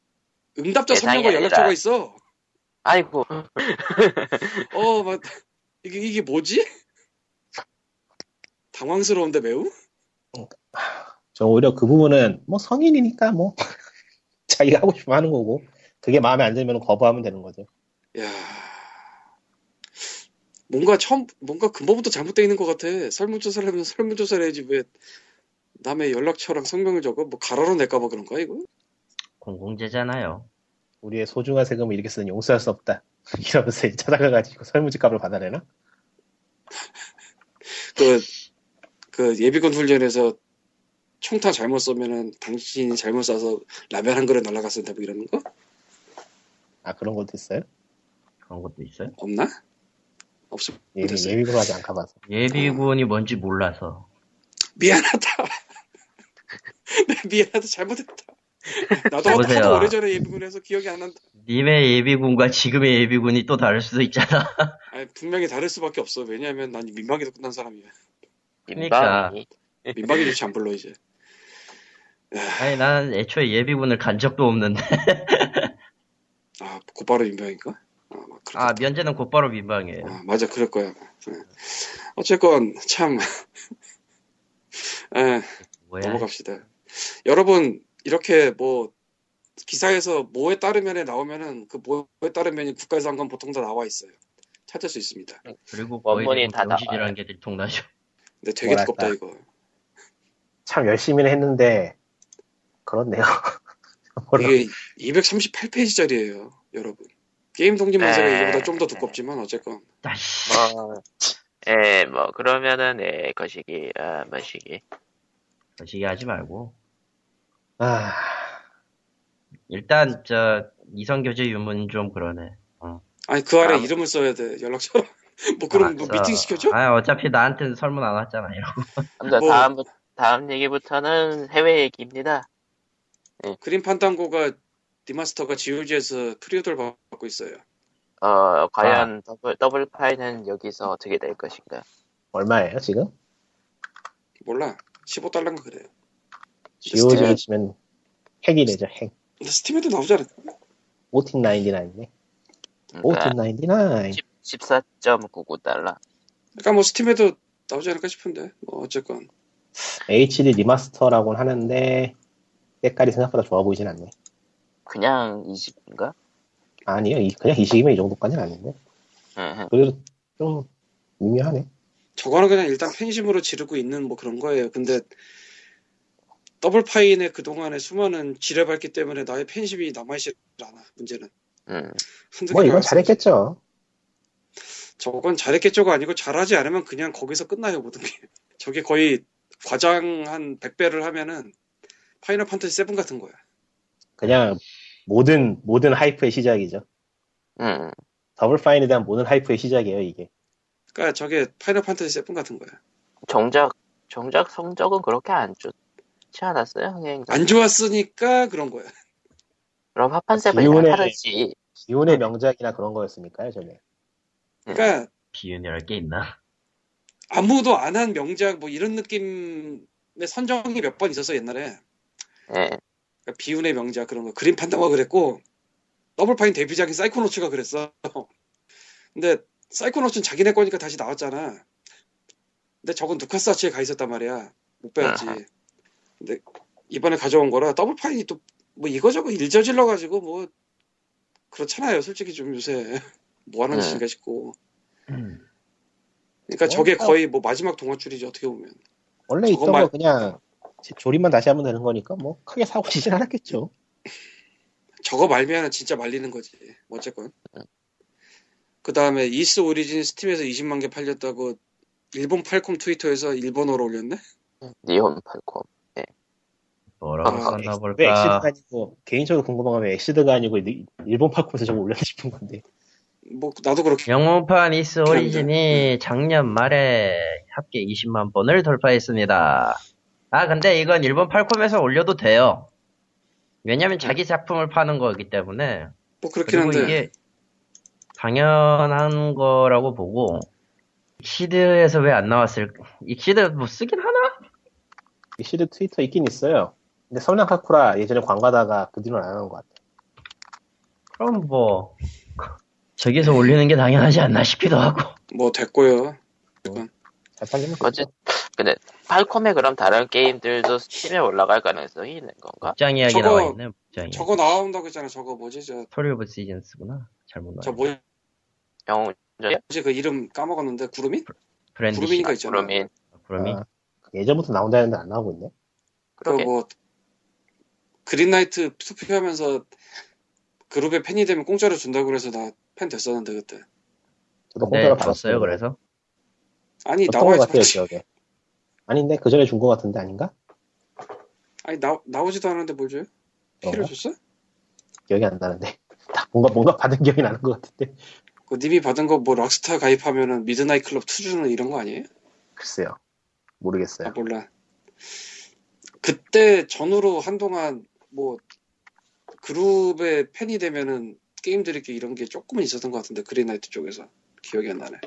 [SPEAKER 4] 응답자
[SPEAKER 1] 대상이
[SPEAKER 4] 성명과
[SPEAKER 1] 아니라.
[SPEAKER 4] 연락처가 있어.
[SPEAKER 1] 아이고,
[SPEAKER 4] 어, 맞. 이게, 이게 뭐지? 당황스러운데 매우?
[SPEAKER 3] 저 오히려 그 부분은 뭐 성인이니까 뭐 자기가 하고 싶으면 하는 거고 그게 마음에 안 들면 거부하면 되는 거죠.
[SPEAKER 4] 야 뭔가 처음 뭔가 근본부터 잘못되어 있는 것 같아 설문조사를 하면 설문조사를 해야지 왜 남의 연락처랑 성명을 적어 뭐 가로로 낼까봐 그런 거야 이거
[SPEAKER 2] 공공재잖아요.
[SPEAKER 3] 우리의 소중한 세금을 이렇게 쓰는 용서할 수 없다. 이러면서 찾아가가지고 설문지 값을 받아내나?
[SPEAKER 4] 그, 그 예비군 훈련에서 총타 잘못 쏘면은 당신이 잘못 쏴서 라면 한 그릇 날라갔었다 뭐 이러는 거
[SPEAKER 3] 아 그런 것도 있어요?
[SPEAKER 2] 그런 것도 있어요.
[SPEAKER 4] 없나 없어
[SPEAKER 3] 예비,
[SPEAKER 4] 됐어요.
[SPEAKER 3] 예비군 아직 안 가봐서.
[SPEAKER 2] 예비군이 뭔지 몰라서.
[SPEAKER 4] 미안하다 네, 미안하다 잘못했다 나도
[SPEAKER 2] 여보세요.
[SPEAKER 4] 하도 오래전에 예비군에서 기억이 안 난다
[SPEAKER 2] 님의 예비군과 지금의 예비군이 또 다를 수도 있잖아.
[SPEAKER 4] 아니, 분명히 다를 수밖에 없어 왜냐하면 난 민망해서 끝난 사람이야
[SPEAKER 2] 그러니까.
[SPEAKER 1] 민망이.
[SPEAKER 4] 민망이 좋지 안 불러 이제
[SPEAKER 2] 아니 난 애초에 예비군을 간 적도 없는데.
[SPEAKER 4] 아 곧바로 민망인가? 아, 막 그렇게.
[SPEAKER 2] 아 면제는 곧바로 민방이에요.
[SPEAKER 4] 아, 맞아 그럴 거야. 예. 어쨌건 참 예,
[SPEAKER 2] 뭐야?
[SPEAKER 4] 넘어갑시다. 여러분 이렇게 뭐 기사에서 뭐에 따르면에 나오면은 그 뭐에 따르면이 국가에서 한 건 보통 다 나와 있어요. 찾을 수 있습니다.
[SPEAKER 2] 그리고
[SPEAKER 1] 원본이
[SPEAKER 2] 거의
[SPEAKER 1] 다
[SPEAKER 2] 정신이라는 게 들통나죠.
[SPEAKER 4] 근데 되게
[SPEAKER 3] 뭐랄까.
[SPEAKER 4] 두껍다 이거.
[SPEAKER 3] 참 열심히는 했는데 그렇네요. 몰라.
[SPEAKER 4] 이게 238페이지짜리예요, 여러분. 게임 동기문서가
[SPEAKER 1] 네.
[SPEAKER 4] 이거보다 좀 더 두껍지만 어쨌건
[SPEAKER 2] 다시.
[SPEAKER 4] 아.
[SPEAKER 1] 뭐, 예, 뭐 그러면은 예, 거시기, 아, 마시기.
[SPEAKER 2] 거시기 하지 말고.
[SPEAKER 3] 아,
[SPEAKER 2] 일단 저 이성교제 유문 좀 그러네.
[SPEAKER 4] 아니 그 아래
[SPEAKER 3] 뭐.
[SPEAKER 1] 아,
[SPEAKER 4] 이름을 써야 돼 연락처.
[SPEAKER 3] 아,
[SPEAKER 4] 뭐 그럼 뭐
[SPEAKER 2] 알았어.
[SPEAKER 4] 미팅 시켜줘?
[SPEAKER 2] 아 어차피 나한테는 설문 안 왔잖아. 이러고.
[SPEAKER 1] 아무튼
[SPEAKER 4] 뭐-
[SPEAKER 1] 다음 다음 얘기부터는 해외 얘기입니다.
[SPEAKER 4] 그린 판단고가 디마스터가 GOG에서 프리오더를 받고 있어요.
[SPEAKER 1] 어,
[SPEAKER 4] 아.
[SPEAKER 1] 과연 더블, 더블 파이는 여기서 어떻게 될 것인가?
[SPEAKER 3] 얼마예요 지금?
[SPEAKER 4] 몰라. 15달러인가 그래요.
[SPEAKER 3] GOG로 치면 핵이 되죠 핵.
[SPEAKER 4] 근데 스팀에도 나오지 않았나?
[SPEAKER 3] 1499네.
[SPEAKER 1] 그러니까
[SPEAKER 3] 1499.
[SPEAKER 1] 14.99달러.
[SPEAKER 4] 그러니까 뭐 스팀에도 나오지 않을까 싶은데. 뭐 어쨌건.
[SPEAKER 3] HD 리마스터라고는 하는데 때깔이 생각보다 좋아 보이진 않네.
[SPEAKER 1] 그냥 20인가?
[SPEAKER 3] 아니요, 이- 그냥 이 시기면 이 정도까지는 아닌데.
[SPEAKER 1] 음,
[SPEAKER 3] 그래도 좀 미묘하네.
[SPEAKER 4] 저거는 그냥 일단 팬심으로 지르고 있는 뭐 그런 거예요. 근데 더블 파인의 그동안의 수많은 지뢰밟기 때문에 나의 팬심이 남아있지 않아. 문제는
[SPEAKER 1] 음.
[SPEAKER 4] 한두
[SPEAKER 3] 뭐
[SPEAKER 4] 개가
[SPEAKER 3] 이건
[SPEAKER 4] 알아서-
[SPEAKER 3] 잘했겠죠.
[SPEAKER 4] 저건 잘했겠죠가 아니고 잘하지 않으면 그냥 거기서 끝나요 모든 게. 저게 거의 과장 한 100배를 하면은 파이널 판타지 7 같은 거야.
[SPEAKER 3] 그냥 모든 모든 하이프의 시작이죠.
[SPEAKER 1] 음.
[SPEAKER 3] 더블 파인에 대한 모든 하이프의 시작이에요, 이게.
[SPEAKER 4] 그러니까 저게 파이널 판타지 7 같은 거야.
[SPEAKER 1] 정작 정작 성적은 그렇게 안 좋지 않았어요 흥행.
[SPEAKER 4] 안 좋았으니까 그런 거야.
[SPEAKER 1] 그럼 합판 세븐이랑
[SPEAKER 3] 기운의-
[SPEAKER 1] 다르지.
[SPEAKER 4] 아.
[SPEAKER 3] 기운의 명작이나 그런 거였으니까요, 전에.
[SPEAKER 4] 그러니까
[SPEAKER 2] 비운이랄 게 있나?
[SPEAKER 4] 아무도 안 한 명작 뭐 이런 느낌의 선정이 몇 번 있었어 옛날에.
[SPEAKER 1] 예.
[SPEAKER 4] 그러니까 비운의 명작 그런 거 그린 판다가 그랬고 더블파인 데뷔작인 사이코노츠가 그랬어 근데 사이코노츠는 자기네 거니까 다시 나왔잖아 근데 저건 누카스아치에 가 있었단 말이야 못 빼왔지
[SPEAKER 1] 아하.
[SPEAKER 4] 근데 이번에 가져온 거라 더블파인이 또 뭐 이거저거 일저질러 가지고 뭐 그렇잖아요 솔직히 좀 요새 뭐 하는
[SPEAKER 1] 네.
[SPEAKER 4] 짓인가 싶고
[SPEAKER 2] 음.
[SPEAKER 4] 그러니까 저게
[SPEAKER 3] 그러니까-
[SPEAKER 4] 거의 뭐 마지막 동화줄이지 어떻게 보면
[SPEAKER 3] 원래 있던
[SPEAKER 4] 저거
[SPEAKER 3] 거
[SPEAKER 4] 말-
[SPEAKER 3] 그냥 조립만 다시 하면 되는 거니까 뭐 크게 사고 치진 않았겠죠.
[SPEAKER 4] 저거 말미에는 진짜 말리는 거지. 뭐 어쨌건. 그 다음에 이스 오리진 스팀에서 20만 개 팔렸다고 일본 팔콤 트위터에서 일본어로 올렸네?
[SPEAKER 1] 니온 팔콤.
[SPEAKER 2] 뭐라고
[SPEAKER 4] 아,
[SPEAKER 2] 썼나
[SPEAKER 3] 왜 엑시드가
[SPEAKER 2] 볼까?
[SPEAKER 3] 아니고 개인적으로 궁금한 건 왜 엑시드가 아니고 니- 일본 팝콘에서 저거 올렸나 싶은 건데
[SPEAKER 4] 뭐 나도 그렇게
[SPEAKER 2] 영문판 이스
[SPEAKER 4] 그런데, 네,
[SPEAKER 2] 오리진이 작년 말에 합계 20만 번을 돌파했습니다. 아, 근데 이건 일본 팔콤에서 올려도 돼요. 왜냐면 자기 작품을 파는 거기 때문에.
[SPEAKER 4] 뭐 네. 그렇긴
[SPEAKER 2] 그리고
[SPEAKER 4] 한데
[SPEAKER 2] 이게 당연한 거라고 보고, 익시드에서 왜 안 나왔을, 익시드 뭐 쓰긴 하나?
[SPEAKER 3] 엑시드 트위터 있긴 있어요. 근데 성량 카쿠라 예전에 광고하다가 그 뒤로는 안 하는 것 같아.
[SPEAKER 2] 그럼 뭐, 저기서 올리는 게 당연하지 않나 싶기도 하고.
[SPEAKER 4] 뭐 됐고요.
[SPEAKER 3] 잘 팔리면
[SPEAKER 1] 어째
[SPEAKER 3] 됐죠.
[SPEAKER 1] 근데 팔콤에 그럼 다른 게임들도 스팀에 올라갈 가능성이 있는 건가?
[SPEAKER 2] 복장 이야기
[SPEAKER 4] 아, 저거-
[SPEAKER 2] 나와 있네, 복장 이야기.
[SPEAKER 4] 저거 나온다고 했잖아. 저거 뭐지? 저,
[SPEAKER 2] 스토리 오브 시즌스구나. 잘못
[SPEAKER 4] 저
[SPEAKER 2] 나왔네.
[SPEAKER 4] 뭐지?
[SPEAKER 1] 영웅
[SPEAKER 4] 그 이름 까먹었는데 그 구름인?
[SPEAKER 2] 브랜디 시
[SPEAKER 4] 구름인가 있잖아.
[SPEAKER 1] 구름인
[SPEAKER 2] 구름이?
[SPEAKER 3] 아, 예전부터 나온다 했는데 안 나오고 있네.
[SPEAKER 1] 그러게.
[SPEAKER 4] 그뭐 그린라이트 투표하면서 그룹의 팬이 되면 공짜로 준다고 그래서 나 팬 됐었는데 그때.
[SPEAKER 3] 저도
[SPEAKER 2] 네,
[SPEAKER 3] 공짜로
[SPEAKER 2] 봤어요,
[SPEAKER 3] 받았어요.
[SPEAKER 2] 그래서.
[SPEAKER 4] 아니
[SPEAKER 3] 어떤 것
[SPEAKER 4] 나와야지.
[SPEAKER 3] 같아요, 기억에. 아닌데 그 전에 준 것 같은데 아닌가?
[SPEAKER 4] 아니 나, 나오지도 않았는데 뭘 줘요? 피를
[SPEAKER 3] 어.
[SPEAKER 4] 줬어?
[SPEAKER 3] 기억이 안 나는데 다 뭔가 뭔가 받은 기억이 나는 것 같은데
[SPEAKER 4] 그 님이 받은 거 뭐 락스타 가입하면은 미드나잇 클럽 2 주는 이런 거 아니에요?
[SPEAKER 3] 글쎄요,
[SPEAKER 4] 아
[SPEAKER 3] 모르겠어요.
[SPEAKER 4] 몰라. 그때 전후로 한동안 뭐 그룹의 팬이 되면은 게임들 이렇게 이런 게 조금은 있었던 것 같은데 그린나이트 쪽에서 기억이 안 나네.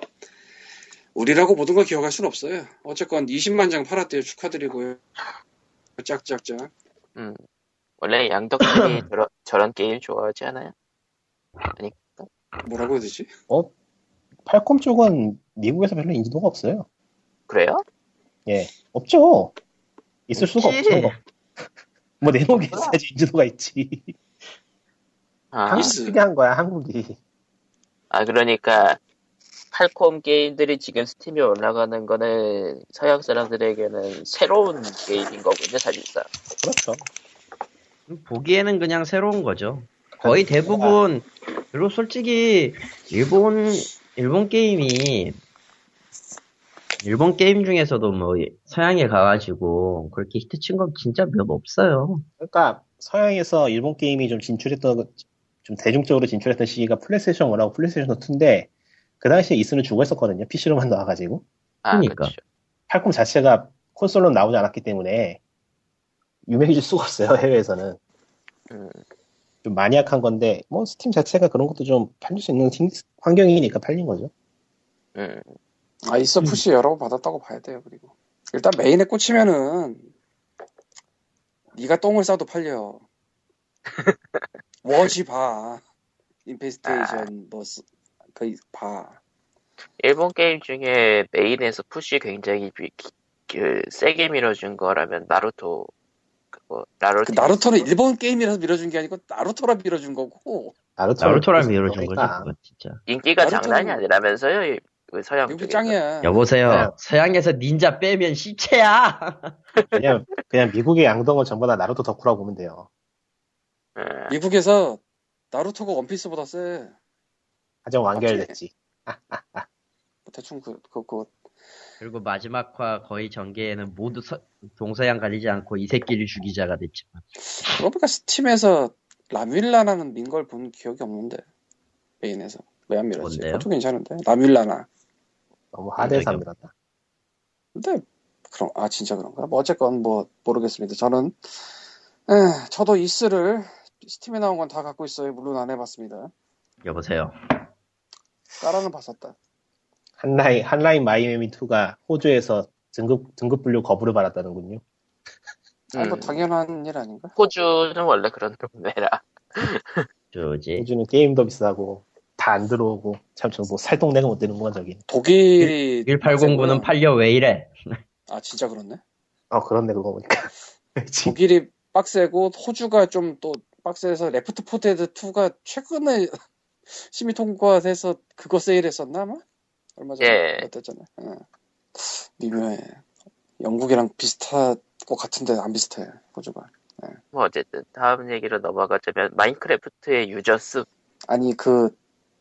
[SPEAKER 4] 우리라고 모든 걸 기억할 순 없어요. 어쨌건 20만 장 팔았대요. 축하드리고요. 짝짝짝.
[SPEAKER 1] 원래 양덕들이 저런, 저런 게임 좋아하지 않아요? 아니
[SPEAKER 4] 뭐라고 해야 되지?
[SPEAKER 3] 팔콤 쪽은 미국에서 별로 인지도가 없어요. 예.
[SPEAKER 1] 그래요?
[SPEAKER 3] 없죠. 있을 수가
[SPEAKER 2] 없지.
[SPEAKER 3] 없죠. 뭐 내놓은 게 있어야지 인지도가 있지.
[SPEAKER 1] 아,
[SPEAKER 4] 당시-
[SPEAKER 3] 한국이 한 거야, 한국이.
[SPEAKER 1] 아 그러니까 팔콤 게임들이 지금 스팀에 올라가는 거는 서양 사람들에게는 새로운 게임인 거군요 사실상.
[SPEAKER 3] 그렇죠.
[SPEAKER 2] 음, 보기에는 그냥 새로운 거죠. 거의 대부분, 그리고 솔직히, 일본, 일본 게임이, 일본 게임 중에서도 뭐, 서양에 가가지고, 그렇게 히트 친 건 진짜 몇 없어요.
[SPEAKER 3] 그러니까 서양에서 일본 게임이 좀 진출했던 좀 대중적으로 진출했던 시기가 플레이스테이션 1하고 플레이스테이션 2인데 그 당시에 이스는 죽어 있었거든요. PC로만 나와가지고
[SPEAKER 1] 아
[SPEAKER 2] 그러니까.
[SPEAKER 1] 그렇죠.
[SPEAKER 3] 팔콤 자체가 콘솔로 나오지 않았기 때문에 유명해질 수가 없어요 해외에서는.
[SPEAKER 1] 음.
[SPEAKER 3] 좀 마니악한 건데 뭐 스팀 자체가 그런 것도 좀 팔릴 수 있는 신- 환경이니까 팔린 거죠.
[SPEAKER 1] 음.
[SPEAKER 4] 아 있어 푸시 여러 번 받았다고 봐야 돼요. 그리고 일단 메인에 꽂히면은 네가 똥을 싸도 팔려. 워지 봐.
[SPEAKER 2] 아.
[SPEAKER 4] 인페스테이션 뭐그 봐.
[SPEAKER 1] 일본 게임 중에 메인에서 푸시 굉장히 비- 기- 그 세게 밀어준 거라면 나루토 그거 나루토.
[SPEAKER 4] 그 나루토는 일본 게임이라서 밀어준 게 아니고 나루토라 밀어준 거고
[SPEAKER 3] 나루토
[SPEAKER 2] 나루토랑 밀어준 거죠,
[SPEAKER 3] 그러니까.
[SPEAKER 2] 그건 진짜.
[SPEAKER 1] 인기가
[SPEAKER 4] 나루토는-
[SPEAKER 1] 장난이 아니라면서요. 이- 그 서양
[SPEAKER 4] 미국
[SPEAKER 1] 쪽에서.
[SPEAKER 4] 짱이야.
[SPEAKER 2] 여보세요.
[SPEAKER 3] 네.
[SPEAKER 2] 서양에서 닌자 빼면 시체야.
[SPEAKER 3] 그냥 그냥 미국의 양동은 전부 다 나루토 덕후라고 보면 돼요.
[SPEAKER 1] 예.
[SPEAKER 4] 미국에서 나루토가 원피스보다 세.
[SPEAKER 3] 하지만 완결됐지.
[SPEAKER 4] 대충 그, 그, 그,
[SPEAKER 2] 그리고 마지막화 거의 전개에는 모두 서- 동서양 가리지 않고 이 새끼를 죽이자가 됐지만.
[SPEAKER 4] 그러니까 스팀에서 라뮬라라는 민걸 본 기억이 없는데. 메인에서. 왜 안 밀었지?
[SPEAKER 2] 뭔데요?
[SPEAKER 4] 그것도 괜찮은데. 라뮬라나.
[SPEAKER 3] 너무 하대해서 안
[SPEAKER 2] 음,
[SPEAKER 3] 밀었다.
[SPEAKER 4] 근데, 그럼, 아, 진짜 그런가? 뭐, 어쨌건 뭐, 모르겠습니다. 저는, 에, 저도 이스를 스팀에 나온 건 다 갖고 있어요. 물론 안 해봤습니다.
[SPEAKER 2] 여보세요.
[SPEAKER 4] 까라는 봤었다.
[SPEAKER 3] 한라인 한라인 마이애미 2가 호주에서 등급 등급 분류 거부를 받았다는군요.
[SPEAKER 4] 아, 뭐,
[SPEAKER 1] 음.
[SPEAKER 4] 당연한 일 아닌가?
[SPEAKER 1] 호주는 원래 그런 동네라.
[SPEAKER 2] 조지.
[SPEAKER 3] 호주는 게임도 비싸고 다 안 들어오고 참저뭐 살동네가 못 되는 구나 저기.
[SPEAKER 4] 독일이.
[SPEAKER 2] 1809는 팔려 왜 이래?
[SPEAKER 4] 아, 진짜 그렇네.
[SPEAKER 3] 어 그렇네 그거 보니까. 네, 지금
[SPEAKER 4] 독일이 빡세고 호주가 좀 또 빡세서 레프트 포데드 2가 최근에 심의 통과돼서 그거 세일했었나 아마? 얼마 전에
[SPEAKER 1] 예.
[SPEAKER 4] 어땠잖아요. 예. 미묘해. 영국이랑 비슷할 것 같은데 안 비슷해 호주가.
[SPEAKER 1] 뭐 어쨌든 다음 얘기로 넘어가자면 마인크래프트의 유저스
[SPEAKER 4] 아니 그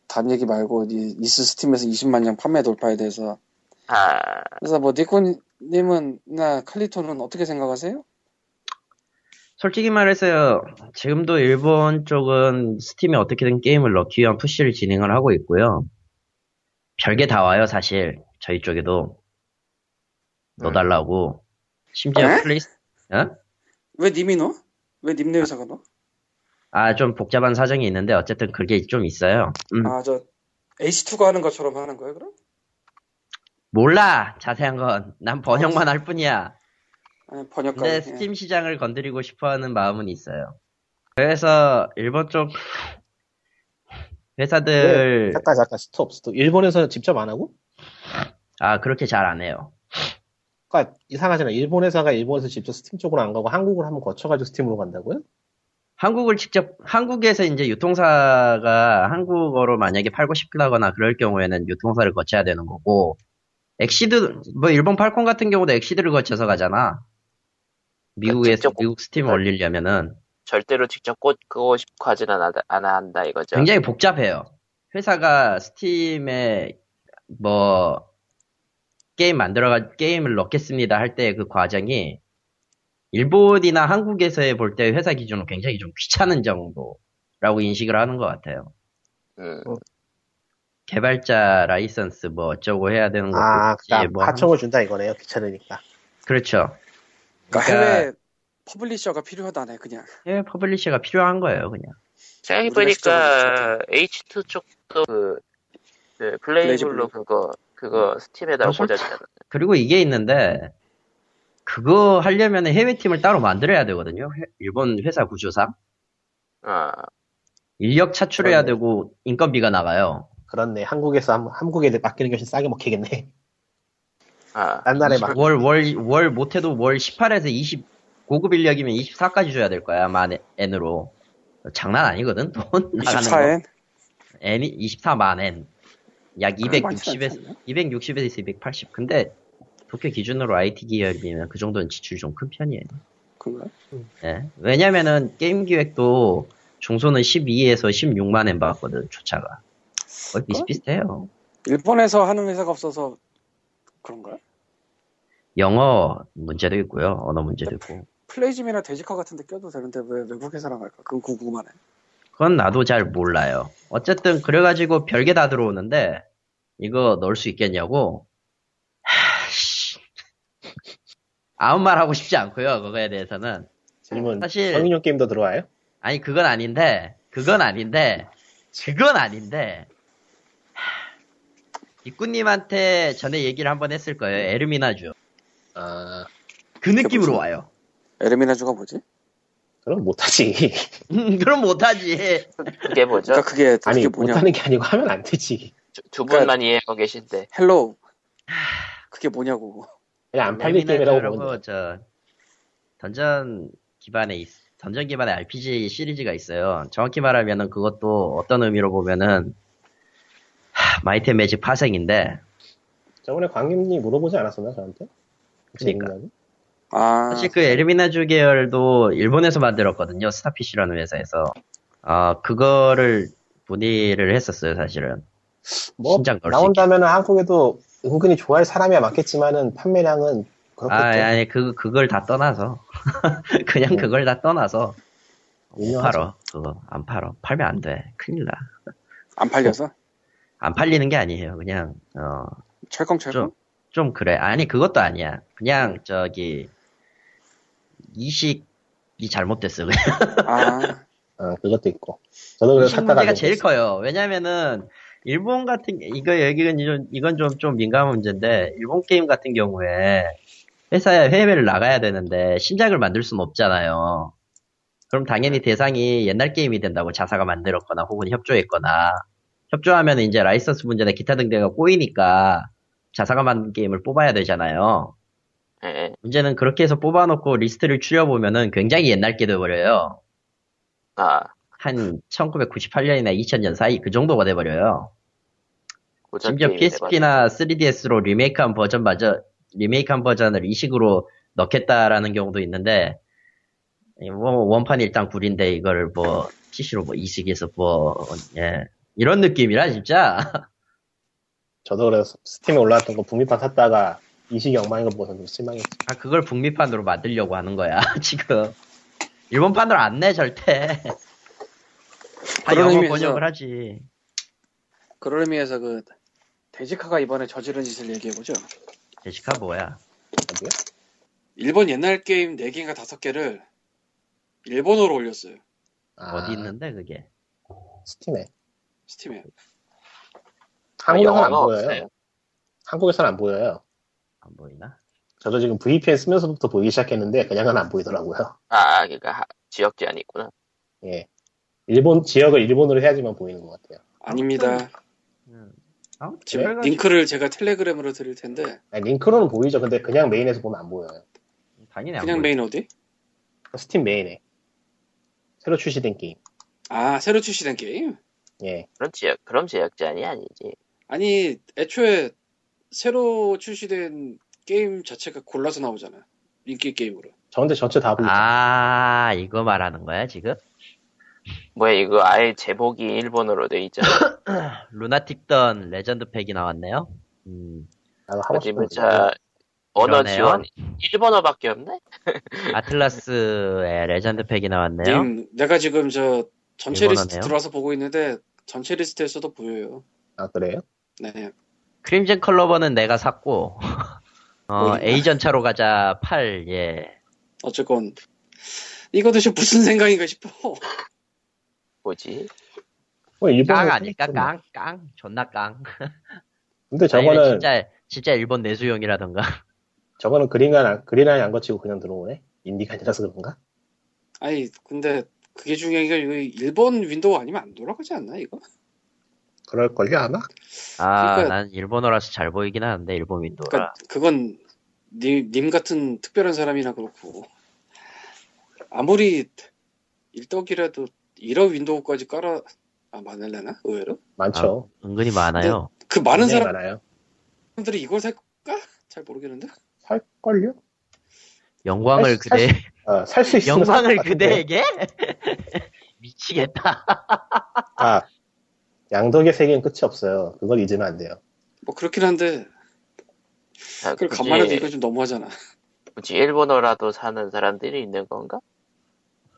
[SPEAKER 4] 다음 얘기 말고 이 이스 스팀에서 20만 장 판매 돌파에 대해서
[SPEAKER 1] 아
[SPEAKER 4] 그래서 뭐 니코님은 나 칼리토는 어떻게 생각하세요?
[SPEAKER 2] 솔직히 말해서요, 지금도 일본 쪽은 스팀에 어떻게든 게임을 넣기 위한 푸시를 진행을 하고 있고요. 별게 다 와요, 사실. 저희 쪽에도. 넣어달라고. 심지어
[SPEAKER 4] 에?
[SPEAKER 2] 플레이스, 어?
[SPEAKER 4] 왜 님이 너? 왜 님네 회사가 너?
[SPEAKER 2] 아, 좀 복잡한 사정이 있는데, 어쨌든 그게 좀 있어요. 음,
[SPEAKER 4] 아 저 H2가 하는 것처럼 하는 거예요 그럼?
[SPEAKER 2] 몰라! 자세한 건. 난 번역만 할 뿐이야.
[SPEAKER 4] 아니, 번역가.
[SPEAKER 2] 근데 네, 스팀 시장을 건드리고 싶어 하는 마음은 있어요. 그래서, 일본 쪽, 회사들,
[SPEAKER 3] 잠깐 잠깐 스톱 스톱. 일본에서는 직접 안 하고?
[SPEAKER 2] 아, 그렇게 잘 안 해요.
[SPEAKER 3] 그러니까 이상하잖아. 일본 회사가 일본에서 직접 스팀 쪽으로 안 가고 한국을 한번 거쳐가지고 스팀으로 간다고요?
[SPEAKER 2] 한국을 직접 한국에서 이제 유통사가 한국어로 만약에 팔고 싶다거나 그럴 경우에는 유통사를 거쳐야 되는 거고 엑시드 뭐 일본 팔콘 같은 경우도 엑시드를 거쳐서 가잖아 미국에서
[SPEAKER 1] 그러니까 직접
[SPEAKER 2] 미국 스팀 올리려면은
[SPEAKER 1] 절대로 직접 꽂고 싶고 하진 않아, 않아 한다 이거죠.
[SPEAKER 2] 굉장히 복잡해요 회사가 스팀에 뭐 게임 만들어가 게임을 넣겠습니다 할 때 그 과정이 일본이나 한국에서 볼 때 회사 기준으로 굉장히 좀 귀찮은 정도라고 인식을 하는 것 같아요.
[SPEAKER 1] 음.
[SPEAKER 2] 개발자 라이선스 뭐 어쩌고 해야 되는 것도
[SPEAKER 3] 아,
[SPEAKER 2] 있지,
[SPEAKER 3] 그러니까
[SPEAKER 2] 뭐 하는-
[SPEAKER 3] 하청을 준다 이거네요. 귀찮으니까.
[SPEAKER 2] 그렇죠.
[SPEAKER 4] 그러니까
[SPEAKER 2] 그러니까-
[SPEAKER 4] 해외 퍼블리셔가 필요하다네 그냥
[SPEAKER 2] 해외 예, 퍼블리셔가 필요한 거예요, 그냥.
[SPEAKER 1] 생각해보니까 H2 쪽도 그, 그
[SPEAKER 4] 블루.
[SPEAKER 1] 플레이블로 그거 그거 스팀에다
[SPEAKER 2] 아,
[SPEAKER 1] 가
[SPEAKER 2] 솔직-
[SPEAKER 1] 꽂았잖아.
[SPEAKER 2] 그리고 이게 있는데 그거 하려면 해외 팀을 따로 만들어야 되거든요. 회- 일본 회사 구조상
[SPEAKER 1] 어.
[SPEAKER 2] 인력 차출해야
[SPEAKER 3] 그러네.
[SPEAKER 2] 되고 인건비가 나가요.
[SPEAKER 3] 그렇네. 한국에서 한, 한국에 맡기는 게 훨씬 싸게 먹히겠네.
[SPEAKER 1] 아,
[SPEAKER 3] 딴 나라에 맡.
[SPEAKER 2] 월 월 월 못해도 월 18에서 20 고급 인력이면 24까지 줘야 될 거야 만 엔으로. 장난 아니거든 돈 나가는 거.
[SPEAKER 4] 24엔
[SPEAKER 2] N이 24만 N. 약
[SPEAKER 4] 그건 많지
[SPEAKER 2] 260에서,
[SPEAKER 4] 아, 않잖아요.
[SPEAKER 2] 260에서 280. 근데, 도쿄 기준으로 IT 기업이면 그 정도는 지출이 좀 큰 편이에요.
[SPEAKER 4] 그런가?
[SPEAKER 2] 예. 왜냐면은, 게임 기획도 중소는 12에서 16만 N 받았거든, 초차가. 거의 비슷비슷해요.
[SPEAKER 4] 일본에서 하는 회사가 없어서 그런가?
[SPEAKER 2] 영어 문제도 있고요, 언어 문제도 있고.
[SPEAKER 4] 플레이즘이나 데지카 같은 데 껴도 되는데 왜 외국 회사랑 할까? 그건 궁금하네
[SPEAKER 2] 그건 나도 잘 몰라요. 어쨌든, 그래가지고 별게 다 들어오는데, 이거 넣을 수 있겠냐고, 하씨. 아무 말 하고 싶지 않고요, 그거에 대해서는.
[SPEAKER 3] 질문.
[SPEAKER 2] 사실-
[SPEAKER 3] 성인용 게임도 들어와요?
[SPEAKER 2] 아니 그건 아닌데 그건 아닌데 그건 아닌데 이꾸님한테 전에 얘기를 한번 했을 거예요 에르미나주
[SPEAKER 3] 아,
[SPEAKER 2] 그 느낌으로
[SPEAKER 4] 무슨-
[SPEAKER 2] 와요
[SPEAKER 4] 에르미나주가 뭐지?
[SPEAKER 3] 그럼 못하지.
[SPEAKER 2] 음, 그럼 못하지
[SPEAKER 1] 그게 뭐죠?
[SPEAKER 4] 그러니까 그게 그게
[SPEAKER 3] 아니
[SPEAKER 4] 뭐냐
[SPEAKER 3] 못하는 게 아니고 하면 안 되지.
[SPEAKER 1] 두, 두 분만 이해하고 계신데
[SPEAKER 4] 헬로우
[SPEAKER 2] 아.
[SPEAKER 4] 그게 뭐냐고
[SPEAKER 3] 그냥 안 팔릴
[SPEAKER 2] 에르미나주
[SPEAKER 3] 게임이라고 보면
[SPEAKER 2] 여러분,
[SPEAKER 3] 돼.
[SPEAKER 2] 저 던전 기반의 있- 던전 기반의 RPG 시리즈가 있어요. 정확히 말하면은 그것도 어떤 의미로 보면은 하, 마이트 매직 파생인데
[SPEAKER 3] 저번에 광님이 물어보지 않았었나 저한테? 제
[SPEAKER 2] 그러니까.
[SPEAKER 3] 기억나는?
[SPEAKER 4] 아,
[SPEAKER 2] 사실 그 에르미나주 계열도 일본에서 만들었거든요. 스타피시라는 회사에서 아 그거를 문의를 했었어요. 사실은
[SPEAKER 3] 뭐
[SPEAKER 2] 신작 넣을 수
[SPEAKER 3] 나온다면 한국에도 은근히 좋아할 사람이야 많겠지만은 판매량은
[SPEAKER 2] 아
[SPEAKER 3] 그렇겠죠.
[SPEAKER 2] 아니 그 그걸 다 떠나서 그냥
[SPEAKER 3] 음.
[SPEAKER 2] 그걸 다 떠나서 못
[SPEAKER 3] 유명하죠.
[SPEAKER 2] 팔어 그거 안 팔어 팔면 안 돼 큰일 나.
[SPEAKER 4] 안 팔려서?
[SPEAKER 2] 안 팔리는 게 아니에요. 그냥 어,
[SPEAKER 4] 철컹철컹?
[SPEAKER 2] 좀, 좀 그래. 아니 그것도 아니야. 그냥 저기 이식이 잘못됐어. 그냥
[SPEAKER 4] 아,
[SPEAKER 3] 아, 그것도 있고. 저도 그래서
[SPEAKER 2] 이식
[SPEAKER 3] 샀다가
[SPEAKER 2] 문제가
[SPEAKER 3] 안
[SPEAKER 2] 제일
[SPEAKER 3] 됐어요.
[SPEAKER 2] 커요. 왜냐면은 일본 같은 게- 이거 여기는 좀 이건 좀 좀 민감한 문제인데 일본 게임 같은 경우에 회사에 해외를 나가야 되는데 신작을 만들 수는 없잖아요. 그럼 당연히
[SPEAKER 3] 네.
[SPEAKER 2] 대상이 옛날 게임이 된다고 자사가 만들었거나 혹은 협조했거나 협조하면 이제 라이선스 문제나 기타 등등이 꼬이니까 자사가 만든 게임을 뽑아야 되잖아요.
[SPEAKER 1] 예.
[SPEAKER 2] 문제는 그렇게 해서 뽑아놓고 리스트를 추려보면은 굉장히 옛날 게 돼버려요.
[SPEAKER 1] 아,
[SPEAKER 2] 한 1998년이나 2000년 사이 그 정도가 돼버려요.
[SPEAKER 1] 고작
[SPEAKER 2] 심지어
[SPEAKER 1] 게임이네,
[SPEAKER 2] PSP나 3DS로 리메이크한 버전 마저 리메이크한 버전을 이식으로 넣겠다라는 경우도 있는데 예, 뭐 원판 일단 구린데 이거를 뭐 PC로 뭐 이식해서 뭐 예. 이런 느낌이라 진짜
[SPEAKER 3] 저도 그래서 스팀에 올라왔던 거 북미판 샀다가 이식이 엉망인 거 보고서 좀 실망했죠.
[SPEAKER 2] 아, 그걸 북미판으로 만들려고 하는 거야 지금 일본판으로 안 내 절대 다
[SPEAKER 4] 그런
[SPEAKER 2] 영어
[SPEAKER 4] 의미에서-
[SPEAKER 2] 번역을 하지
[SPEAKER 4] 그런 의미에서 그, 데지카가 이번에 저지른 짓을 얘기해보죠.
[SPEAKER 2] 제시카 뭐야?
[SPEAKER 3] 어디요?
[SPEAKER 4] 일본 옛날 게임 4개인가 5개를 일본어로 올렸어요.
[SPEAKER 3] 아,
[SPEAKER 2] 어디 있는데 그게?
[SPEAKER 3] 스팀에.
[SPEAKER 4] 스팀에.
[SPEAKER 3] 한국에서는 안
[SPEAKER 1] 영어가
[SPEAKER 3] 보여요.
[SPEAKER 1] 없어요.
[SPEAKER 3] 한국에서는 안 보여요.
[SPEAKER 2] 안 보이나?
[SPEAKER 3] 저도 지금 VPN 쓰면서부터 보이기 시작했는데 그냥은 안 보이더라고요.
[SPEAKER 1] 아, 그러니까 하- 지역 제한이 있구나.
[SPEAKER 3] 예. 일본 지역을 일본으로 해야지만 보이는 것 같아요.
[SPEAKER 4] 아닙니다.
[SPEAKER 2] 음. 아무튼
[SPEAKER 4] 지금
[SPEAKER 2] 그래가지고-
[SPEAKER 4] 링크를 제가 텔레그램으로 드릴
[SPEAKER 2] 네,
[SPEAKER 4] 텐데,
[SPEAKER 3] 아니, 링크로는 보이죠. 근데 그냥 메인에서 보면 안 보여요.
[SPEAKER 2] 당연히 안
[SPEAKER 4] 그냥
[SPEAKER 2] 보여.
[SPEAKER 4] 메인 어디?
[SPEAKER 3] 스팀 메인에 새로 출시된 게임.
[SPEAKER 4] 아, 새로 출시된 게임?
[SPEAKER 3] 예.
[SPEAKER 1] 그런 지역, 그럼 지역 제한이 아니지.
[SPEAKER 4] 아니, 애초에 새로 출시된 게임 자체가 골라서 나오잖아. 인기 게임으로.
[SPEAKER 3] 저한테 전체 다 보이죠.
[SPEAKER 2] 아 이거 말하는 거야 지금?
[SPEAKER 1] 뭐야, 이거 아예 제목이 일본어로 돼 있잖아.
[SPEAKER 2] 루나틱던 레전드 팩이 나왔네요. 음.
[SPEAKER 3] 나도 하고
[SPEAKER 1] 어디
[SPEAKER 3] 싶은
[SPEAKER 1] 문자 언어
[SPEAKER 2] 이러네요.
[SPEAKER 1] 지원 일본어밖에 없네?
[SPEAKER 2] 아틀라스의 레전드 팩이 나왔네요.
[SPEAKER 4] 님, 내가 지금 저 전체
[SPEAKER 2] 일본어네요?
[SPEAKER 4] 리스트 들어와서 보고 있는데 전체 리스트에서도 보여요.
[SPEAKER 3] 아 그래요?
[SPEAKER 4] 네.
[SPEAKER 2] 크림젠 컬러버는 내가 샀고 어,
[SPEAKER 4] 어디가?
[SPEAKER 2] 에이전차로 가자 8 예.
[SPEAKER 4] 어쨌건 이거 도대체 무슨 생각인가 싶어.
[SPEAKER 1] 뭐지?
[SPEAKER 3] 뭐 일본
[SPEAKER 2] 깡 아닐까 깡? 깡? 존나 깡.
[SPEAKER 3] 근데
[SPEAKER 2] 아니면
[SPEAKER 3] 저거는
[SPEAKER 2] 진짜 진짜 일본 내수용이라던가.
[SPEAKER 3] 저거는 그린간 안- 그린 아이 안 거치고 그냥 들어오네. 인디가 아니라서 그런가?
[SPEAKER 4] 아니, 근데 그게 중요한 게 이거 일본 윈도우 아니면 안 돌아가지 않나 이거?
[SPEAKER 3] 그럴 걸요 아마.
[SPEAKER 2] 아,
[SPEAKER 4] 그러니까-
[SPEAKER 2] 난 일본어라서 잘 보이긴 하는데 일본 윈도우라.
[SPEAKER 4] 그러니까 그건 님, 님 같은 특별한 사람이나 그렇고 아무리 일덕이라도 이런 윈도우까지 깔아 아 많을래나 의외로
[SPEAKER 3] 많죠.
[SPEAKER 2] 은근히 많아요.
[SPEAKER 4] 그 많은
[SPEAKER 2] 네,
[SPEAKER 3] 굉장히 많아요.
[SPEAKER 4] 사람들이 이걸 살까? 잘 모르겠는데
[SPEAKER 3] 살 걸요?
[SPEAKER 2] 영광을
[SPEAKER 3] 살 수- 살
[SPEAKER 2] 그대
[SPEAKER 3] 어, 살 수 있으면
[SPEAKER 2] 영광을
[SPEAKER 3] 살것 같은데.
[SPEAKER 2] 그대에게 미치겠다.
[SPEAKER 3] 아 양덕의 세계는 끝이 없어요. 그걸 잊으면 안 돼요.
[SPEAKER 4] 뭐 그렇긴 한데
[SPEAKER 1] 자,
[SPEAKER 4] 그걸
[SPEAKER 1] 굳이-
[SPEAKER 4] 간만에도 이건 좀 너무하잖아
[SPEAKER 1] 굳이 일본어라도 사는 사람들이 있는 건가?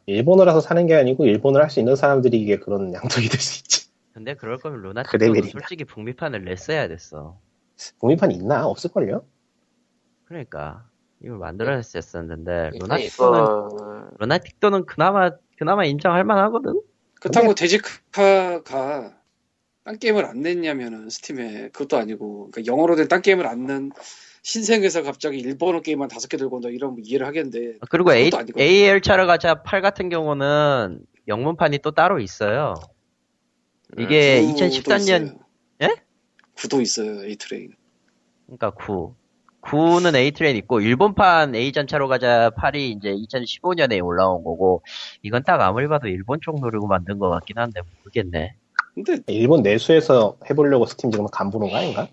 [SPEAKER 3] 일본어라서 사는 게 아니고 일본을 할 수 있는 사람들이 이게 그런 양덕이 될 수 있지.
[SPEAKER 2] 근데 그럴 거면 루나틱도
[SPEAKER 3] 그레벨이다.
[SPEAKER 2] 솔직히 북미판을 냈어야 됐어.
[SPEAKER 3] 공미판 있나? 없을 걸요?
[SPEAKER 2] 그러니까 이걸 만들어냈었는데
[SPEAKER 4] 네.
[SPEAKER 1] 일단
[SPEAKER 2] 루나틱도는
[SPEAKER 1] 이거
[SPEAKER 2] 루나틱도는 그나마 그나마 인정할 만하거든.
[SPEAKER 4] 그렇다고 데지카가 딴 게임을 안 냈냐면은 스팀에 그것도 아니고 그러니까 영어로 된 딴 게임을 안 낸 신생에서 갑자기 일본어 게임만 다섯 개 들고 온다 이런 거 이해를 하겠는데
[SPEAKER 2] 그리고 A,
[SPEAKER 4] 그것도 아니고.
[SPEAKER 2] AL 차를 가자 8 같은 경우는 영문판이 또 따로 있어요.
[SPEAKER 1] 음,
[SPEAKER 2] 네, 이게
[SPEAKER 4] 구도
[SPEAKER 2] 2013년
[SPEAKER 4] 있어요.
[SPEAKER 2] 예?
[SPEAKER 4] 구도 있어요 에이트레인
[SPEAKER 2] 그러니까 9 9는 A트레인 있고 일본판 A전차로 가자 8이 이제 2015년에 올라온 거고 이건 딱 아무리 봐도 일본 쪽 노리고 만든 것 같긴 한데 뭐 모르겠네.
[SPEAKER 4] 근데
[SPEAKER 3] 일본 내수에서 해보려고 스팀 지금 간부는 거 아닌가?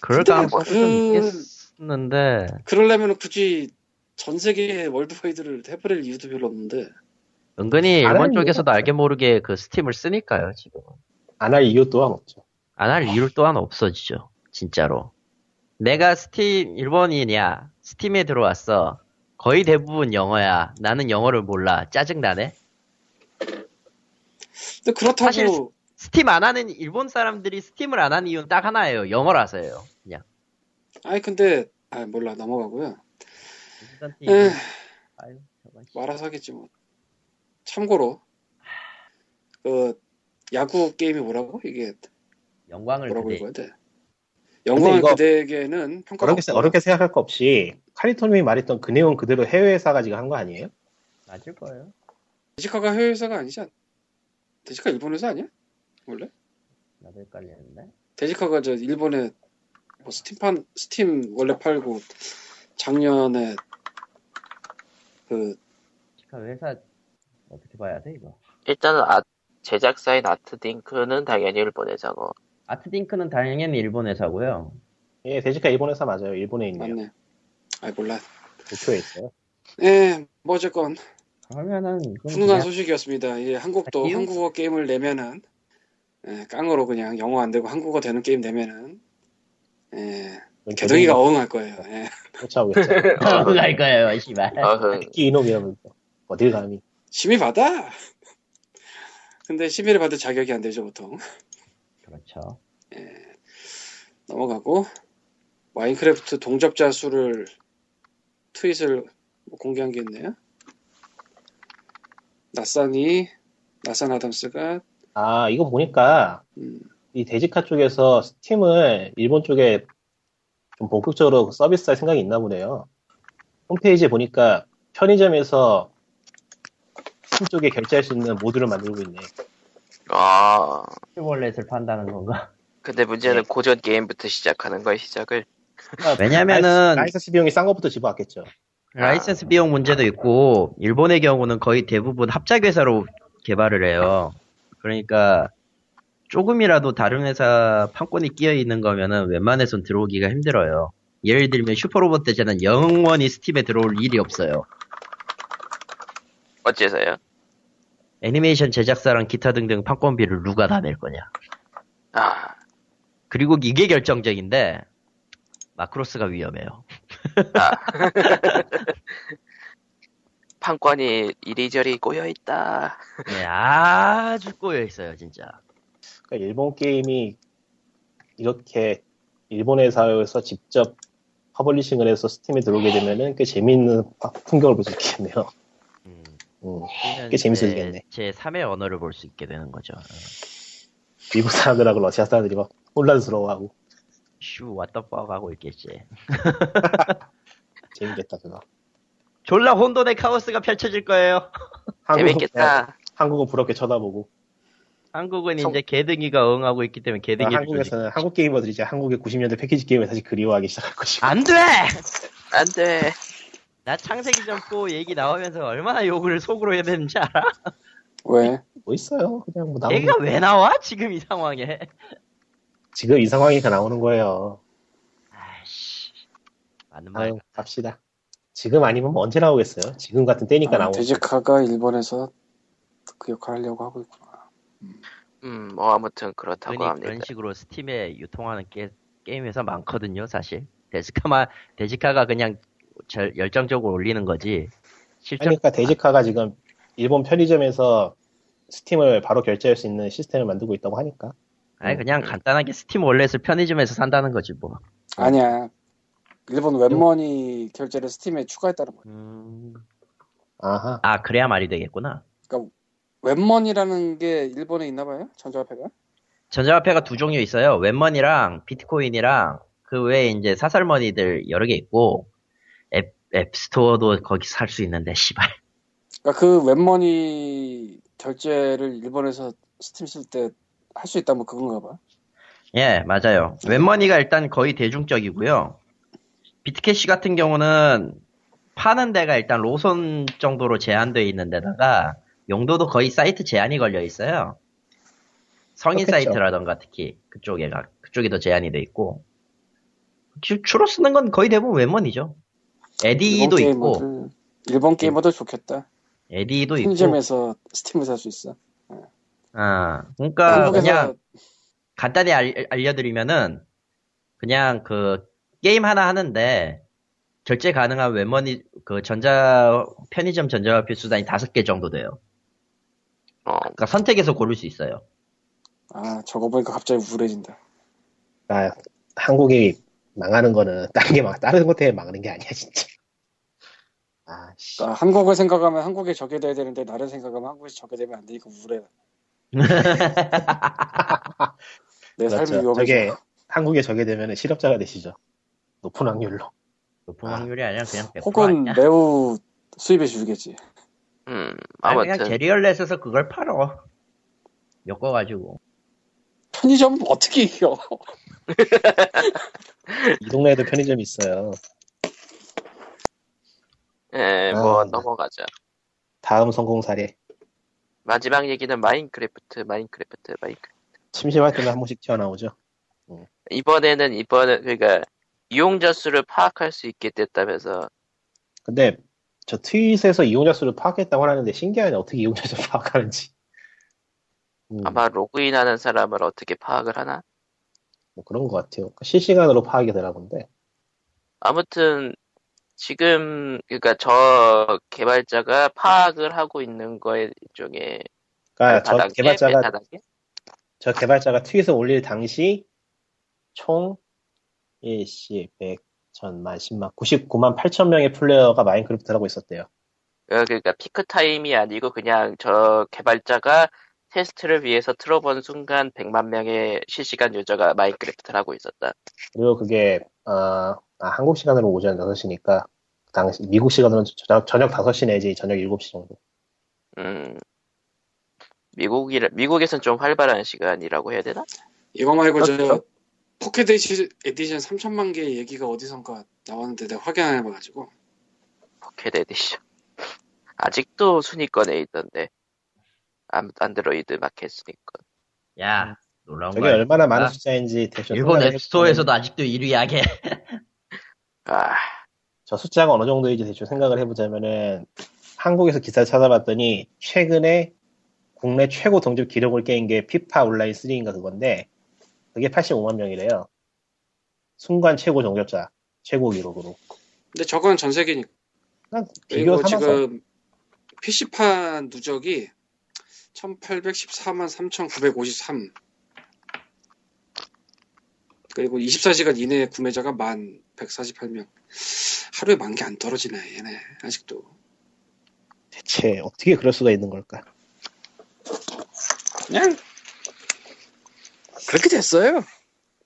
[SPEAKER 2] 그럴
[SPEAKER 4] 근데
[SPEAKER 2] 가능성은
[SPEAKER 4] 그-
[SPEAKER 2] 있겠는데
[SPEAKER 4] 그러려면 굳이 전 세계 월드웨이드를 해버릴 이유도 별로 없는데
[SPEAKER 2] 은근히 일본
[SPEAKER 3] 다른
[SPEAKER 2] 쪽에서도
[SPEAKER 3] 이유가
[SPEAKER 2] 알게 모르게 그 스팀을 쓰니까요 지금
[SPEAKER 3] 안 할 이유 또한 없죠.
[SPEAKER 2] 안 할 이유 또한 없어지죠 진짜로 내가 스팀 일본인이야 스팀에 들어왔어 거의 대부분 영어야 나는 영어를 몰라 짜증나네
[SPEAKER 4] 근데 그렇다고
[SPEAKER 2] 사실 스팀 안 하는 일본 사람들이 스팀을 안 하는 이유는 딱 하나예요 영어라서예요 그냥
[SPEAKER 4] 아니 근데 아 몰라 넘어가고요
[SPEAKER 2] 인스턴트
[SPEAKER 4] 에휴.
[SPEAKER 2] 음. 아유, 저건 씨.
[SPEAKER 4] 말아서 하겠지 음. 뭐 참고로 그 야구 게임이 뭐라고 이게
[SPEAKER 2] 영광을
[SPEAKER 4] 뭐라고
[SPEAKER 2] 그대
[SPEAKER 4] 읽어야 돼 영광
[SPEAKER 3] 이거-
[SPEAKER 4] 그대에게는 평가가
[SPEAKER 3] 어렵게,
[SPEAKER 4] 없다
[SPEAKER 3] 생- 어렵게 생각할 거 없이 카리토님이 말했던 그 내용 그대로 해외사가 지금 한 거 아니에요?
[SPEAKER 2] 맞을 거예요
[SPEAKER 4] 디지카가 해외 회사가 아니지 않 데지카 일본 회사 아니야? 원래?
[SPEAKER 2] 나도 헷갈리는데
[SPEAKER 4] 데지카가 저 일본에 뭐 스팀판 스팀 원래 팔고 작년에 그
[SPEAKER 2] 치카 회사 어떻게 봐야 돼 이거
[SPEAKER 1] 일단 아, 제작사인 아트딩크는 당연히 일본에서고
[SPEAKER 2] 아트딩크는 당연히 일본 회사고요
[SPEAKER 3] 예, 데지카 일본 회사 맞아요. 일본에 있네요.
[SPEAKER 4] 맞네. 아이 몰라.
[SPEAKER 3] 도쿄에 있어요.
[SPEAKER 4] 예, 뭐 어쨌건
[SPEAKER 2] 그러면은 이건
[SPEAKER 4] 훈훈한
[SPEAKER 2] 그냥
[SPEAKER 4] 소식이었습니다. 예, 한국도
[SPEAKER 2] 아니요.
[SPEAKER 4] 한국어 게임을 내면은 예, 깡으로 그냥 영어 안 되고 한국어 되는 게임 내면은 예, 개덩이가
[SPEAKER 3] 음,
[SPEAKER 4] 어흥할 거예요. 예.
[SPEAKER 3] 쫓아오겠죠. 음.
[SPEAKER 2] 어흥 할 거예요, 씨발.
[SPEAKER 4] 네. 아.
[SPEAKER 1] 어흥
[SPEAKER 3] 그렇죠. 특히 이놈이라면 어딜 감히.
[SPEAKER 4] 심의 받아. 근데 심의를 받을 자격이 안 되죠 보통.
[SPEAKER 2] 그렇죠.
[SPEAKER 4] 넘어가고 마인크래프트 동접자 수를 트윗을 뭐 공개한 게 있네요. 나산이 나산 아담스가
[SPEAKER 3] 아, 이거 보니까
[SPEAKER 4] 음,
[SPEAKER 3] 이 데지카 쪽에서 스팀을 일본 쪽에 좀 본격적으로 서비스할 생각이 있나 보네요. 홈페이지에 보니까 편의점에서 스팀 쪽에 결제할 수 있는 모드를 만들고 있네.
[SPEAKER 1] 아
[SPEAKER 2] 월렛을 판다는 건가?
[SPEAKER 1] 근데
[SPEAKER 2] 네.
[SPEAKER 1] 문제는 고전 게임부터 시작하는 거야 시작을
[SPEAKER 3] 그러니까
[SPEAKER 2] 왜냐면은
[SPEAKER 3] 라이스 스 비용이 싼 것부터 집어왔겠죠.
[SPEAKER 2] 라이센스 비용 문제도 있고 일본의 경우는 거의 대부분 합작 회사로 개발을 해요. 그러니까 조금이라도 다른 회사 판권이 끼어 있는 거면은 웬만해선 들어오기가 힘들어요. 예를 들면 슈퍼로봇 대제는 영원히 스팀에 들어올 일이 없어요.
[SPEAKER 1] 어째서요?
[SPEAKER 2] 애니메이션 제작사랑 기타 등등 판권비를 누가 다 낼 거냐?
[SPEAKER 1] 아,
[SPEAKER 2] 그리고 이게 결정적인데 마크로스가 위험해요.
[SPEAKER 1] 아. 판권이 이리저리 꼬여 있다.
[SPEAKER 2] 네, 아주 꼬여 있어요, 진짜.
[SPEAKER 3] 그러니까 일본 게임이 이렇게 일본 회사에서 직접 퍼블리싱을 해서 스팀에 들어오게 되면은 꽤 재미있는 풍경을 볼 수 있겠네요.
[SPEAKER 2] 음,
[SPEAKER 3] 음.
[SPEAKER 2] 우리는
[SPEAKER 3] 꽤 재밌어지겠네.
[SPEAKER 2] 제, 제 3의 언어를 볼 수 있게 되는 거죠.
[SPEAKER 3] 미국 사람들하고 러시아 사람들이 막 혼란스러워하고
[SPEAKER 2] 슈, 왓더뻑 하고 있겠지.
[SPEAKER 3] 재밌겠다 그거.
[SPEAKER 2] 졸라 혼돈의 카오스가 펼쳐질 거예요.
[SPEAKER 3] 한국은
[SPEAKER 4] 아,
[SPEAKER 3] 그냥
[SPEAKER 4] 네.
[SPEAKER 1] 재밌겠다.
[SPEAKER 3] 한국은 부럽게 쳐다보고
[SPEAKER 2] 한국은
[SPEAKER 1] 성-
[SPEAKER 2] 이제 개등이가 응하고 있기 때문에
[SPEAKER 3] 아,
[SPEAKER 2] 개등이
[SPEAKER 3] 한국에서는 한국 게이머들이 이제 한국의 90년대 패키지 게임을 다시 그리워하기 시작할 것이고
[SPEAKER 2] 안 돼!
[SPEAKER 1] 안 돼.
[SPEAKER 2] 나 창세기 전고 얘기 나오면서 얼마나 욕을 속으로 해야 되는지 알아?
[SPEAKER 4] 왜?
[SPEAKER 3] 뭐 있어요? 그냥 뭐 나오는
[SPEAKER 2] 얘가 왜 나와? 지금 이 상황에.
[SPEAKER 3] 지금 이 상황이니까 나오는 거예요.
[SPEAKER 2] 아이씨. 맞는 말.
[SPEAKER 3] 아유 갑시다. 지금 아니면 뭐 언제 나오겠어요? 지금 같은 때니까
[SPEAKER 4] 아,
[SPEAKER 3] 그러니까 나오는 거예요.
[SPEAKER 4] 데지카가 일본에서 그 역할을 하려고 하고 있구나.
[SPEAKER 1] 음, 뭐 아무튼 그렇다고
[SPEAKER 2] 흔히
[SPEAKER 1] 합니다.
[SPEAKER 2] 그런 식으로 스팀에 유통하는 게, 게임 회사 많거든요, 사실. 데지카마, 데지카가 그냥 절- 열정적으로 올리는 거지. 실제
[SPEAKER 3] 그러니까 데지카가 지금 일본 편의점에서 스팀을 바로 결제할 수 있는 시스템을 만들고 있다고 하니까
[SPEAKER 2] 아니 그냥
[SPEAKER 3] 음.
[SPEAKER 2] 간단하게 스팀 월렛을 편의점에서 산다는 거지 뭐.
[SPEAKER 4] 아니야. 일본 웹머니 결제를 스팀에 추가했다는 거야.
[SPEAKER 3] 아하
[SPEAKER 2] 아 그래야 말이 되겠구나.
[SPEAKER 4] 웹머니라는 게 일본에 있나 봐요? 전자화폐가?
[SPEAKER 2] 전자화폐가 두 종류 있어요. 웹머니랑 비트코인이랑 그 외에 이제 사설머니들 여러 개 있고 앱, 앱스토어도 거기 살 수 있는데 씨발.
[SPEAKER 4] 그러니까 그 웹머니 결제를 일본에서 스팀 쓸 때 할 수 있다 뭐 그건가 봐.
[SPEAKER 2] 예 맞아요. 웹머니가 일단 거의 대중적이고요. 비트캐시 같은 경우는 파는 데가 일단 로선 정도로 제한되어 있는 데다가 용도도 거의 사이트 제한이 걸려 있어요. 성인
[SPEAKER 3] 그렇겠죠.
[SPEAKER 2] 사이트라던가 특히 그쪽에가 그쪽이 더 제한이 돼 있고 주- 주로 쓰는 건 거의 대부분 웹몬이죠. 에디도 있고
[SPEAKER 4] 게이머들, 일본 게이머들 좋겠다.
[SPEAKER 2] 에디도 있고
[SPEAKER 4] 편의점에서 스팀을 살 수 있어.
[SPEAKER 2] 아 그러니까
[SPEAKER 4] 한국에서
[SPEAKER 2] 그냥 간단히 알, 려드리면은 그냥 그 게임 하나 하는데 결제 가능한 웹머니 그 전자 편의점 전자 필수단이 다섯 개 정도 돼요.
[SPEAKER 1] 어,
[SPEAKER 2] 그러니까 선택해서 고를 수 있어요.
[SPEAKER 4] 아 저거 보니까 갑자기 우울해진다.
[SPEAKER 3] 아, 한국이 망하는 거는 다른 게 막, 다른 것 때문에 망하는 게 아니야, 진짜. 아, 씨.
[SPEAKER 4] 그러니까 한국을 생각하면 한국에 저게 돼야 되는데 나를 생각하면 한국에서 저게 되면 안 되니까 우울해. 내 삶이
[SPEAKER 3] 그렇죠.
[SPEAKER 4] 위험해져.
[SPEAKER 3] 저게, 한국에 저게 되면 실업자가 되시죠. 높은 확률로.
[SPEAKER 2] 높은 확률이 아니라 그냥 100%
[SPEAKER 4] 혹은
[SPEAKER 2] 아니야.
[SPEAKER 4] 매우 수입에 줄겠지.
[SPEAKER 1] 음,
[SPEAKER 2] 아니, 그냥
[SPEAKER 1] 아무튼
[SPEAKER 2] 게리얼렛에서 그걸 팔어. 엮어가지고.
[SPEAKER 4] 편의점 어떻게 이겨?
[SPEAKER 3] 이 동네에도 편의점이 있어요.
[SPEAKER 1] 예, 뭐
[SPEAKER 3] 아, 네.
[SPEAKER 1] 넘어가자.
[SPEAKER 3] 다음 성공 사례.
[SPEAKER 1] 마지막 얘기는 마인크래프트, 마인크래프트, 마인크래프트.
[SPEAKER 3] 심심할 때는 한 번씩 튀어나오죠.
[SPEAKER 1] 이번에는 이번에 그러니까 이용자 수를 파악할 수 있게 됐다면서
[SPEAKER 3] 음. 근데 저 트윗에서 이용자 수를 파악했다고 하는데 신기하네 어떻게 이용자 수를 파악하는지 음,
[SPEAKER 1] 아마 로그인하는 사람을 어떻게 파악을 하나?
[SPEAKER 3] 뭐 그런 것 같아요 실시간으로 파악이 되나 본데
[SPEAKER 1] 아무튼 지금 그러니까 저 개발자가 파악을 하고 있는 거에 일종의
[SPEAKER 3] 그러니까 저
[SPEAKER 1] 발바닥에,
[SPEAKER 3] 개발자가
[SPEAKER 1] 발바닥에?
[SPEAKER 3] 저 개발자가 트윗을 올릴 당시 총 1시 100 천만 10만 99만 8천 명의 플레이어가 마인크래프트라고 있었대요
[SPEAKER 1] 어, 그러니까 피크 타임이 아니고 그냥 저 개발자가 테스트를 위해서 틀어본 순간 100만 명의 실시간 유저가 마인크래프트를 하고 있었다.
[SPEAKER 3] 그리고 그게 아, 아, 한국 시간으로 오전 6시니까 당시 미국 시간으로는 저녁, 저녁 5시 내지 저녁 7시 정도
[SPEAKER 1] 음. 미국이 미국에선 좀 활발한 시간이라고 해야 되나?
[SPEAKER 4] 이거 말고
[SPEAKER 3] 그렇죠.
[SPEAKER 4] 저 포켓 에디션, 에디션 3천만 개의 얘기가 어디선가 나왔는데 내가 확인 안 해봐가지고
[SPEAKER 1] 포켓 에디션. 아직도 순위권에 있던데. 안- 안드로이드 마켓 순위권. 음.
[SPEAKER 2] 야, 놀라운
[SPEAKER 3] 저게
[SPEAKER 2] 거야.
[SPEAKER 3] 얼마나 많은
[SPEAKER 2] 아,
[SPEAKER 3] 숫자인지 대충
[SPEAKER 2] 일본
[SPEAKER 3] 생각을
[SPEAKER 2] 앱스토어에서도 아직도 1위 하게.
[SPEAKER 1] 아,
[SPEAKER 3] 저 숫자가 어느 정도인지 대충 생각을 해보자면은 한국에서 기사를 찾아봤더니 최근에 국내 최고 동접 기록을 깬 게 피파 온라인 3인가 그건데 그게 85만 명이래요. 순간 최고 동접자 최고 기록으로.
[SPEAKER 4] 근데 저건 전 세계니까
[SPEAKER 3] 그냥 비교
[SPEAKER 4] 그리고
[SPEAKER 3] 삼아서
[SPEAKER 4] 지금 PC판 누적이 1814만 3953 그리고 24시간 이내에 구매자가 1만 148명 하루에 만 개 안 떨어지네 얘네 아직도
[SPEAKER 3] 대체 어떻게 그럴 수가 있는 걸까?
[SPEAKER 4] 그냥 그렇게 됐어요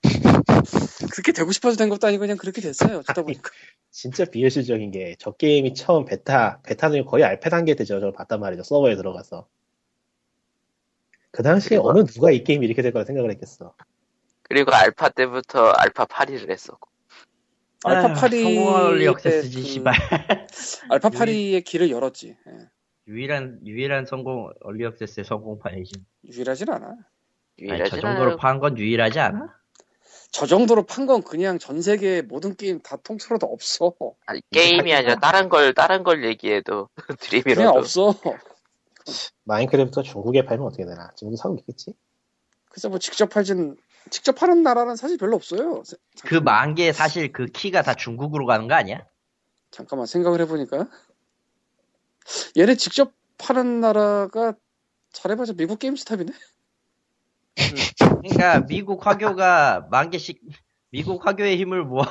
[SPEAKER 4] 그렇게 되고 싶어서 된 것도 아니고 그냥 그렇게 됐어요 어쩌다 보니까
[SPEAKER 3] 진짜 비현실적인 게 저 게임이 처음 베타 베타는 거의 알파 단계 때죠. 저걸 봤단 말이죠. 서버에 들어가서. 그 당시에 어느 누가 이 게임이 이렇게 될 거라 생각을 했겠어.
[SPEAKER 1] 그리고 알파 때부터 알파 8위를 했었고.
[SPEAKER 2] 아,
[SPEAKER 1] 아,
[SPEAKER 4] 알파 파리
[SPEAKER 2] 성공할 리 억세스지,
[SPEAKER 4] 아, 그- 음,
[SPEAKER 2] 씨발. 음.
[SPEAKER 4] 알파 파리의 길을 열었지 예.
[SPEAKER 2] 유일한, 유일한 성공, 얼리 억세스의 성공판이지.
[SPEAKER 4] 유일하진 않아
[SPEAKER 2] 아니, 저
[SPEAKER 1] 유일하진
[SPEAKER 2] 정도로
[SPEAKER 1] 않아요.
[SPEAKER 2] 판 건 유일하지 않아?
[SPEAKER 4] 저 정도로 판 건 그냥 전 세계 모든 게임 다 통틀어도 없어.
[SPEAKER 1] 아니, 게임이 아니라 다른 걸 다른 걸 얘기해도
[SPEAKER 4] 그냥
[SPEAKER 1] 드림이라도
[SPEAKER 4] 없어.
[SPEAKER 3] 마인크래프트 중국에 팔면 어떻게 되나? 지금도 사고 있겠지?
[SPEAKER 4] 그래서 뭐 직접 팔진 직접 파는 나라는 사실 별로 없어요. 세-
[SPEAKER 2] 그 만 개 사실 그 키가 다 중국으로 가는 거 아니야?
[SPEAKER 4] 잠깐만 생각을 해보니까 얘네 직접 파는 나라가 잘해봐서 미국 게임 스탑이네.
[SPEAKER 2] 그러니까 미국 화교가 만 개씩 미국 화교의 힘을 모아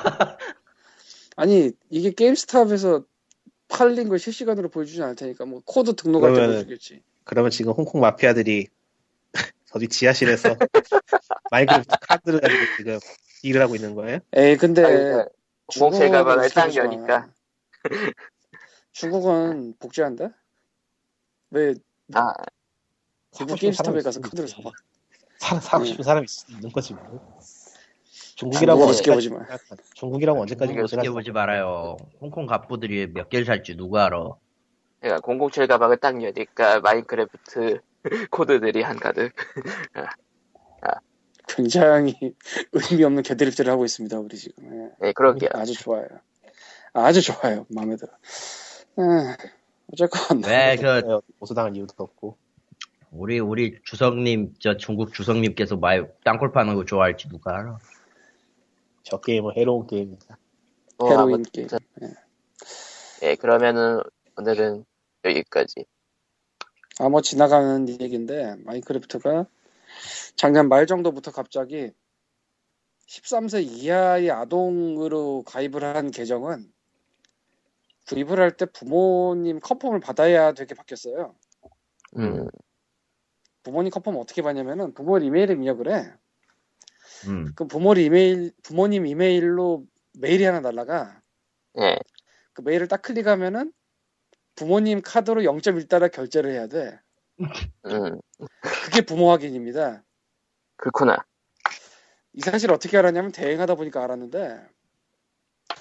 [SPEAKER 4] 아니 이게 게임 스탑에서 팔린 걸 실시간으로 보여주진 않을 테니까 뭐 코드 등록할 때
[SPEAKER 3] 그러면은-
[SPEAKER 4] 보여주겠지.
[SPEAKER 3] 그러면 지금 홍콩 마피아들이 어디 지하실에서 마인크래프트 카드를 가지고 지금 일을 하고 있는 거예요?
[SPEAKER 4] 에이 근데
[SPEAKER 1] 아니, 그러니까 공공실
[SPEAKER 4] 중국은
[SPEAKER 1] 가방을 딱
[SPEAKER 4] 어떻게 하지 마.
[SPEAKER 1] 여니까.
[SPEAKER 4] 중국은 복제한다. 왜
[SPEAKER 1] 아,
[SPEAKER 3] 사고 싶은
[SPEAKER 4] 미국 게임 스탑에
[SPEAKER 3] 사람이
[SPEAKER 4] 가서
[SPEAKER 3] 있으면
[SPEAKER 4] 카드를 네.
[SPEAKER 3] 있지.
[SPEAKER 4] 사봐.
[SPEAKER 3] 사, 사고 싶은 사람이 있- 있는 거지 뭐. 중국이라고
[SPEAKER 1] 중국은
[SPEAKER 3] 언제까지
[SPEAKER 4] 지켜보지 마.
[SPEAKER 3] 중국이라고 언제까지
[SPEAKER 1] 중국을
[SPEAKER 3] 고생할
[SPEAKER 2] 지켜보지 말아요. 홍콩 갑부들이 몇 개를 살지 누가 알아.
[SPEAKER 1] 그러니까 007 가방을 딱 여니까 마인크래프트 코드들이 한가득
[SPEAKER 4] 굉장히 의미 없는 개드립들을 하고 있습니다. 우리 지금. 예.
[SPEAKER 1] 네 그러게요
[SPEAKER 4] 아주 좋아요. 아주 좋아요. 마음에 들어. 에, 어쨌건
[SPEAKER 2] 왜
[SPEAKER 3] 네.
[SPEAKER 2] 그
[SPEAKER 3] 고소당할 이유도 없고
[SPEAKER 2] 우리 우리 주성님 저 중국 주성님께서 마이 땅굴 파는 거 좋아할지 누가 알아.
[SPEAKER 3] 저 게임은 해로운 게임입니다. 어,
[SPEAKER 1] 뭐
[SPEAKER 4] 헤로인
[SPEAKER 1] 아무튼
[SPEAKER 4] 게임.
[SPEAKER 1] 예 그러면은 오늘은 여기까지
[SPEAKER 4] 아 뭐 지나가는 얘기인데 마인크래프트가 작년 말 정도부터 갑자기 13세 이하의 아동으로 가입을 한 계정은 구입을 할 때 부모님 컨펌을 받아야 되게 바뀌었어요.
[SPEAKER 1] 음
[SPEAKER 4] 부모님 컨펌 어떻게 받냐면은 부모 이메일 입력을 해.
[SPEAKER 2] 음.
[SPEAKER 4] 그 부모 이메일 부모님 이메일로 메일이 하나 날라가.
[SPEAKER 1] 예.
[SPEAKER 4] 그 메일을 딱 클릭하면은 부모님 카드로 0.1달러 결제를 해야 돼.
[SPEAKER 1] 음
[SPEAKER 4] 그게 부모 확인입니다.
[SPEAKER 1] 그렇구나
[SPEAKER 4] 이 사실 어떻게 알았냐면 대행하다 보니까 알았는데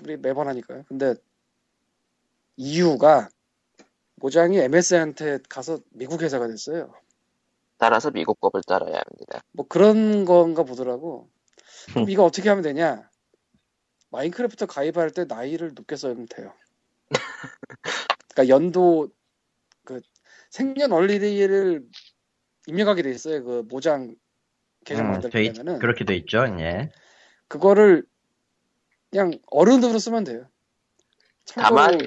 [SPEAKER 4] 우리 매번 하니까요. 근데 이유가 모장이 MS한테 가서 미국 회사가 됐어요.
[SPEAKER 1] 따라서 미국 법을 따라야 합니다
[SPEAKER 4] 뭐 그런 건가 보더라고. 그럼 이거 어떻게 하면 되냐? 마인크래프트 가입할 때 나이를 높게 써면 돼요. 그러니까 연도 그 생년월일을 입력하게 돼 있어요. 그 모장 계정
[SPEAKER 2] 음, 돼 있-
[SPEAKER 4] 만들려면은
[SPEAKER 2] 그렇게 돼 있죠. 예.
[SPEAKER 4] 그거를 그냥 어른으로 쓰면 돼요. 참고로
[SPEAKER 1] 다만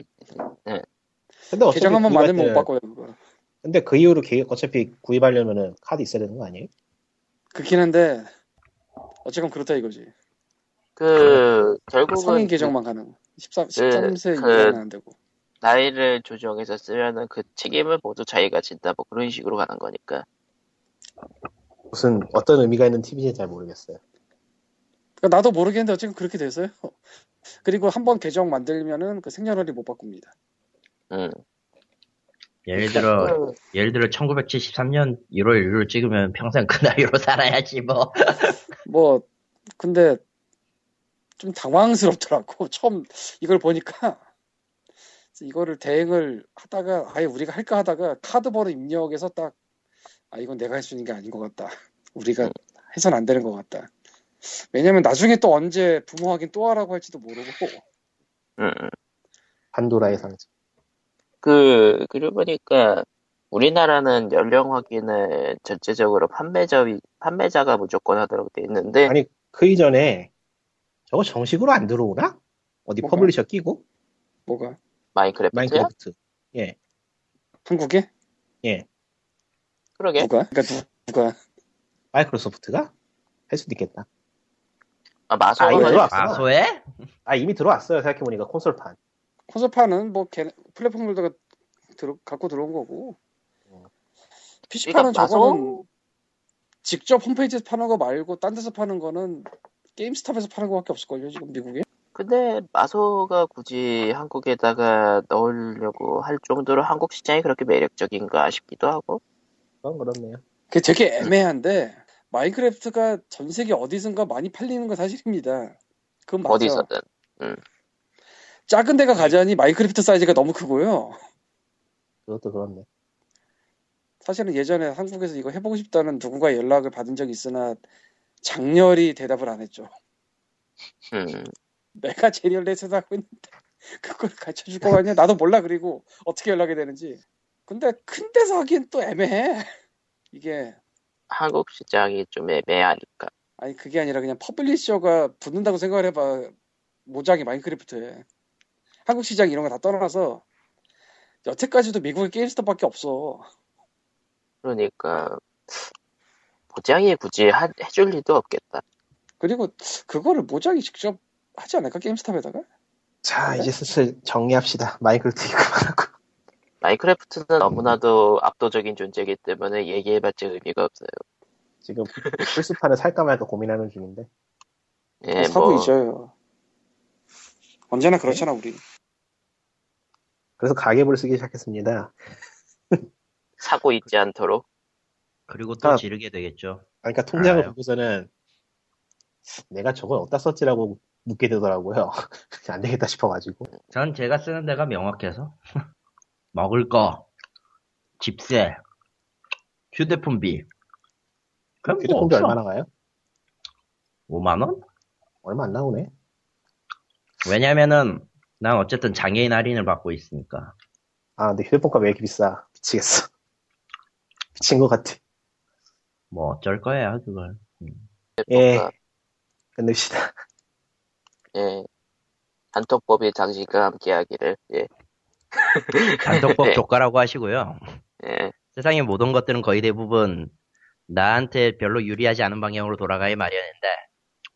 [SPEAKER 3] 근데 어차피
[SPEAKER 4] 계정 한번
[SPEAKER 3] 구입할
[SPEAKER 4] 만들면 못
[SPEAKER 3] 때-
[SPEAKER 4] 바꿔요. 그거.
[SPEAKER 3] 근데 그 이후로 개- 어차피 구입하려면은 카드 있어야 되는 거 아니에요?
[SPEAKER 4] 그렇긴 한데 어쨌건 그렇다 이거지.
[SPEAKER 1] 그 결국은
[SPEAKER 4] 성인 계정만 가능. 13, 13세
[SPEAKER 1] 그-
[SPEAKER 4] 이하는 안 되고.
[SPEAKER 1] 나이를 조정해서 쓰면은 그 책임을 모두 자기가 진다 뭐 그런 식으로 가는 거니까
[SPEAKER 3] 무슨 어떤 의미가 있는 팁인지 잘 모르겠어요.
[SPEAKER 4] 그러니까 나도 모르겠는데 어쨌건 그렇게 돼서요. 그리고 한 번 계정 만들면은 그 생년월일 못 바꿉니다.
[SPEAKER 1] 음
[SPEAKER 2] 예를 들어
[SPEAKER 1] 그,
[SPEAKER 2] 예를 들어 1973년 1월 1일 찍으면 평생 그 나이로 살아야지 뭐.
[SPEAKER 4] 뭐 근데 좀 당황스럽더라고. 처음 이걸 보니까 그래서 이거를 대행을 하다가 아예 우리가 할까 하다가 카드번호 입력해서 딱 아 이건 내가 할 수 있는 게 아닌 것 같다. 우리가 해선 안 되는 것 같다. 왜냐면 나중에 또 언제 부모 확인 또 하라고 할지도 모르고
[SPEAKER 1] 음.
[SPEAKER 3] 판도라의 상징.
[SPEAKER 1] 그 그러고 보니까 우리나라는 연령 확인을 전체적으로 판매자 위- 판매자가 무조건 하도록 돼 있는데
[SPEAKER 3] 아니 그 이전에 저거 정식으로 안 들어오나? 어디
[SPEAKER 4] 뭐가?
[SPEAKER 3] 퍼블리셔 끼고
[SPEAKER 4] 뭐가
[SPEAKER 1] 마인크래프트야?
[SPEAKER 3] 마인크래프트
[SPEAKER 4] 한국에
[SPEAKER 1] 그러게
[SPEAKER 4] 누가 그러니까 누- 누가
[SPEAKER 3] 마이크로소프트가 할 수도 있겠다.
[SPEAKER 1] 아, 마소가
[SPEAKER 3] 아, 이거
[SPEAKER 1] 만-
[SPEAKER 3] 들어와.
[SPEAKER 2] 아소에?
[SPEAKER 3] 아 이미 들어왔어요 생각해보니까 콘솔판.
[SPEAKER 4] 콘솔판은 뭐 걔네- 플랫폼들도 들어- 갖고 들어온 거고
[SPEAKER 3] 음.
[SPEAKER 4] PC판은
[SPEAKER 1] 그러니까
[SPEAKER 4] 저거는
[SPEAKER 1] 마소-
[SPEAKER 4] 직접 홈페이지에서 파는 거 말고 딴 데서 파는 거는 게임스탑에서 파는 거밖에 없을걸요 지금 미국에
[SPEAKER 1] 근데 마소가 굳이 한국에다가 넣으려고 할 정도로 한국 시장이 그렇게 매력적인가 싶기도 하고
[SPEAKER 3] 그건 그렇네요.
[SPEAKER 4] 그게 되게 애매한데 마인크래프트가 전 세계 어디선가 많이 팔리는 건 사실입니다 그건 맞죠
[SPEAKER 1] 어디서든
[SPEAKER 4] 작은 데가 가자니 마인크래프트 사이즈가 너무 크고요
[SPEAKER 3] 그것도 그렇네.
[SPEAKER 4] 사실은 예전에 한국에서 이거 해보고 싶다는 누군가 연락을 받은 적이 있으나 장렬히 대답을 안 했죠
[SPEAKER 1] 음.
[SPEAKER 4] 내가 제일 열내 세상하고 있는데 그걸 가르쳐 줄 거 아니야? 나도 몰라 그리고 어떻게 연락이 되는지. 근데 큰 데서 하기엔 또 애매해. 이게
[SPEAKER 1] 한국 시장이 좀 애매하니까
[SPEAKER 4] 아니 그게 아니라 그냥 퍼블리셔가 붙는다고 생각을 해봐. 모장이 마인크래프트에 한국 시장 이런 거 다 떠나서 여태까지도 미국의 게임스톱밖에 없어.
[SPEAKER 1] 그러니까 보장이 굳이 하- 해줄 리도 없겠다
[SPEAKER 4] 그리고 그거를 모장이 직접 하지 않을까 게임스톱에다가?
[SPEAKER 3] 자 이제 슬슬 정리합시다. 마이크로소프트 이거 말하고.
[SPEAKER 1] 마인크래프트는 너무나도 압도적인 존재이기 때문에 얘기해봤자 의미가 없어요
[SPEAKER 3] 지금 플스판을 살까 말까 고민하는 중인데.
[SPEAKER 1] 예,
[SPEAKER 4] 사고
[SPEAKER 1] 뭐
[SPEAKER 4] 잊어요. 언제나 그렇잖아 우리.
[SPEAKER 3] 그래서 가계부를 쓰기 시작했습니다. 아,
[SPEAKER 1] 사고 있지 않도록
[SPEAKER 2] 그리고 또
[SPEAKER 3] 아.
[SPEAKER 2] 지르게 되겠죠.
[SPEAKER 3] 아, 그러니까 통장을
[SPEAKER 2] 알아요.
[SPEAKER 3] 보고서는 내가 저걸 어디다 썼지라고 묻게 되더라고요. 안 되겠다 싶어가지고.
[SPEAKER 2] 전 제가 쓰는 데가 명확해서 먹을 거, 집세, 휴대폰비. 그럼 뭐
[SPEAKER 3] 휴대폰비
[SPEAKER 2] 없어.
[SPEAKER 3] 얼마나 가요?
[SPEAKER 2] 5만 원?
[SPEAKER 3] 얼마 안 나오네.
[SPEAKER 2] 왜냐면은 난 어쨌든 장애인 할인을 받고 있으니까.
[SPEAKER 3] 아, 근데 휴대폰값 왜 이렇게 비싸? 미치겠어. 미친 것 같아.
[SPEAKER 2] 뭐 어쩔 거야 그걸.
[SPEAKER 3] 예.
[SPEAKER 1] 뭔가,
[SPEAKER 3] 끝냅시다.
[SPEAKER 1] 예. 단톡법이 당신과 함께 하기를. 예.
[SPEAKER 2] 단독법
[SPEAKER 1] 네.
[SPEAKER 2] 조가라고 하시고요.
[SPEAKER 1] 예.
[SPEAKER 2] 세상의 모든 것들은 거의 대부분 나한테 별로 유리하지 않은 방향으로 돌아가야 마련인데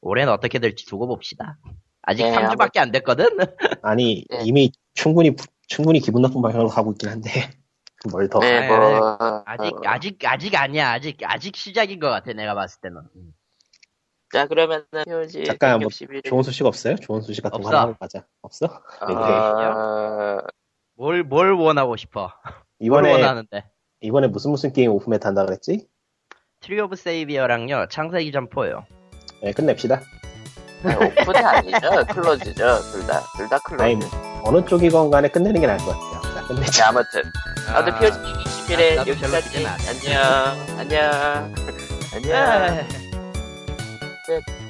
[SPEAKER 2] 올해는 어떻게 될지 두고 봅시다. 아직
[SPEAKER 1] 네,
[SPEAKER 2] 3주밖에 안 됐거든.
[SPEAKER 3] 아니,
[SPEAKER 2] 예.
[SPEAKER 1] 네.
[SPEAKER 3] 이미 충분히, 충분히 기분 나쁜 방향으로 가고 있긴 한데. 뭘 더.
[SPEAKER 1] 네,
[SPEAKER 2] 아,
[SPEAKER 1] 뭐.
[SPEAKER 2] 아직
[SPEAKER 1] 어,
[SPEAKER 2] 아직 아직 아니야. 아직 아직 시작인 것 같아. 내가 봤을 때는 음.
[SPEAKER 1] 자, 그러면은, 표지.
[SPEAKER 3] 잠깐, 뭐
[SPEAKER 1] 161.
[SPEAKER 3] 좋은 소식 없어요? 좋은 소식 같은 거
[SPEAKER 2] 없어.
[SPEAKER 3] 하나 하고 가자. 없어?
[SPEAKER 1] 아,
[SPEAKER 2] 뭘, 뭘 원하고 싶어? 뭘
[SPEAKER 3] 이번에,
[SPEAKER 2] 원하는데?
[SPEAKER 3] 이번에 무슨 무슨 게임 오픈메타 한다 그랬지?
[SPEAKER 2] 트리 오브 세이비어랑요. 창세기 점포요.
[SPEAKER 3] 네, 끝냅시다.
[SPEAKER 1] 네, 오픈이 아니죠. 클로즈죠. 둘 다. 둘 다 클로즈.
[SPEAKER 3] 아니, 뭐. 어느 쪽이건 간에 끝내는 게 나을 것 같아요. 자,
[SPEAKER 1] 네,
[SPEAKER 3] 끝내자.
[SPEAKER 1] 아무튼. 아무튼
[SPEAKER 2] 아,
[SPEAKER 1] POG 21에
[SPEAKER 2] 나도 별로
[SPEAKER 1] 여기까지.
[SPEAKER 2] 기대는 안 해. 예.
[SPEAKER 1] 안녕. 안녕. 안녕.
[SPEAKER 2] 에.
[SPEAKER 1] 끝.